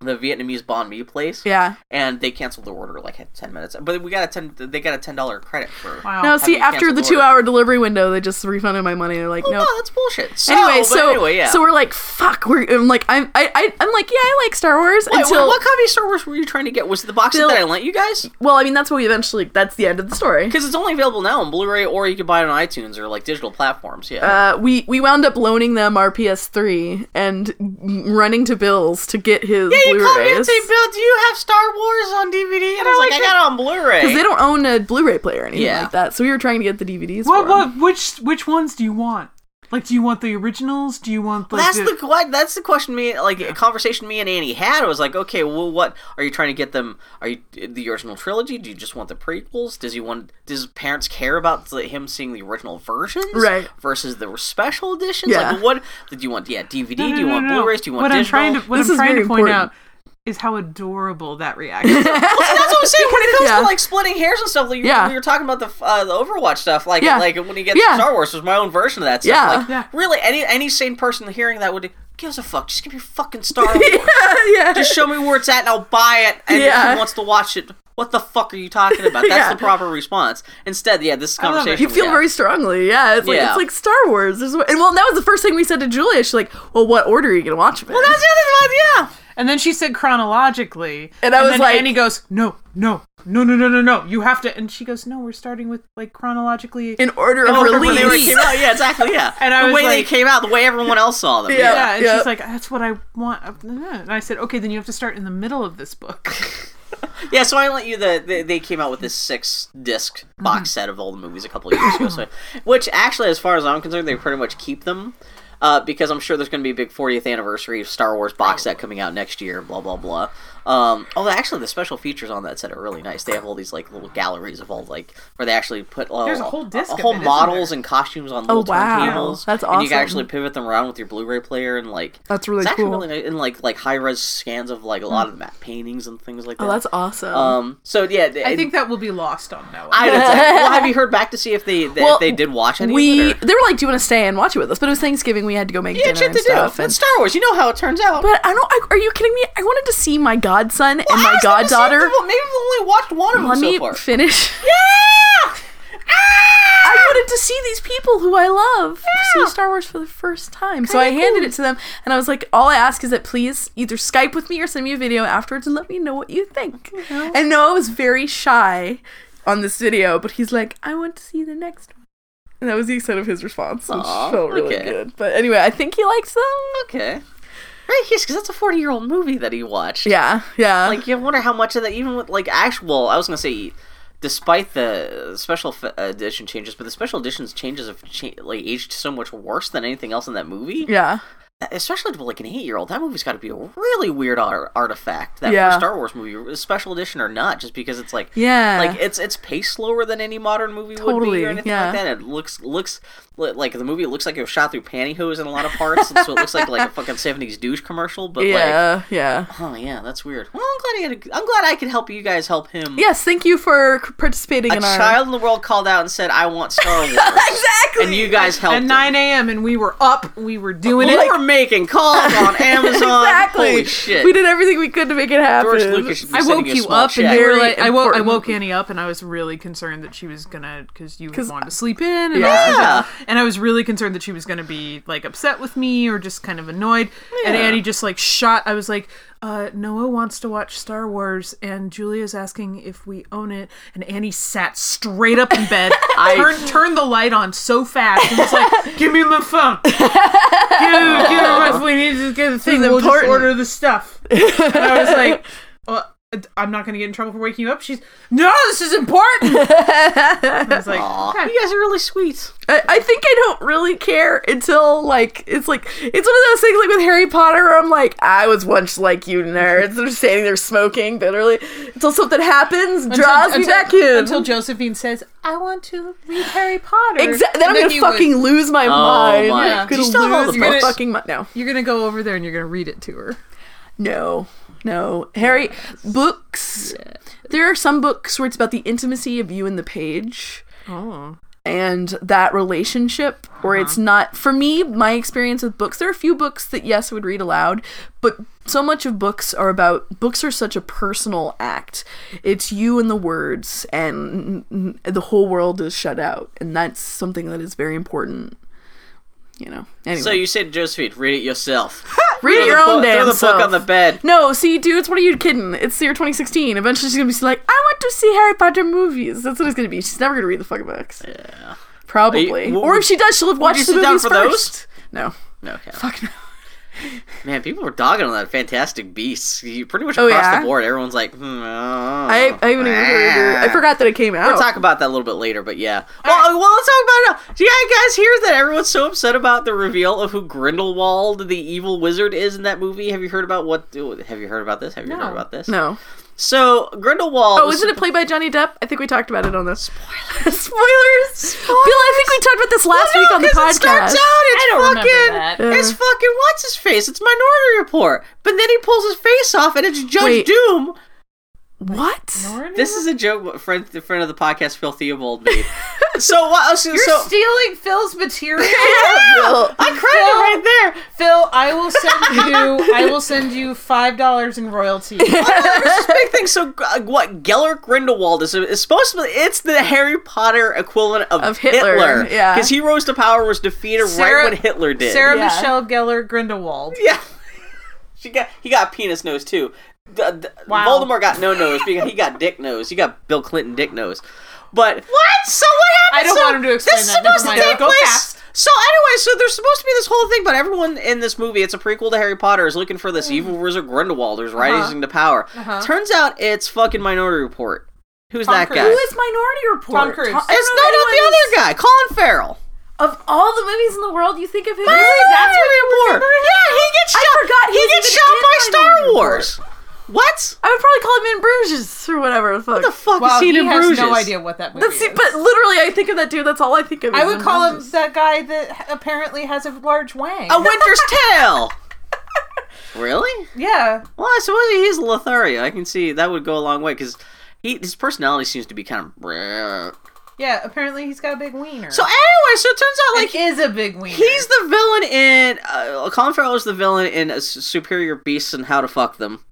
the Vietnamese banh mi place. Yeah. and they canceled the order like at 10 minutes but we got a 10 they got a 10 dollar credit for wow No, see, you after canceled the the two order? hour delivery window, they just refunded my money. They're like, oh, no. no that's bullshit so, anyway, but so anyway yeah so we're like, fuck. We're I'm like, I'm I, I I'm like, yeah, I like Star Wars Wait, until what, what copy of Star Wars were you trying to get? Was it the box set Bill- that I lent you guys? well, I mean, that's what we eventually. That's the end of the story. Because it's only available now on Blu-ray, or you can buy it on iTunes or like digital platforms. Yeah, Uh, we we wound up loaning them our PS3 and m- running to Bill's to get his Blu-rays because "Bill, do you have Star Wars on DVD?" And I was like, "I got it on Blu-ray." they don't own a Blu-ray player or anything Yeah. like that. So we were trying to get the DVDs. What, for 'em. what, which, which ones do you want? Like, do you want the originals? Do you want like that's the que- that's the question me like a conversation me and Annie had was like okay well what are you trying to get them are you the original trilogy do you just want the prequels does he want does parents care about the, him seeing the original versions Right. versus the special editions Yeah. like what do you want yeah DVD No, no, do you no, want no, no. Blu-rays do you want What I'm digital trying to what This I'm is trying very to point important. out is how adorable that reaction. is. that's what I'm saying. When it comes Yeah. to like splitting hairs and stuff, like you- Yeah. we were talking about the uh, the Overwatch stuff, like Yeah. like when you get to Yeah. Star Wars, was my own version of that stuff. Yeah. Like, Yeah. really, any any sane person hearing that would gives a fuck. Just give me fucking Star Wars. yeah. Just show me where it's at, and I'll buy it. And if Yeah. he wants to watch it, what the fuck are you talking about? That's Yeah. the proper response. Instead, yeah, this love it. conversation. You we feel had. very strongly, yeah. It's like Yeah. it's like Star Wars. This is what- and well, that was the first thing we said to Julia. She's like, "Well, what order are you gonna watch them in?" Well, that's the other thing. Yeah. and then she said chronologically, And I was then like- Annie goes, no, no, no, no, no, no, no, you have to. And she goes, no, we're starting with like chronologically. in order of Oh, when they were- release. came out, yeah, exactly, yeah. And the I was way like- they came out, the way everyone else saw them. Yeah. yeah, and yeah. she's like, that's what I want. And I said, okay, then you have to start in the middle of this book. Yeah, so I lent you the, the they came out with this six disc Mm-hmm. box set of all the movies a couple of years ago. So, which actually, as far as I'm concerned, they pretty much keep them uh, because I'm sure there's going to be a big 40th anniversary of Star Wars box set coming out next year. Blah blah blah. Um, oh, actually, the special features on that set are really nice. They have all these like little galleries of all like where they actually put uh, There's a whole disc of whole it, isn't models there? and costumes on little Oh, wow. turntables. That's And you can awesome. actually pivot them around with your Blu-ray player and like That's really it's actually cool. really nice and like like high res scans of like a lot of map paintings and things like that. Oh, that's awesome. Um. So yeah, I think that will be lost on Noah. I don't know. well, have you heard back to see if they that Well, they did watch any? we of it, or- they were like, "Do you want to stay and watch it with us?" But it was Thanksgiving. We had to go make yeah, dinner shit and to do. stuff. and- It's Star Wars. You know how it turns out. but I don't. I, are you kidding me? I wanted to see my godson Well, and how my is that the same goddaughter. thing? Maybe we've only watched one of them Let so me far. finish. yeah. I wanted to see these people who I love see Star Wars for the first time. So I handed it to them and I was like, all I ask is that please either Skype with me or send me a video afterwards and let me know what you think. And Noah was very shy on this video, but he's like, I want to see the next one. And that was the extent of his response, which Aw, felt really okay. good. But anyway, I think he likes them. Okay. Right. Yes, because that's a forty-year-old movie that he watched. Yeah, yeah. Like you wonder how much of that, even with like actual. I was gonna say. Despite the special f- uh, edition changes, but the special editions changes have cha- like aged so much worse than anything else in that movie. yeah. especially to like an eight year old, that movie's got to be a really weird ar- artifact. That Yeah. first Star Wars movie, special edition or not, just because it's like Yeah. like it's it's paced slower than any modern movie would be Totally, or anything yeah. like that. It looks looks li- like the movie looks like it was shot through pantyhose in a lot of parts, and so it looks like like a fucking seventies douche commercial. But like, yeah, yeah. oh yeah, that's weird. Well, I'm glad I had a, I'm glad I could help you guys help him. Yes, thank you for c- participating a in our child in the world called out and said, "I want Star Wars," Exactly. and you guys helped. At him. 9 a.m., and we were up, we were doing we it. were making calls on Amazon. exactly. Holy shit. We did everything we could to make it happen. George Lucas should be I woke sending a you small up, check. and you were Very like, I woke, I important. woke Annie up, and I was really concerned that she was gonna, because you had wanted to sleep in, and, Yeah. I was, Yeah. and I was really concerned that she was gonna be like upset with me or just kind of annoyed. And Annie just like shot. I was like, uh, Noah wants to watch Star Wars, and Julia's asking if we own it. And Annie sat straight up in bed, turned turned the light on so fast, and was like, "Give me my phone. Give, give me my, we need to get the thing. We'll just important. order the stuff." And I was like. Well, Uh, I'm not gonna get in trouble for waking you up. She's no, this is important. I was like, Aw, you guys are really sweet. I, I think I don't really care until like it's like it's one of those things like with Harry Potter where I'm like I was once like you nerds they're standing there smoking bitterly until something happens draws me back in until Josephine says, "I want to read Harry Potter." exactly then I'm And gonna you fucking would- lose my mind Oh my- I'm Do gonna you still have all the lose my books? fucking mind no you're gonna go over there and you're gonna read it to her. no no Harry books there are some books where it's about the intimacy of you and the page Oh, and that relationship where it's Uh-huh. not for me my experience with books there are a few books that yes I would read aloud but so much of books are about books are such a personal act it's you and the words and n- n- the whole world is shut out and that's something that is very important you know anyway So you said, Josephine, read it yourself. read Throw your the own book- damn Throw the self. book on the bed. no, see, dudes, what are you kidding? It's the year 2016. Eventually, she's gonna be like, "I want to see Harry Potter movies." That's what it's gonna be. She's never gonna read the fucking books. Yeah, probably. Are you- or if she does, she'll have watched you the sit down movies for first. No, No, okay. fuck no. Man, people were dogging on that Fantastic Beasts. You- Pretty much Oh, across yeah? the board, everyone's like, hmm, oh, I, I haven't even heard it. I forgot that it came out. We'll Ah. talk about that a little bit later, but yeah. Well, well, let's talk about it. Do you guys hear that everyone's so upset about the reveal of who Grindelwald, the evil wizard, is in that movie? Have you heard about what? Have you heard about this? Have you heard about this? no. So Grindelwald. Oh, was isn't it played by Johnny Depp? I think we talked about it on this. Spoilers. Spoilers. Bill, I think we talked about this last week on the 'Cause It starts podcast. out, it's don't remember fucking, that. it's fucking what's his face? It's Minority Report. But then he pulls his face off, and it's Judge Wait. Doom. What? This is a joke, friend. The friend of the podcast, Phil Theobald, made. so what? uh, So, You're so stealing Phil's material. Bill. I cried right there. Phil, I will send you. I will send you five dollars in royalty. There's this big thing. So uh, what? Gellert Grindelwald is, is supposed to. be It's the Harry Potter equivalent of, Of Hitler, yeah. because he rose to power was defeated Sarah- right when Hitler did. Sarah Yeah. Michelle Gellar Grindelwald. Yeah. she got he got penis nose too. The, the- Wow. Voldemort got no nose because he got dick nose. He got Bill Clinton dick nose. But what? So what happened? I don't So want him to explain this is that. Never supposed to mind. take Go place- fast. So anyway, so there's supposed to be this whole thing, but everyone in this movie, it's a prequel to Harry Potter, is looking for this Mm. evil wizard Grindelwald Uh-huh. who's rising to power. Turns out it's fucking Minority Report. Who's that Cruise. guy? Who is Minority Report? Tom Cruise. Ta- I don't it's know not, not anyone the other guy, Colin Farrell. who's- Of all the movies in the world, you think of him. Really? Really? That's what Report. Yeah, he gets I shot. forgot he he was gets even shot in by Minority Star Report. Wars. What? I would probably call him in Bruges or whatever. The fuck. The fuck Wow, is he, he in has Bruges? no idea what that movie That's is. it, but literally, I think of that dude. That's all I think of. I is would in call him Bruges. that guy that apparently has a large wang. Oh. A Winter's Tale. really? yeah. Well, I suppose he is Lothario. I can see that would go a long way because he his personality seems to be kind of. Yeah, apparently he's got a big wiener. So anyway, so it turns out like like is a big wiener. he's the villain in uh, Colin Farrell is the villain in uh, S- Superior Beasts and How to Fuck Them.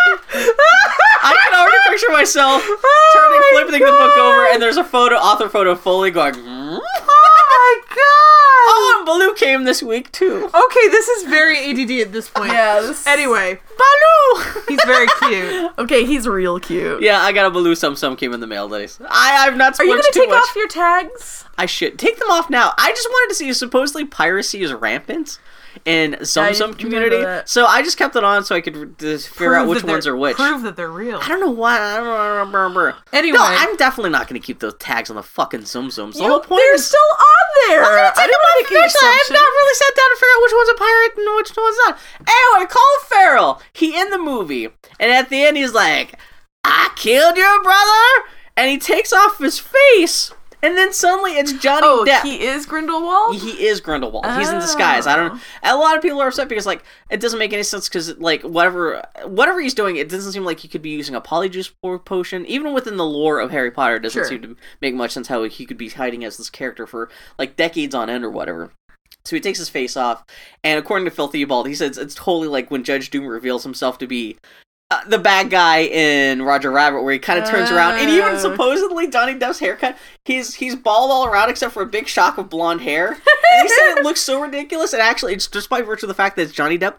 I can already picture myself turning, Oh flipping the book over, and there's a photo, author photo, of Foley going. "Mm." Oh my god. Oh, and Baloo came this week too. Okay, this is very ADD at this point. Yeah. This... Anyway, Baloo. he's very cute. Okay, he's real cute. yeah, I got a Baloo. Some some came in the mail today. I I've not. Are you splurged gonna too take much. off your tags? I should take them off now. I just wanted to see. Supposedly, piracy is rampant in I some some remember community, that. so I just kept it on so I could r- just figure out Prove which that they're- ones are which. Prove that they're real. I don't know why. I don't remember. Anyway. no, I'm definitely not going to keep those tags on the fucking zoom zooms. The whole point They're is. still on there. I'm I gonna take didn't them off make an eventually. I have assumption. not really sat down to figure out which one's a pirate and which one's not. Anyway, Colin Farrell, he in the movie, and at the end he's like, "I killed your brother," and he takes off his face, and then suddenly it's Johnny Oh, Depp. he is Grindelwald. He is Grindelwald. He's in disguise. I don't. A lot of people are upset because like it doesn't make any sense because like whatever whatever he's doing, it doesn't seem like he could be using a polyjuice po- potion. Even within the lore of Harry Potter, it doesn't seem to make much sense how he could be hiding as this character for like decades on end or whatever. So he takes his face off, and according to Phil Theobald, he says it's totally like when Judge Doom reveals himself to be uh, the bad guy in Roger Rabbit, where he kind of turns around, and even Oh. supposedly Johnny Depp's haircut, he's he's bald all around except for a big shock of blonde hair. And he said it looks so ridiculous, and actually, it's just by virtue of the fact that it's Johnny Depp,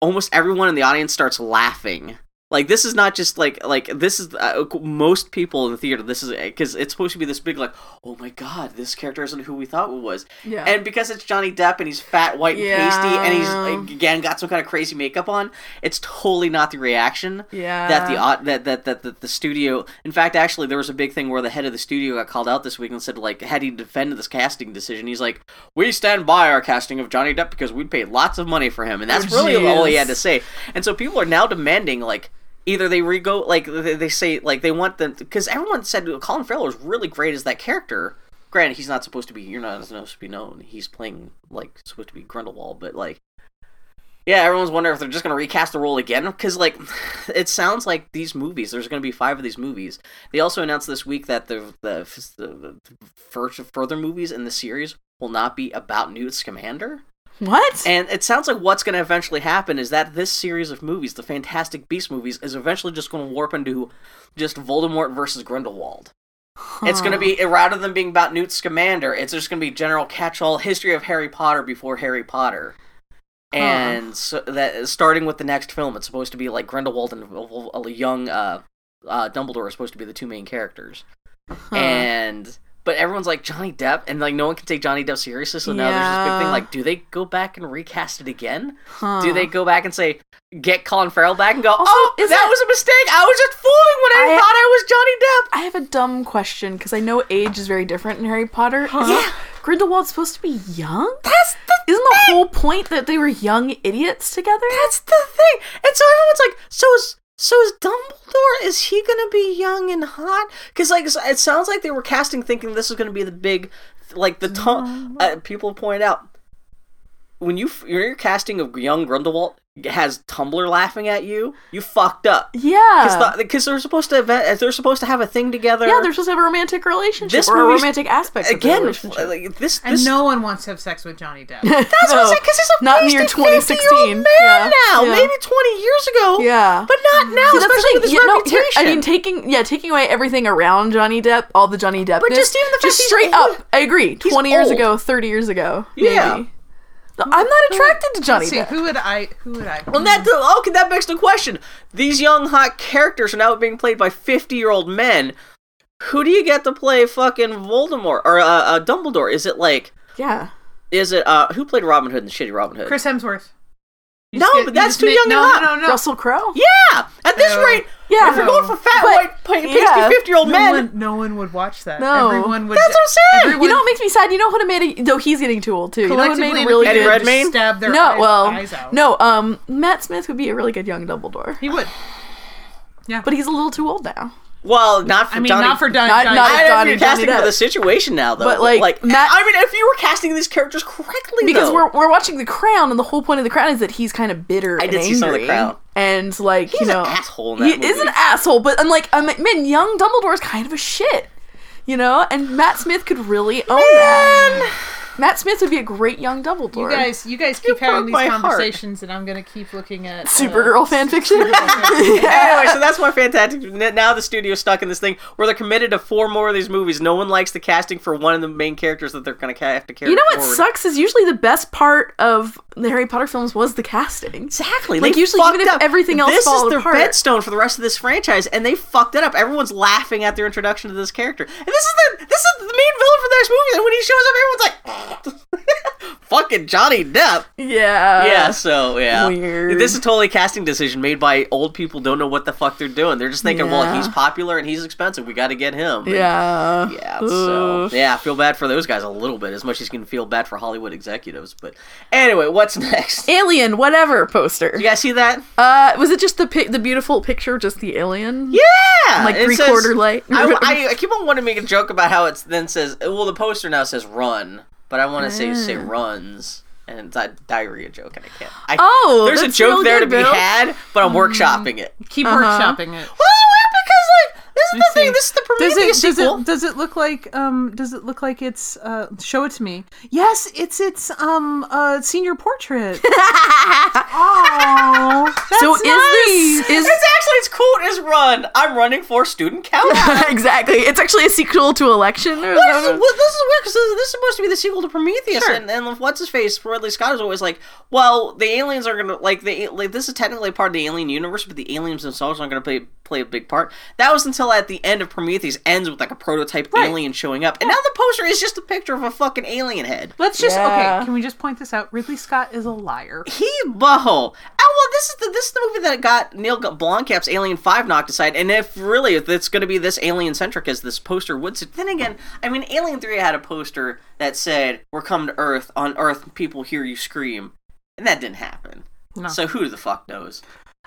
almost everyone in the audience starts laughing. Like this is not just like like this is uh, most people in the theater. This is because it's supposed to be this big like oh my god, this character isn't who we thought it was. Yeah. And because it's Johnny Depp and he's fat, white, and pasty, and he's Yeah. like, again got some kind of crazy makeup on, it's totally not the reaction Yeah. that the au- that that that that the studio. In fact, actually, there was a big thing where the head of the studio got called out this week and said like, had he defended this casting decision, he's like, we stand by our casting of Johnny Depp because we'd paid lots of money for him, and that's really all he had to say. And so people are now demanding like. Either they re-go, like they they say, like they want them because everyone said Colin Farrell is really great as that character. Granted, he's not supposed to be. You're not supposed to be known. He's playing like supposed to be Grindelwald, but like yeah, everyone's wondering if they're just gonna recast the role again because, like, it sounds like these movies. There's gonna be five of these movies. They also announced this week that the the, the, the fur- further movies in the series will not be about Newt Scamander. what? And it sounds like what's going to eventually happen is that this series of movies, the Fantastic Beast movies, is eventually just going to warp into just Voldemort versus Grindelwald. It's going to be rather than being about Newt Scamander, it's just going to be general catch-all history of Harry Potter before Harry Potter. And so that starting with the next film, it's supposed to be like Grindelwald and a young uh, uh, Dumbledore are supposed to be the two main characters, and But everyone's like Johnny Depp, and like no one can take Johnny Depp seriously. So now there's this big thing Yeah. like, do they go back and recast it again? Do they go back and say get Colin Farrell back and go, oh, that is it- was a mistake. I was just fooling when I, I- thought I was Johnny Depp. I have a dumb question because I know age is very different in Harry Potter. Yeah. Grindelwald's supposed to be young? That's the Isn't the whole point that they were young idiots together? that's the thing. And so everyone's like, so is so is Dumbledore? Is he gonna be young and hot? Because like s- it sounds like they were casting thinking this was gonna be the big, like the Mm-hmm. ton- uh, people point out when you f- when your casting of young Grindelwald has Tumblr laughing at you, you fucked up. yeah. Because they're supposed to event, they're supposed to have a thing together. yeah, they're supposed to have a romantic relationship This or a movie's- romantic aspect of their again relationship. like, this. And this no one wants to have sex with Johnny Depp. That's what I'm No, saying, because he's a not near 2016 man 2016. Yeah, now. yeah. Maybe 20 years ago. Yeah. But not now, See, that's the especially thing. with his Yeah, no, reputation. here- I mean, taking yeah, taking away everything around Johnny Depp, all the Johnny Depp. just even the fact just he's straight old. up, I agree. Twenty years old. ago, thirty years ago, Yeah. maybe. No, I'm not attracted to Johnny Let's see, Depp. who would I? Who would I? well, that, okay, that begs the question. These young, hot characters are now being played by 50 year old men. Who do you get to play fucking Voldemort or uh, uh, Dumbledore? Is it like. yeah, Is it. uh Who played Robin Hood in the shitty Robin Hood? Chris Hemsworth. You No, but just you that's just too mi- young and No, hot. no, no, no. Russell Crowe. Yeah! At this No. rate, Yeah. if you're going for fat, But- white, pa- pasty, yeah. 50 year old No men. one, no one would watch that. No. Everyone would. That's what I'm saying! Everyone You know what makes me sad? You know what made it, though he's getting too old too. You know what collectively made a would really just Eddie good. Redmayne? Stab their No, eyes, well, eyes out. no. Um, Matt Smith would be a really good young Dumbledore, he would. but he's a little too old now. Well, not for I mean, Johnny not for Don. Not- Johnny not Depp. I don't know if Johnny- you're casting Johnny for Depp. the situation now, though. But, like, Matt- I mean, if you were casting these characters correctly, because though, we're we're watching The Crown, and the whole point of The Crown is that he's kind of bitter. I and did see angry, some of The Crown. and like you He's know, an asshole in he that movie. is an asshole. But I'm like, I'm like, man, young Dumbledore's kind of a shit, you know. And Matt Smith could really own that. Matt Smith would be a great young Dumbledore. You guys, you guys keep broke having these my heart. conversations, and I'm gonna keep looking at uh, Supergirl fanfiction. anyway, so that's my fantastic. n- Now the studio's stuck in this thing where they're committed to four more of these movies. No one likes the casting for one of the main characters that they're going to have to carry. you know what forward. sucks is usually the best part of the Harry Potter films was the casting. Exactly. Like, they usually fucked even if up. everything else this falls is their apart. bedstone for the rest of this franchise, and they fucked it up. Everyone's laughing at their introduction to this character, and this is the this is the main villain for the next movie. And when he shows up, everyone's like, "Fucking Johnny Depp." Yeah. yeah, so yeah. weird. This is totally a casting decision made by old people don't know what the fuck they're doing. They're just thinking, well, Yeah. he's popular and he's expensive. We got to get him. And Yeah. yeah, so Oof. yeah, I feel bad for those guys a little bit as much as you can feel bad for Hollywood executives. But anyway, what's next? Alien, whatever poster. You guys see that? Uh, was it just the pi- the beautiful picture, just the alien? Yeah, Like It says- three-quarter light? I, I, I keep on wanting to make a joke about how it then says. Well, the poster now says run, but I want to say say runs. And it's a diarrhea joke, and I can't. I, Oh, there's that's a joke real there good, to be Bill. had, but I'm workshopping it. Keep workshopping it. Well, because like this is the thing. This is the Does Prometheus it, does sequel. it does it look like um does it look like it's uh show it to me? Yes, it's it's um uh senior portrait. oh, So is this is It's actually it's cool. It's run. I'm running for student council. exactly? It's actually a sequel to Election. Or Well, this, is, well, this is weird because this, this is supposed to be the sequel to Prometheus, and, and what's his face Ridley Scott is always like, well, the aliens are gonna like the like this is technically part of the alien universe, but the aliens themselves aren't gonna play play a big part. That was until at the end of Prometheus ends with like a prototype alien showing up, and now the poster is just a picture of a fucking alien head. Let's just Yeah. okay. Can we just point this out? Ridley Scott is a liar. He butthole. Oh well, this is the this is the movie that got Neil G- Blomkamp's Alien Five knocked aside. And if really if it's going to be this alien centric as this poster would, su- then again, I mean, Alien Three had a poster that said, "We're coming to Earth. On Earth, people hear you scream," and that didn't happen. So who the fuck knows?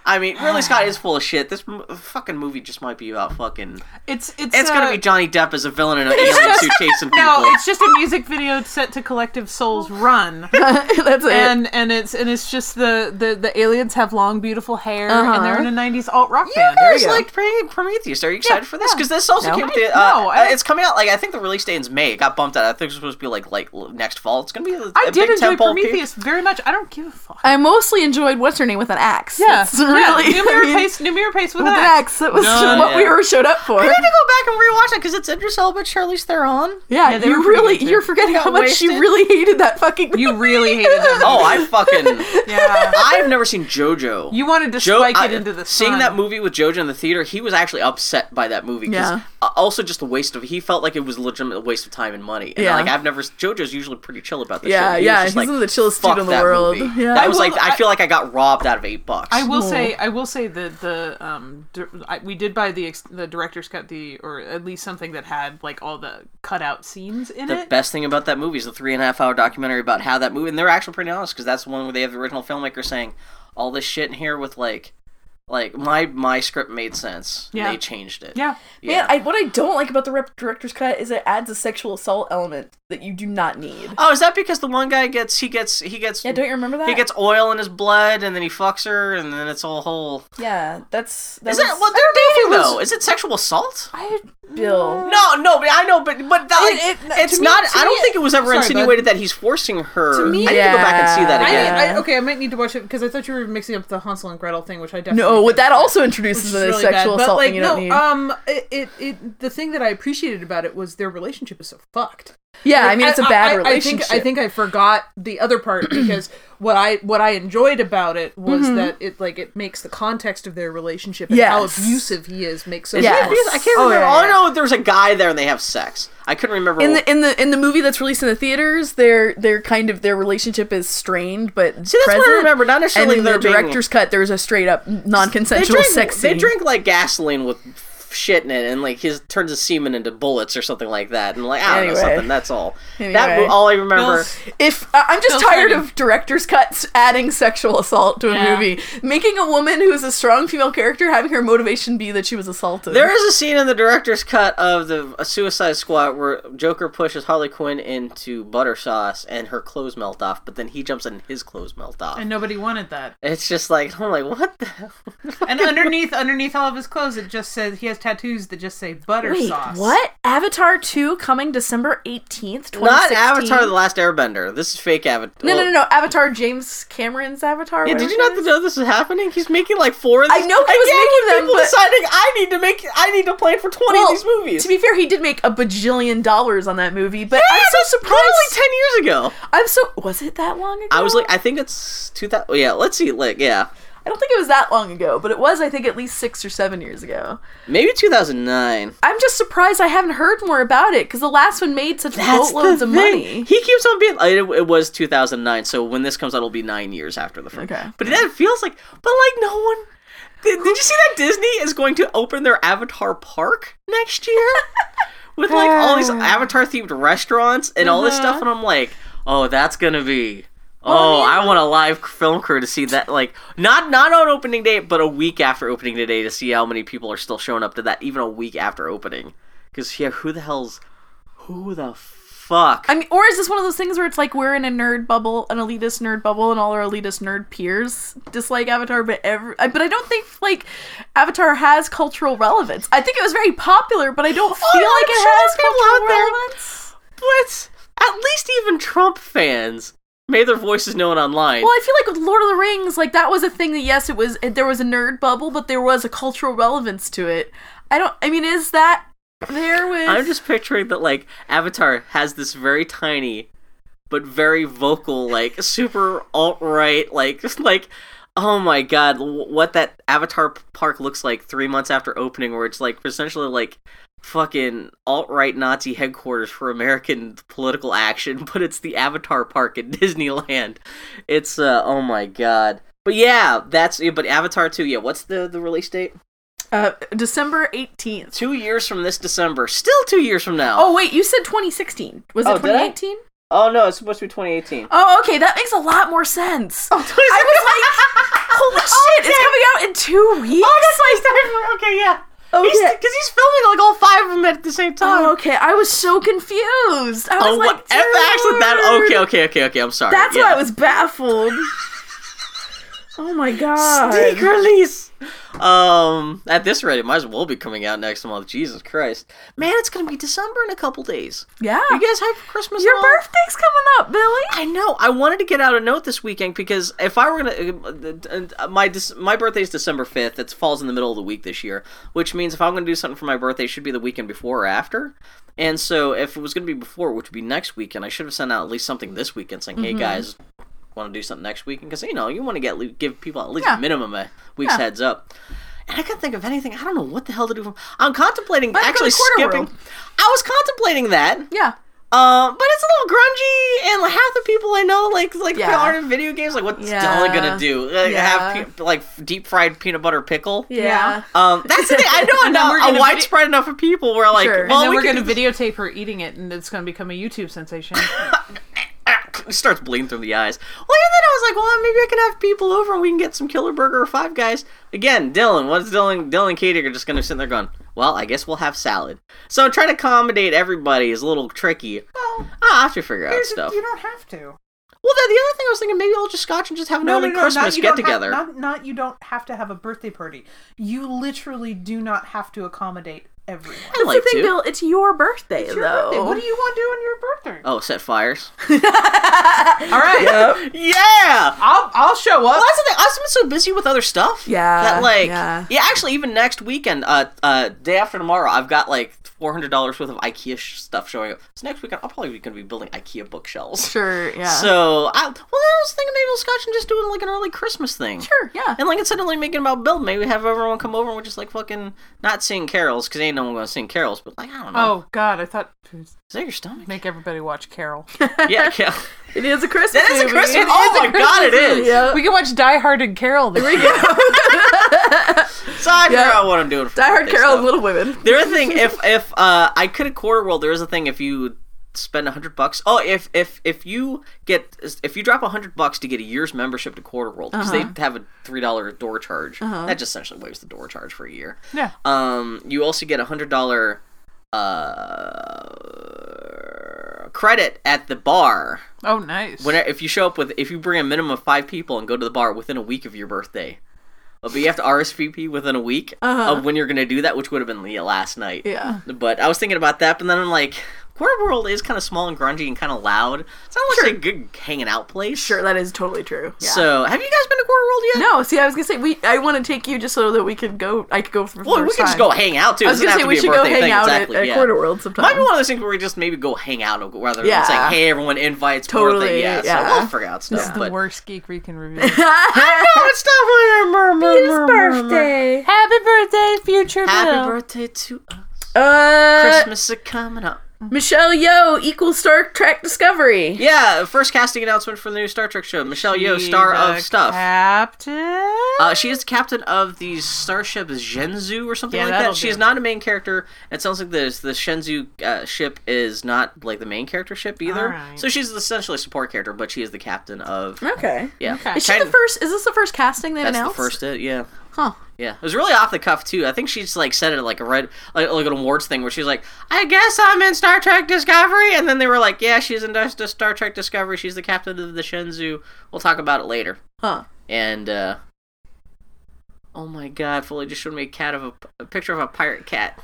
I mean, really, Scott is full of shit. This m- fucking movie just might be about fucking. It's it's It's uh, gonna be Johnny Depp as a villain in an alien suit chasing people. no, it's just a music video set to Collective Souls Run. that's it. and and it's and it's just the the, the aliens have long beautiful hair Uh-huh. and they're in a 90s alt rock You band guys like Prome- Prometheus? Are you excited for this? Because this also came with the. Uh, No, I- it's coming out like I think the release date is May. It got bumped out. I think it's supposed to be like like l- next fall. It's gonna be. a- I a did big enjoy temple Prometheus very much I don't give a fuck I mostly enjoyed what's her name with an axe. Yeah. It's really really. Yeah, New I Mirror mean, Pace, New Mirror Pace with with an that. axe. That was Done. what we Yeah. were showed up for. I need to go back and rewatch it because it's Idris Elba, Charlize Theron. Yeah, Yeah, they were you pretty really good, too. you're forgetting Got how much you wasted. really hated that fucking. You movie. really hated that. Oh, I fucking. Yeah. I've never seen JoJo. You wanted to Jo- spike I- it into the sun. seeing that movie with Jojo in the theater, he was actually upset by that movie. 'cause, Yeah. uh, Also, just a waste of. He felt like it was a legitimate waste of time and money. And uh, Yeah. like I've never. Jojo's usually pretty chill about this. Yeah, shit. He was yeah, just he's like, one of the chillest "Fuck dude in the that world." movie." Yeah. That I was like. will- I feel like I got robbed out of eight bucks. I will Oh. say, I will say that the um, dir- I, we did buy the ex- the director's cut, the or at least something that had like all the cutout scenes in The it. best thing about that movie is the three and a half hour documentary about how that movie, and they're actually pretty honest because that's the one where they have the original filmmaker saying all this shit in here with like, like my my script made sense. and Yeah. they changed it. yeah, Man, I, what I don't like about the rep- director's cut is it adds a sexual assault element that you do not need. oh, is that because the one guy gets he gets he gets Yeah, don't you remember that? he gets oil in his blood and then he fucks her and then it's all whole. yeah, that's that Is was that well? They're dating though. Is it sexual assault? Bill. No, no, but I know, but but that, It- like, it- it's to me- not. to I don't me- think it was ever Sorry, bud. insinuated that he's forcing her. To me- I need to go back and see that Yeah. I, again. I, okay, I might need to watch it because I thought you were mixing up the Hansel and Gretel thing, which I definitely No, what did. that also Which introduces is is a really sexual bad. assault but like thing you no, don't need. uh, um, it, it it the thing that I appreciated about it was their relationship is so fucked. yeah, Like, I mean it's a bad relationship. I think, I think I forgot the other part because what I what I enjoyed about it was Mm-hmm. that it like it makes the context of their relationship and how Yes. abusive he is makes so Is much it? sense. Because I can't Oh, remember. yeah, All I yeah. know there was a guy there and they have sex. I couldn't remember. in what- the in the in the movie that's released in the theaters, their their kind of their relationship is strained, but See, that's what I present. remember, not necessarily And in there the being- director's cut, there's a straight up they non-consensual drink, sex They scene. drink like gasoline with f- shit in it, and like his turns his semen into bullets or something like that. And like I don't know Anyway. something. That's all. That Anyway. mo- all I remember. If I- I'm just Still tired funny. of director's cuts adding sexual assault to a Yeah. movie, making a woman who is a strong female character having her motivation be that she was assaulted. There is a scene in the director's cut of the a Suicide Squad where Joker pushes Harley Quinn into butter sauce and her clothes melt off, but then he jumps in and his clothes melt off. and nobody wanted that. it's just like I'm like, what the And underneath, underneath all of his clothes, it just says he has tattoos that just say butter Wait, sauce. what? Avatar two coming December 18th, 2016. Not Avatar: The Last Airbender. This is fake Avatar. No, no, no, no. Avatar James Cameron's Avatar. Yeah, did whatever his you not name is. know this is happening? He's making like four of I these. know he was Again, making with them, people but- deciding I need to make, I need to plan for twenty of these movies. To be fair, he did make a bajillion dollars on that movie, but I'm Yeah, so that's surprised. Probably ten years ago. I'm so. Was it that long ago? I was like, I think it's two thousand. Yeah, let's see. Like, yeah, I don't think it was that long ago, but it was, I think, at least six or seven years ago. maybe two thousand nine. I'm just surprised I haven't heard more about it because the last one made such boatloads of money. He keeps on being. It, it was two thousand nine. So when this comes out, it'll be nine years after the first. Okay. But that feels like. But like no one. Did, did you see that Disney is going to open their Avatar Park next year? With like all these Avatar themed restaurants and all this Uh-huh. stuff, and I'm like, oh, that's gonna be. Oh, I, want a live film crew to see that. Like, not not on opening day, but a week after opening day to see how many people are still showing up to that, even a week after opening. Because yeah, who the hell's who the fuck? I mean, or is this one of those things where it's like we're in a nerd bubble, an elitist nerd bubble, and all our elitist nerd peers dislike Avatar, but every, I- but I don't think like Avatar has cultural relevance. I think it was very popular, but I don't feel I'm like it sure has there's people out cultural there- relevance. But at least even Trump fans made their voices known online. Well, I feel like with Lord of the Rings, like that was a thing that yes, it was there was a nerd bubble, but there was a cultural relevance to it. I don't. I mean, is that there with? I'm just picturing that like Avatar has this very tiny but very vocal like super alt right like just like oh my god wh- what that Avatar p- park looks like 3 months after opening where it's like essentially like fucking alt right Nazi headquarters for American political action but it's the Avatar park at Disneyland. It's uh oh my god. But yeah, that's it. But Avatar 2, yeah, what's the, the release date? uh, December eighteenth. Two years from this December. Still two years from now. Oh wait, you said 2016. Was Oh, it did I? 2018? Oh no, it's supposed to be 2018. Oh, okay, that makes a lot more sense. Oh, 2017. I was like, holy shit, it's coming out in two weeks. Oh, that's why he's Okay, yeah. Because Okay. he's, 'cause he's filming like all five of them at the same time. Oh, okay. I was so confused. I was Oh, like, what? F- actually, that. dude, Okay, okay, okay, okay. I'm sorry. That's yeah. why I was baffled. oh my god. Sneak release. Um, at this rate, it might as well be coming out next month. Jesus Christ, man, it's gonna be December in a couple days. Yeah. Are you guys hyped for Christmas? Your at all? birthday's coming up, Billy. I know. I wanted to get out a note this weekend because if I were gonna, uh, uh, my Dec- my birthday is December fifth. It falls in the middle of the week this year, which means if I'm gonna do something for my birthday, it should be the weekend before or after. And so if it was gonna be before, which would be next weekend, I should have sent out at least something this weekend saying, Mm-hmm. "Hey guys, want to do something next weekend?" Because you know you want to get le- give people at least a minimum a week's heads up. And I couldn't think of anything. I don't know what the hell to do. From- I'm contemplating go to actually Quarter skipping. World. I was contemplating that. Yeah. Uh, but it's a little grungy, and like, half the people I know like like Yeah. aren't in video games. Like, what's Yeah. Della gonna do? Like, Yeah. Have pe- like deep fried peanut butter pickle? Yeah. Um, that's the thing. I know And then we're enough, gonna a widespread enough of people where like, Sure. And well, then we we're can going to do this- videotape her eating it, and it's going to become a YouTube sensation. It starts bleeding through the eyes. Well, and then I was like, well, maybe I can have people over and we can get some Killer Burger or Five Guys. Again, Dylan, what's Dylan? Dylan and Katie are just gonna sit there going, well, I guess we'll have salad. So trying to accommodate everybody is a little tricky. Well, I have to figure out stuff. you don't have to. Well, then the other thing I was thinking, maybe I'll just scotch and just have an early Christmas you get don't have- together. Not, not you don't have to have a birthday party. You literally do not have to accommodate everyone. I like the thing, to. Bill. It's your birthday, It's though. your birthday. What do you want to do on your birthday? Oh, set fires. All right, yeah. I'll I'll show up. Well, that's the thing. I've been so busy with other stuff. Yeah, That like, yeah. yeah. Actually, even next weekend, uh, uh, day after tomorrow, I've got like four hundred dollars worth of IKEA sh- stuff showing up. So next weekend, I'm probably going to be building IKEA bookshelves. Sure. Yeah. So, I, well, I was thinking maybe we'll scotch and just do it like an early Christmas thing. sure. Yeah. And like instead of like making about build, maybe have everyone come over and we're just like fucking not sing carols because ain't no one gonna sing carols. But like I don't know, oh, God. I thought is that your stomach? make everybody watch Carol. yeah, Cal- It is a Christmas. that is a movie. Christmas. It Oh is a my god, it Christmas is. movie, yeah. we can watch Die Hard and Carol. There we go. So I figure Yeah. out what I'm doing. For Die Hard, birthday Carol, stuff. and Little Women. There is a thing. If if uh, I could at Quarter World, there is a thing. If you spend a hundred bucks, oh, if if if you get if you drop a hundred bucks to get a year's membership to Quarter World because they have a three dollar door charge. That just essentially waives the door charge for a year. Yeah. Um, you also get a hundred dollar uh credit at the bar Oh, nice. when if you show up with if you bring a minimum of five people and go to the bar within a week of your birthday but you have to RSVP within a week of when you're gonna do that, which would have been Leah last night. Yeah. But I was thinking about that, but then I'm like, Quarter World is kind of small and grungy and kind of loud. It's not like a good hanging out place. Sure, that is totally true. Yeah. So, have you guys been to Quarter World yet? no, see, I was gonna say we. I want to take you just so that we could go. I could go for. the Well, we first can just time. go hang out too. I was It gonna doesn't say have we be a should go birthday hang thing, out exactly, at, at yeah. Quarter World sometime. Might be one of those things where we just maybe go hang out rather than Yeah. saying, "Hey, everyone, invites birthday." Totally, Yeah, yeah. so we'll figure out stuff. this is the but worst geek we can review. no, it's not His birthday. Happy birthday, future Happy Bill. birthday to us. Uh, Christmas is coming up. Michelle Yeoh equals Star Trek Discovery. Yeah, first casting announcement for the new Star Trek show. Oh, Michelle Yeoh, star of stuff. Captain. Uh, she is the captain of the starship Shenzhou or something Yeah, like that. that'll She do. is not a main character. It sounds like this the Shenzhou uh, ship is not like the main character ship either. Alright. So she's essentially a support character, but she is the captain of. Okay. Yeah, Okay. Is she Kind the of- first? Is this the first casting they That's announced? the first. It, yeah. Huh. Yeah, it was really off the cuff too. I think she's like said it like a red, like, like an awards thing where she's like, "I guess I'm in Star Trek Discovery," and then they were like, "Yeah, she's in Dis- Dis- Star Trek Discovery. She's the captain of the Shenzhou. We'll talk about it later." Huh. And uh oh my god, Foley just showed me a cat of a, a picture of a pirate cat.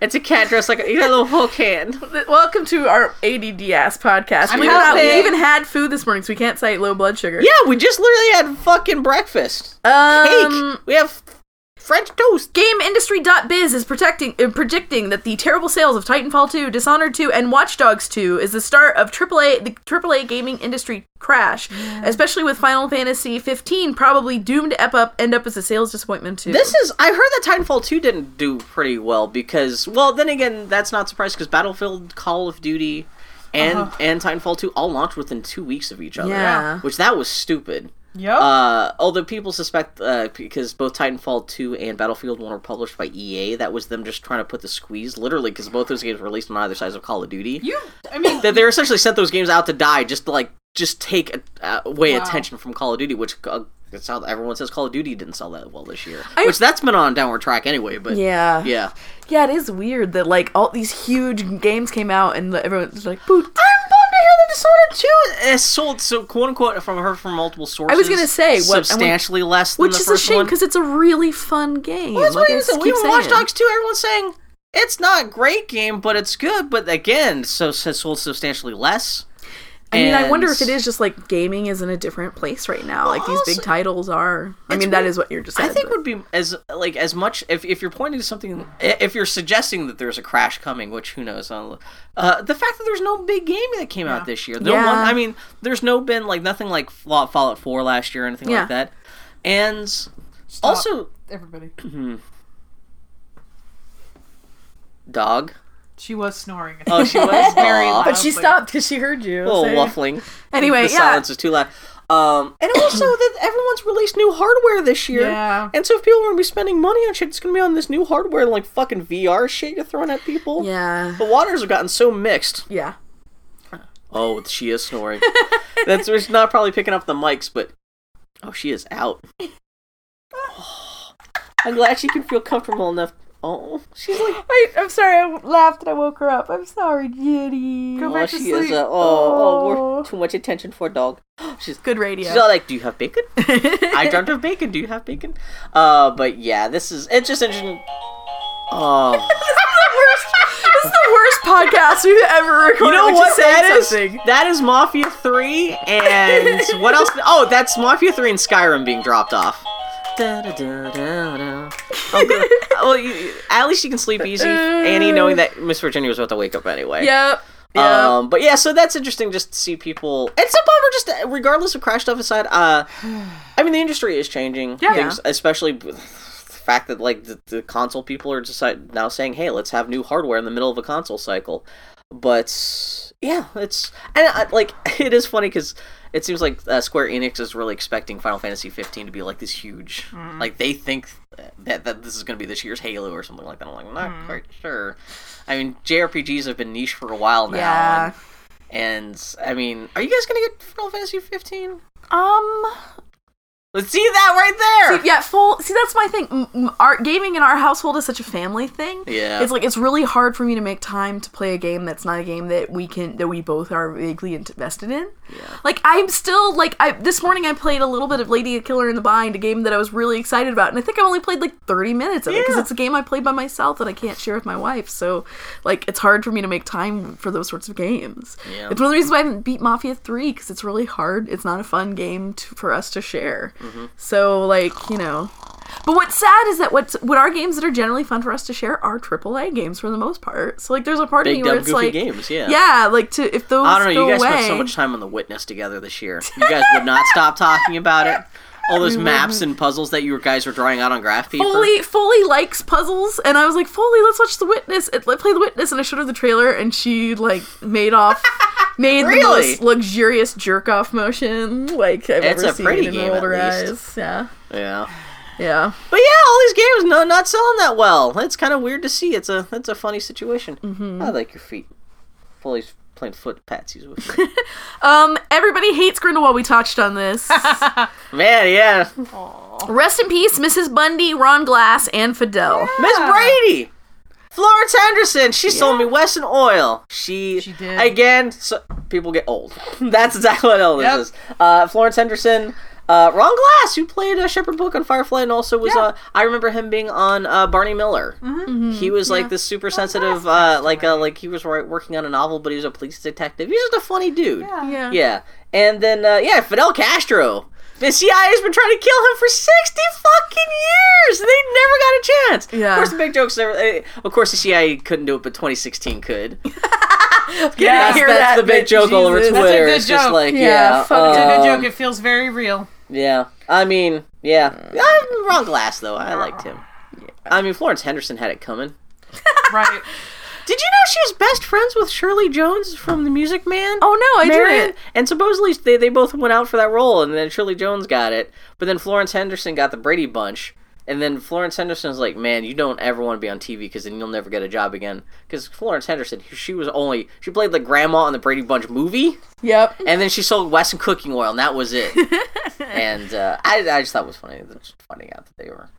It's a cat dressed like a, you got a little hook hand. Th- Welcome to our ADD ass podcast. I'm we, don't have- we healthy. even had food this morning, so we can't cite low blood sugar. Yeah, we just literally had fucking breakfast. Cake. Um, we have French toast. GameIndustry.biz is protecting, uh, predicting that the terrible sales of Titanfall 2, Dishonored 2, and Watch Dogs 2 is the start of AAA the AAA gaming industry crash, especially with Final Fantasy 15 probably doomed to ep up, end up as a sales disappointment too. This is. I heard that Titanfall 2 didn't do pretty well because, well, then again, that's not surprising because Battlefield, Call of Duty, and and Titanfall 2 all launched within two weeks of each other. Yeah. Which that was stupid. Yep. Uh, although people suspect uh, because both Titanfall 2 and Battlefield 1 were published by EA, that was them just trying to put the squeeze, literally, because both those games were released on either side of Call of Duty. you, I mean, that they essentially sent those games out to die just to, like, just take uh, away attention from Call of Duty, which. Uh, that's how everyone says Call of Duty didn't sell that well this year, which that's been on a downward track anyway. But yeah. yeah. Yeah, it is weird that like all these huge games came out and the- everyone's like, "Boot." I'm bummed to hear that Minnesota too is eh, sold so quote unquote from her from multiple sources. I was gonna say, what- I want- substantially less, than Which the is a first shame one. because it's a really fun game. Well, that's like, what I he just said. We keep were Watch saying. Dogs 2, everyone's saying it's not a great game, but it's good. But again, so has sold substantially less. I mean, I And wonder if it is just like gaming is in a different place right now. like these big also- titles are. I It's mean, that weird. is what you're just I saying. think would be as like as much if, if you're pointing to something i- if you're suggesting that there's a crash coming, which who knows? I'll- Uh, the fact that there's no big game that came out this year, no Yeah. one. I mean, there's no been like nothing like Fall- Fallout Four last year or anything Yeah. like that, and also Everybody. dog. She was snoring. Oh, she was very. Aw. but she stopped because she heard you. Oh, say- waffling. Anyway, the yeah. silence is too loud. Um, and also that everyone's released new hardware this year. Yeah. And so if people are gonna be spending money on shit, it's gonna be on this new hardware, like fucking VR shit you're throwing at people. Yeah. The waters have gotten so mixed. Yeah. Oh, she is snoring. That's she's not probably picking up the mics, but oh, she is out. I'm glad she can feel comfortable enough. Oh, she's like, I, I'm sorry. I laughed and I woke her up. I'm sorry, Giddy. Go oh, back to she sleep. is. Uh, oh, oh, we're too much attention for a dog. She's Good She's radio. all like, "Do you have bacon? I dreamt of bacon. Do you have bacon?" Uh, but yeah, this is it's just interesting. Oh, This is the worst podcast we've ever recorded. you know which what saying that is? something. That is Mafia Three, and what else? Oh, that's Mafia Three and Skyrim being dropped off. Da, da, da, da, da. Oh, good. well, you, at least you can sleep easy, Annie, knowing that Miss Virginia was about to wake up anyway. Yep. Yep. Um, but yeah, so that's interesting just to see people. It's a bummer, just uh, regardless of crash stuff aside. Uh, I mean, the industry is changing. Yeah. Things, especially with the fact that like the, the console people are just like, now saying, "Hey, let's have new hardware in the middle of a console cycle." But yeah, it's and uh, like it is funny because it seems like uh, Square Enix is really expecting Final Fantasy 15 to be like this huge. Mm-hmm. Like they think that that this is going to be this year's Halo or something like that. I'm like, not Mm-hmm. quite sure. I mean, JRPGs have been niche for a while now. Yeah. And, and, I mean, are you guys going to get Final Fantasy 15? um. Let's see that right there. See, yeah, full. See, that's my thing. M- m- Our gaming in our household is such a family thing. Yeah. it's like it's really hard for me to make time to play a game that's not a game that we can that we both are vaguely invested in. Yeah. Like I'm still like I this morning I played a little bit of Lady Killer in the Bind, a game that I was really excited about, and I think I only played like 30 minutes of it because it's a game I played by myself and I can't share with my wife. So, like, it's hard for me to make time for those sorts of games. Yeah. It's one of the reasons why I haven't beat Mafia 3 because it's really hard. It's not a fun game to, for us to share. Mm-hmm. So, like, you know. But what's sad is that what's what are games that are generally fun for us to share are AAA games for the most part. So like, there's a part of Big, me dumb, where it's goofy like, games, yeah. yeah, like to if those I don't know. go You guys away, spent so much time on The Witness together this year. You guys would not stop talking about it. All those maps and puzzles that you guys were drawing out on graph paper. Foley Foley likes puzzles, and I was like, Foley, let's watch The Witness. And let play The Witness, and I showed her the trailer, and she like made off, made the Really? most luxurious jerk off motion like I've It's ever a seen. pretty and game, rolled at her least. eyes. Yeah, Yeah. yeah. But yeah, all these games no not selling that well. It's kind of weird to see. It's a that's a funny situation. Mm-hmm. I like your feet. Fully playing foot patsies with me. Um, everybody hates Grindelwald. We touched on this. Man, yeah, Rest in peace, Mrs. Bundy, Ron Glass, and Fidel. Miss Brady, Florence Henderson. She sold me Wesson Oil. She, She did. again. So people get old. that's exactly what all this is. Uh, Florence Henderson. Uh, Ron Glass, who played uh, Shepherd Book on Firefly, and also was uh, I remember him being on uh, Barney Miller. He was like this super sensitive, uh, like uh, like he was wor- working on a novel, but he was a police detective. He's just a funny dude. Yeah. Yeah. And then, uh, yeah, Fidel Castro. The CIA's been trying to kill him for 60 fucking years. and They never got a chance. Yeah. Of course, the big joke's there. eh, Of course, the CIA couldn't do it, but 2016 could. Yeah, that's that's the big joke all over Twitter. good it's just joke. like, yeah. Yeah, fuck It's um, a good joke. It feels very real. Yeah. I mean, yeah. I'm wrong glass, though. I liked him. I mean, Florence Henderson had it coming. Right. Did you know she was best friends with Shirley Jones from The Music Man? Oh no, I Marion. didn't. And supposedly they, they both went out for that role, and then Shirley Jones got it, but then Florence Henderson got the Brady Bunch. And then Florence Henderson's like, man, you don't ever want to be on TV because then you'll never get a job again. Because Florence Henderson, she was only she played the grandma on the Brady Bunch movie, Yep. and then she sold Wesson cooking oil, and that was it. and uh, I, I just thought it was funny, just finding out that they were.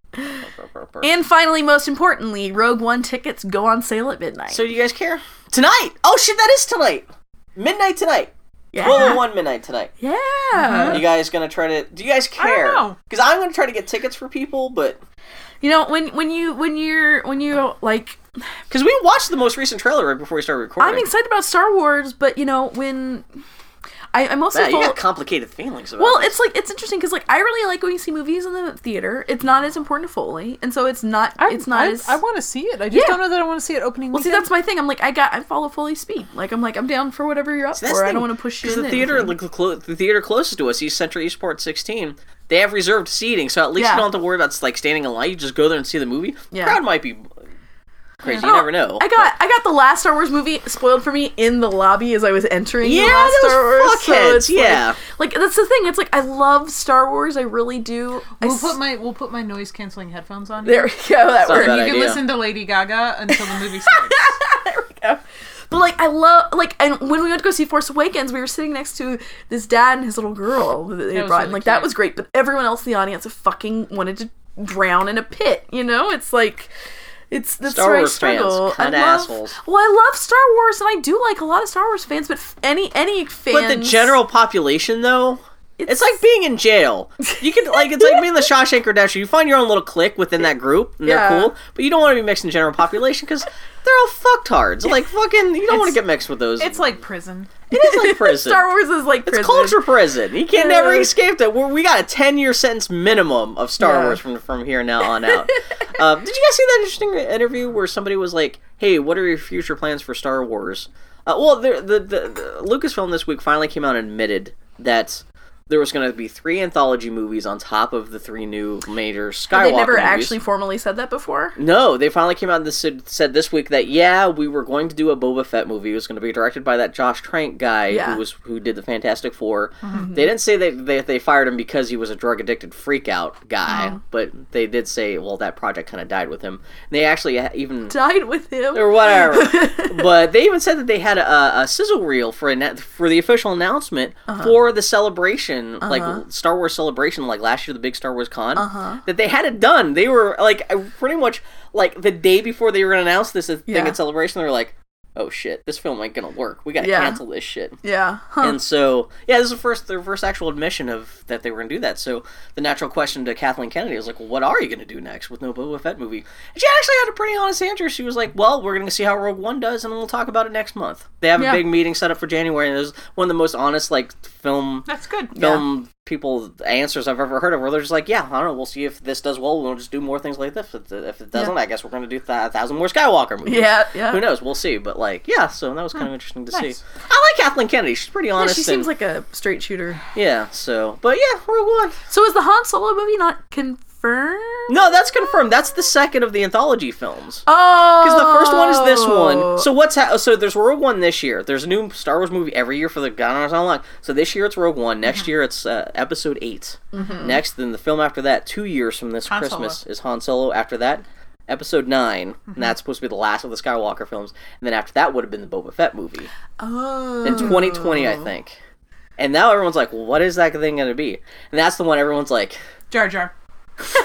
And finally, most importantly, Rogue One tickets go on sale at midnight. So do you guys care? Tonight! Oh shit, that is tonight! Midnight tonight. Yeah. Willow one midnight tonight. Yeah. Uh-huh. You guys gonna try to? Do you guys care? know. Because I'm gonna try to get tickets for people, but You know, when when you when you're when you like because we watched the most recent trailer right before we started recording. I'm excited about Star Wars, but you know, when I, I mostly Matt, you follow- got complicated feelings about. Well, this. it's like it's interesting because like I really like going to see movies in the theater. It's not as important to Foley, and so it's not it's not I, as I want to see it. I just Yeah. don't know that I want to see it opening. well. See, weekend. that's my thing. I'm like I got I follow Foley's speed. Like I'm like I'm down for whatever you're up That's for. the I don't thing, want to push you 'cause in the theater, anything. the, clo- the theater closest to us, East Central Eastport 16. They have reserved seating, so at least Yeah. you don't have to worry about like standing in line. You just go there and see the movie. Yeah. Crowd might be crazy. Oh, You never know. I got I got the last Star Wars movie spoiled for me in the lobby as I was entering. the Yeah, last those Star Wars, so fuckheads, it's like- yeah. like, that's the thing. It's like I love Star Wars. I really do. I we'll s- put my we'll put my noise canceling headphones on. there we go. That not worked. bad you can idea. listen to Lady Gaga until the movie starts. But like I love like and when we went to go see Force Awakens, we were sitting next to this dad and his little girl that they was had brought, and really like cute. that was great. But everyone else in the audience fucking wanted to drown in a pit. You know, it's like. It's that's Star where Wars I fans, struggle. I cunt love, assholes. Well, I love Star Wars, and I do like a lot of Star Wars fans. But f- any any fans, but the general population, though, it's, It's- like being in jail. You can like it's like being the Shawshank Redemption. You find your own little clique within that group, and Yeah. they're cool. But you don't want to be mixed in general population because they're all fucktards. Like fucking, you don't want to get mixed with those. It's like prison. it is like prison. Star Wars is like prison. It's culture prison. You can Yeah. never escape that. We're, we got a ten year sentence minimum of Star Yeah. Wars from from here now on out. uh, did you guys see that interesting interview where somebody was like, "Hey, what are your future plans for Star Wars?" Uh, well, the, the, the, the Lucasfilm this week finally came out and admitted that there was going to be three anthology movies on top of the three new major Skywalker They never movies. actually formally said that before. No, they finally came out and said, said this week that yeah, we were going to do a Boba Fett movie. It was going to be directed by that Josh Trank guy Yeah. who was who did the Fantastic 4 They didn't say that they, they fired him because he was a drug addicted freak out guy, but they did say well that project kind of died with him. And they actually ha- even Died with him. or whatever. but they even said that they had a, a sizzle reel for an, for the official announcement Uh-huh. for the celebration, like Star Wars celebration, like last year the big Star Wars con. Uh-huh. That they had it done. They were like pretty much like the day before they were going to announce this thing Yeah. at celebration. They were like, "Oh shit, this film ain't gonna work. We gotta Yeah. cancel this shit." Yeah. Huh. And so, yeah, this is the first their first actual admission of that they were going to do that. So the natural question to Kathleen Kennedy was like, "Well, what are you going to do next with no Boba Fett movie?" And she actually had a pretty honest answer. She was like, "Well, we're going to see how Rogue One does, and we'll talk about it next month." They have Yeah. a big meeting set up for January, and it was one of the most honest like film That's good. film people answers I've ever heard of. Where they're just like, "Yeah, I don't know. We'll see if this does well. We'll just do more things like this. If it if it doesn't, I guess we're going to do th- a thousand more Skywalker movies." Yeah. Yeah. Who knows? We'll see. But like, yeah. So that was kind of interesting to see. I like Kathleen Kennedy. She's pretty Oh, Yeah, honest. she and- seems like a straight shooter. yeah. So, but yeah, Rogue One. So is the Han Solo movie not confirmed? No, that's confirmed. That's the second of the anthology films. Oh, Because the first one is this one. So what's ha- so there's Rogue One this year. There's a new Star Wars movie every year for the God knows how long. So this year it's Rogue One. Mm-hmm. Next year it's uh, Episode 8 Next, then the film after that, two years from this Christmas, is Han Solo. After that, Episode 9 Mm-hmm. and that's supposed to be the last of the Skywalker films. And then after that would have been the Boba Fett movie oh, in 2020, Mm. I think. And now everyone's like, what is that thing going to be? And that's the one everyone's like, Jar Jar.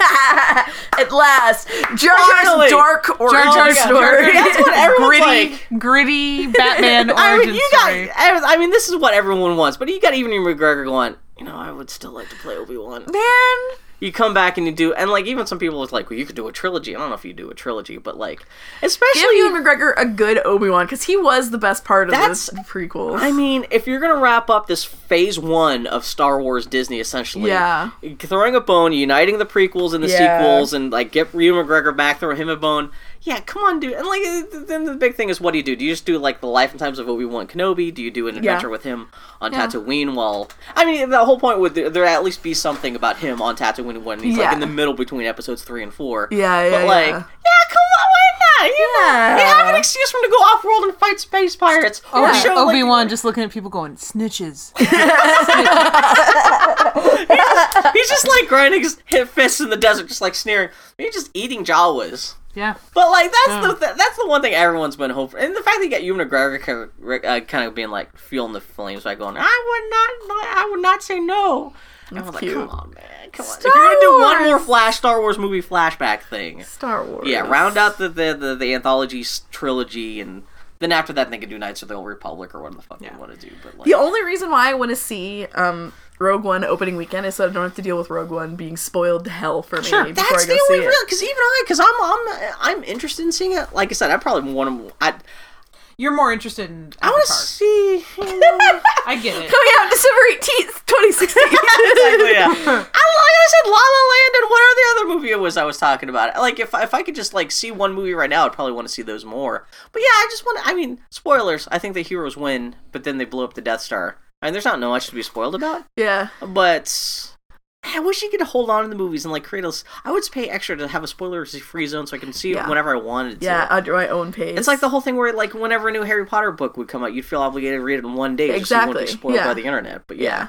at last, Jar Finally! Jar's dark origin Jar's story. dark- That's what everyone's Gritty, like. gritty Batman I origin mean, you story. got. I was- I mean, this is what everyone wants. But you got even McGregor going. You know, I would still like to play Obi Wan. Man, You come back and you do, and like even some people was like, "Well, you could do a trilogy." I don't know if you do a trilogy, but like, especially give Ewan McGregor a good Obi Wan because he was the best part of That's- this prequel. I mean, if you're gonna wrap up this phase one of Star Wars Disney, essentially, Yeah. throwing a bone, uniting the prequels and the Yeah. sequels, and like get Ewan McGregor back, throw him a bone. Yeah, come on, dude. And like, th- then the big thing is, what do you do? Do you just do like the life and times of Obi Wan Kenobi? Do you do an adventure with him on Tatooine? While I mean, the whole point would there at least be something about him on Tatooine when he's like Yeah. in the middle between episodes three and four. Yeah, But yeah, like, yeah. come on, why not? You Yeah. you have an excuse for him to go off world and fight space pirates. Or Yeah. show, like, Obi Wan just looking at people going snitches. He's just like grinding his hit fists in the desert, just like sneering. He's just eating Jawas. Yeah, But like Hmm. that's the th- that's the one thing everyone's been hoping, and the fact that you got Ewan McGregor kind of, uh, kind of being like feeling the flames by going, I would not, I would not say no. I was cute. like, come on, man, come on. if you're gonna do one more Wars. Flash Star Wars movie flashback thing, Star Wars. yeah, round out the the the, the anthology s- trilogy and Then after that, they can do Knights of the Old Republic or whatever the fuck they want to do. But like, The only reason why I want to see um, Rogue One opening weekend is so I don't have to deal with Rogue One being spoiled to hell for me before that's I go see the only it. real because even I because I'm I'm I'm interested in seeing it. Like I said, I probably want to. I You're more interested in. I want to Avatar. see. I get it. Coming out December 18th, 2016. yeah. I, like I said, La La Land and whatever the other movie it was I was talking about. Like if if I could just like see one movie right now, I'd probably want to see those more. But yeah, I just want. to... I mean, spoilers. I think the heroes win, but then they blow up the Death Star. I mean, there's not much to be spoiled about. Yeah. But I wish you could hold on to the movies and like create a. s- I would pay extra to have a spoiler-free zone so I can see Yeah. it whenever I wanted to. Yeah, under my own pace. It's like the whole thing where, like, whenever a new Harry Potter book would come out, you'd feel obligated to read it in one day, just so you wouldn't be Exactly, spoiled yeah. by the internet. But yeah,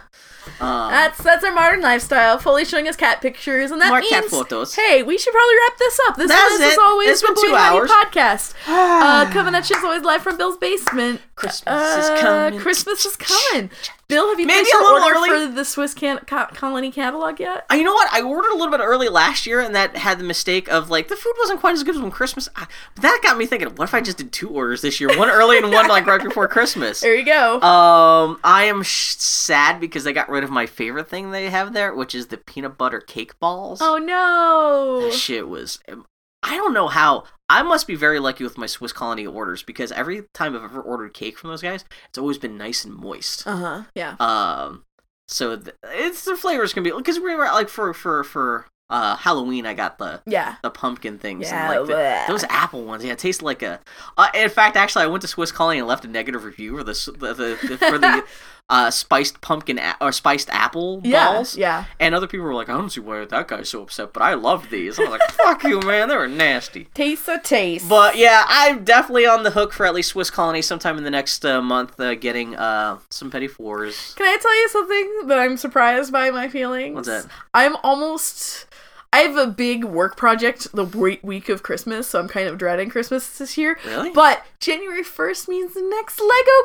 Yeah. Um, that's that's our modern lifestyle, fully showing us cat pictures, and that More cat means photos. hey, we should probably wrap this up. This That's is as it. always It's been the two Blue Honey hours. podcast uh, coming at you as always live from Bill's basement. Christmas is Uh, coming. Christmas is coming. Bill, have you Maybe placed a your little order early. for the Swiss can- co- Colony catalog yet? Uh, You know what? I ordered a little bit early last year, and that had the mistake of like the food wasn't quite as good as when Christmas. I, but that got me thinking: what if I just did two orders this year, one early and one like right before Christmas? There you go. Um, I am sh- sad because they got rid of my favorite thing they have there, which is the peanut butter cake balls. oh no. That shit was. um, I don't know how. I must be very lucky with my Swiss Colony orders because every time I've ever ordered cake from those guys, it's always been nice and moist. Uh huh. Yeah. Um, so th- it's the flavors can be because we were like for for for uh Halloween, I got the Yeah. the pumpkin things Yeah, and like the, bleh. those apple ones. Yeah, it tastes like a. Uh, in fact, actually, I went to Swiss Colony and left a negative review for the s- the, the, the for the uh spiced pumpkin a- or spiced apple Yeah. balls. Yeah. And other people were like, I don't see why that guy's so upset, but I love these. I was like, fuck you, man. They were nasty. Taste a taste. But yeah, I'm definitely on the hook for at least Swiss Colony sometime in the next uh, month uh, getting uh, some petty fours. Can I tell you something that I'm surprised by my feelings? What's that? I'm almost. I have a big work project the we- week of Christmas, so I'm kind of dreading Christmas this year. Really? But January 1st means the next Lego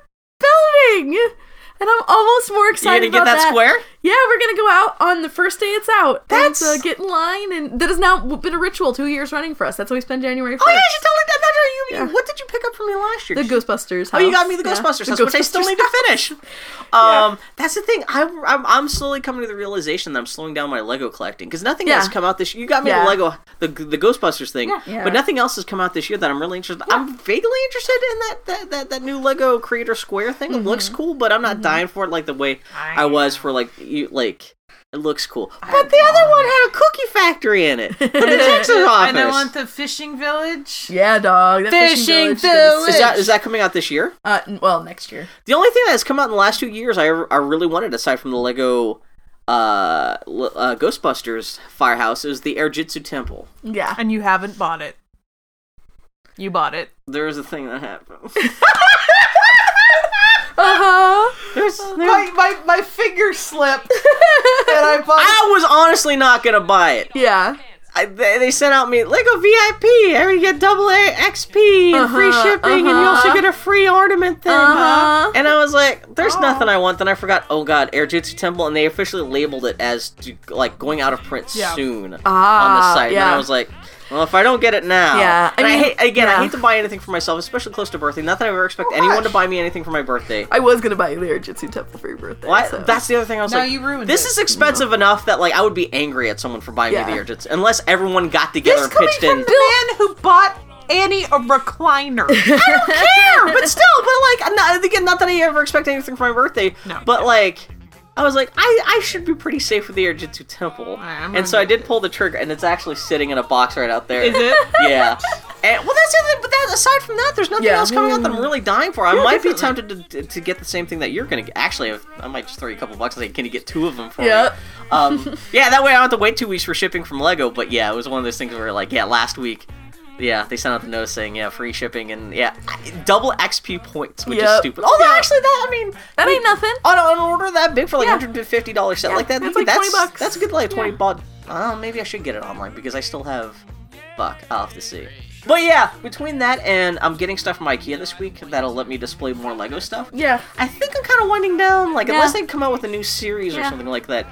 Creator building! And I'm almost more You gonna excited get about that, square? Oh, Yeah, we're gonna go out on the first day it's out. That's- and, uh, get in line, and that has now been a ritual two years running for us. That's how we spend January 1st. Oh yeah, you totally did that. You, you- Yeah. What did you pick up from me last year? The Ghostbusters. Oh, house. you got me the Yeah, Ghostbusters the house, which I still Ghostbusters need to finish. Um, Yeah. that's the thing. I'm, I'm I'm slowly coming to the realization that I'm slowing down my Lego collecting because nothing Yeah. else come out this year. You got me Yeah. the Lego the the Ghostbusters thing, Yeah. but nothing else has come out this year that I'm really interested. I'm vaguely interested in that that, that that new Lego Creator Square thing. It looks Mm-hmm. cool, but I'm not dying for it like the way I, was for like you like. It looks cool, but the other one had a cookie factory in it. From the Texas office. And I want the fishing village. Yeah, dog. That Fishing village is gonna be is that is that coming out this year? Uh, n- well, next year. The only thing that has come out in the last two years I, I really wanted, aside from the Lego uh, L- uh, Ghostbusters Firehouse, is the Airjitsu Temple. Yeah. And you haven't bought it. You bought it. There is a thing that happened. Uh huh. There's, My, my, my finger slipped. and I bought I was honestly not gonna buy it. Yeah. I, they, they sent out me Lego VIP. and you get double A XP and free Uh-huh, shipping, and you also get a free ornament thing. Uh-huh. Oh. And I was like, "There's nothing I want." Then I forgot. Oh God, Air Jitsu Temple, and they officially labeled it as to, like going out of print soon on the Ah, site. And yeah. I was like, "Well, if I don't get it now, Yeah, I And I, mean, hate again. I yeah. hate to buy anything for myself, especially close to birthday. Not that I ever expect anyone to buy me anything for my birthday. I was gonna buy you the Jitsu Temple for your birthday. Why? so- That's the other thing I was Now like. you ruined this it. is expensive enough that like I would be angry at someone for buying me Mm-hmm. Yeah. the urgents, unless everyone got together and pitched in. the man who bought Annie a recliner. Care, but still, but like I'm not, again, not that I ever expect anything for my birthday. No. But like, I was like, I, I should be pretty safe with the urgentsu temple, right, I'm and so gonna I did pull the trigger, and it's actually sitting in a box right out there. Is it? yeah. And, well, that's the other. But that, aside from that, there's nothing Yeah. mm. else coming out that I'm really dying for. I Yeah, might definitely. be tempted to, to, to get the same thing that you're gonna get. Actually, I've- I might just throw you a couple bucks and say, "Can you get two of them for Yep. me?" Um, yeah, that way I don't have to wait two weeks for shipping from Lego. But yeah, it was one of those things where like, yeah, last week, yeah, they sent out the notice saying yeah, free shipping and yeah, double XP points, which is Yep. stupid. Although Yep. actually, that I mean, that we- ain't nothing. on an order that big for like Yeah. hundred and fifty dollars set like that. that's you- like 20 that's bucks. that's a good like twenty bucks. Uh, maybe I should get it online because I still have. Fuck, I'll have to see. But yeah, between that and I'm getting stuff from IKEA this week that'll let me display more Lego stuff. Yeah. I think I'm kind of winding down. Like Yeah. unless they come out with a new series or something like that.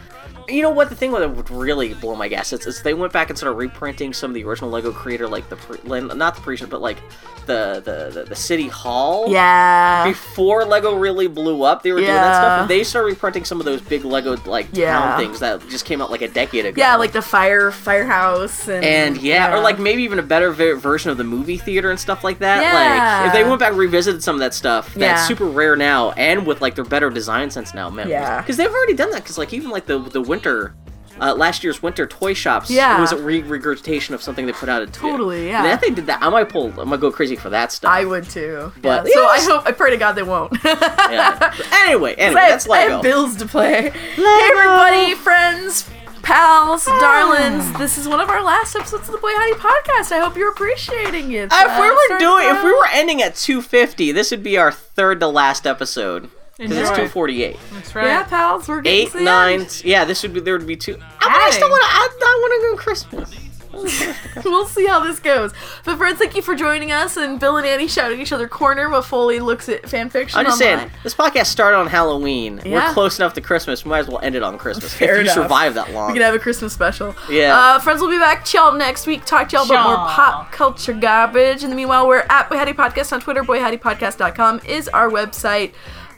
You know what? The thing that would really blow my gaskets is they went back and started reprinting some of the original Lego creator, like the pre- not the Parisian, but like the the the, the City Hall. Yeah. Before Lego really blew up, they were doing that Uh-huh. Yeah. stuff. And they started reprinting some of those big Lego like Yeah. town things that just came out like a decade ago. Yeah, like the fire firehouse and and yeah, or like maybe even a better ver- version of the movie theater and stuff like that. Yeah. Like if they went back and revisited some of that stuff, that's Yeah. super rare now, and with like their better design sense now, man. Yeah. because they've already done that. Because like even like the the winter. Uh, last year's winter toy shops Yeah. was a re- regurgitation of something they put out at Totally, yeah. that they did that. I might pull. I might go crazy for that stuff. I would too. But- yeah. So I Yes. hope I pray to God they won't. Yeah. But Anyway, anyway, I, that's have, I Lego. have bills to play. Hey everybody, friends, pals, darlings. This is one of our last episodes of the Boy Honey podcast. I hope you're appreciating it. Uh, if we were Sorry doing, for- if we were ending at 250, this would be our third to last episode. Because it's Enjoy. 248. That's right. yeah, pals, we're getting Eight, to the nine. end. Yeah, this would be. There would be two. I, but I still Adding. want to. I, I want to go Christmas. We'll see how this goes. But friends, thank you for joining us. And Bill and Annie shout at each other corner while Foley looks at fanfiction. I'm just online. saying. This podcast started on Halloween. We're Yeah. close enough to Christmas. We might as well end it on Christmas. Fair if you enough. survive that We long. can have a Christmas special. Yeah. Uh, friends, we'll be back to y'all next week. Talk to y'all about more pop culture garbage. In the meanwhile, we're at Boy Hattie Podcast on Twitter. BoyHattiePodcast.com is our website.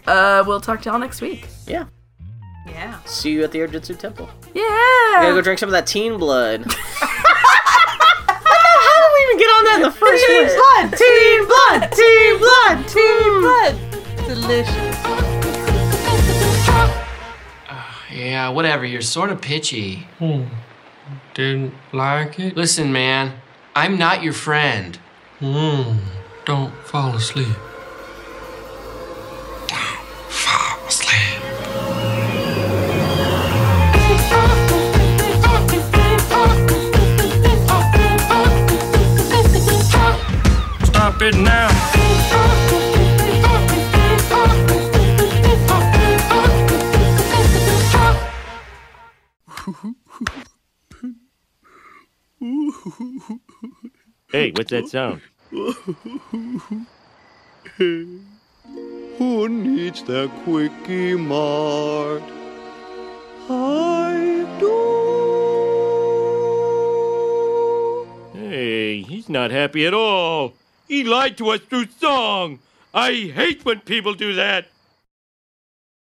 Uh, we'll talk to y'all next week. yeah. Yeah. See you at the Urjitsu Temple. Gotta go Yeah. drink some of that teen blood. How the hell did we even get on that in the first place? Teen blood, teen blood, teen blood. Yeah, whatever. You're sort of pitchy. Hmm. Didn't like it? Listen, man, I'm not your friend. Mm, don't fall asleep. Stop it now. Hey, what's that sound? Who needs the quickie mart? I do. Hey, he's not happy at all. He lied to us through song. I hate when people do that.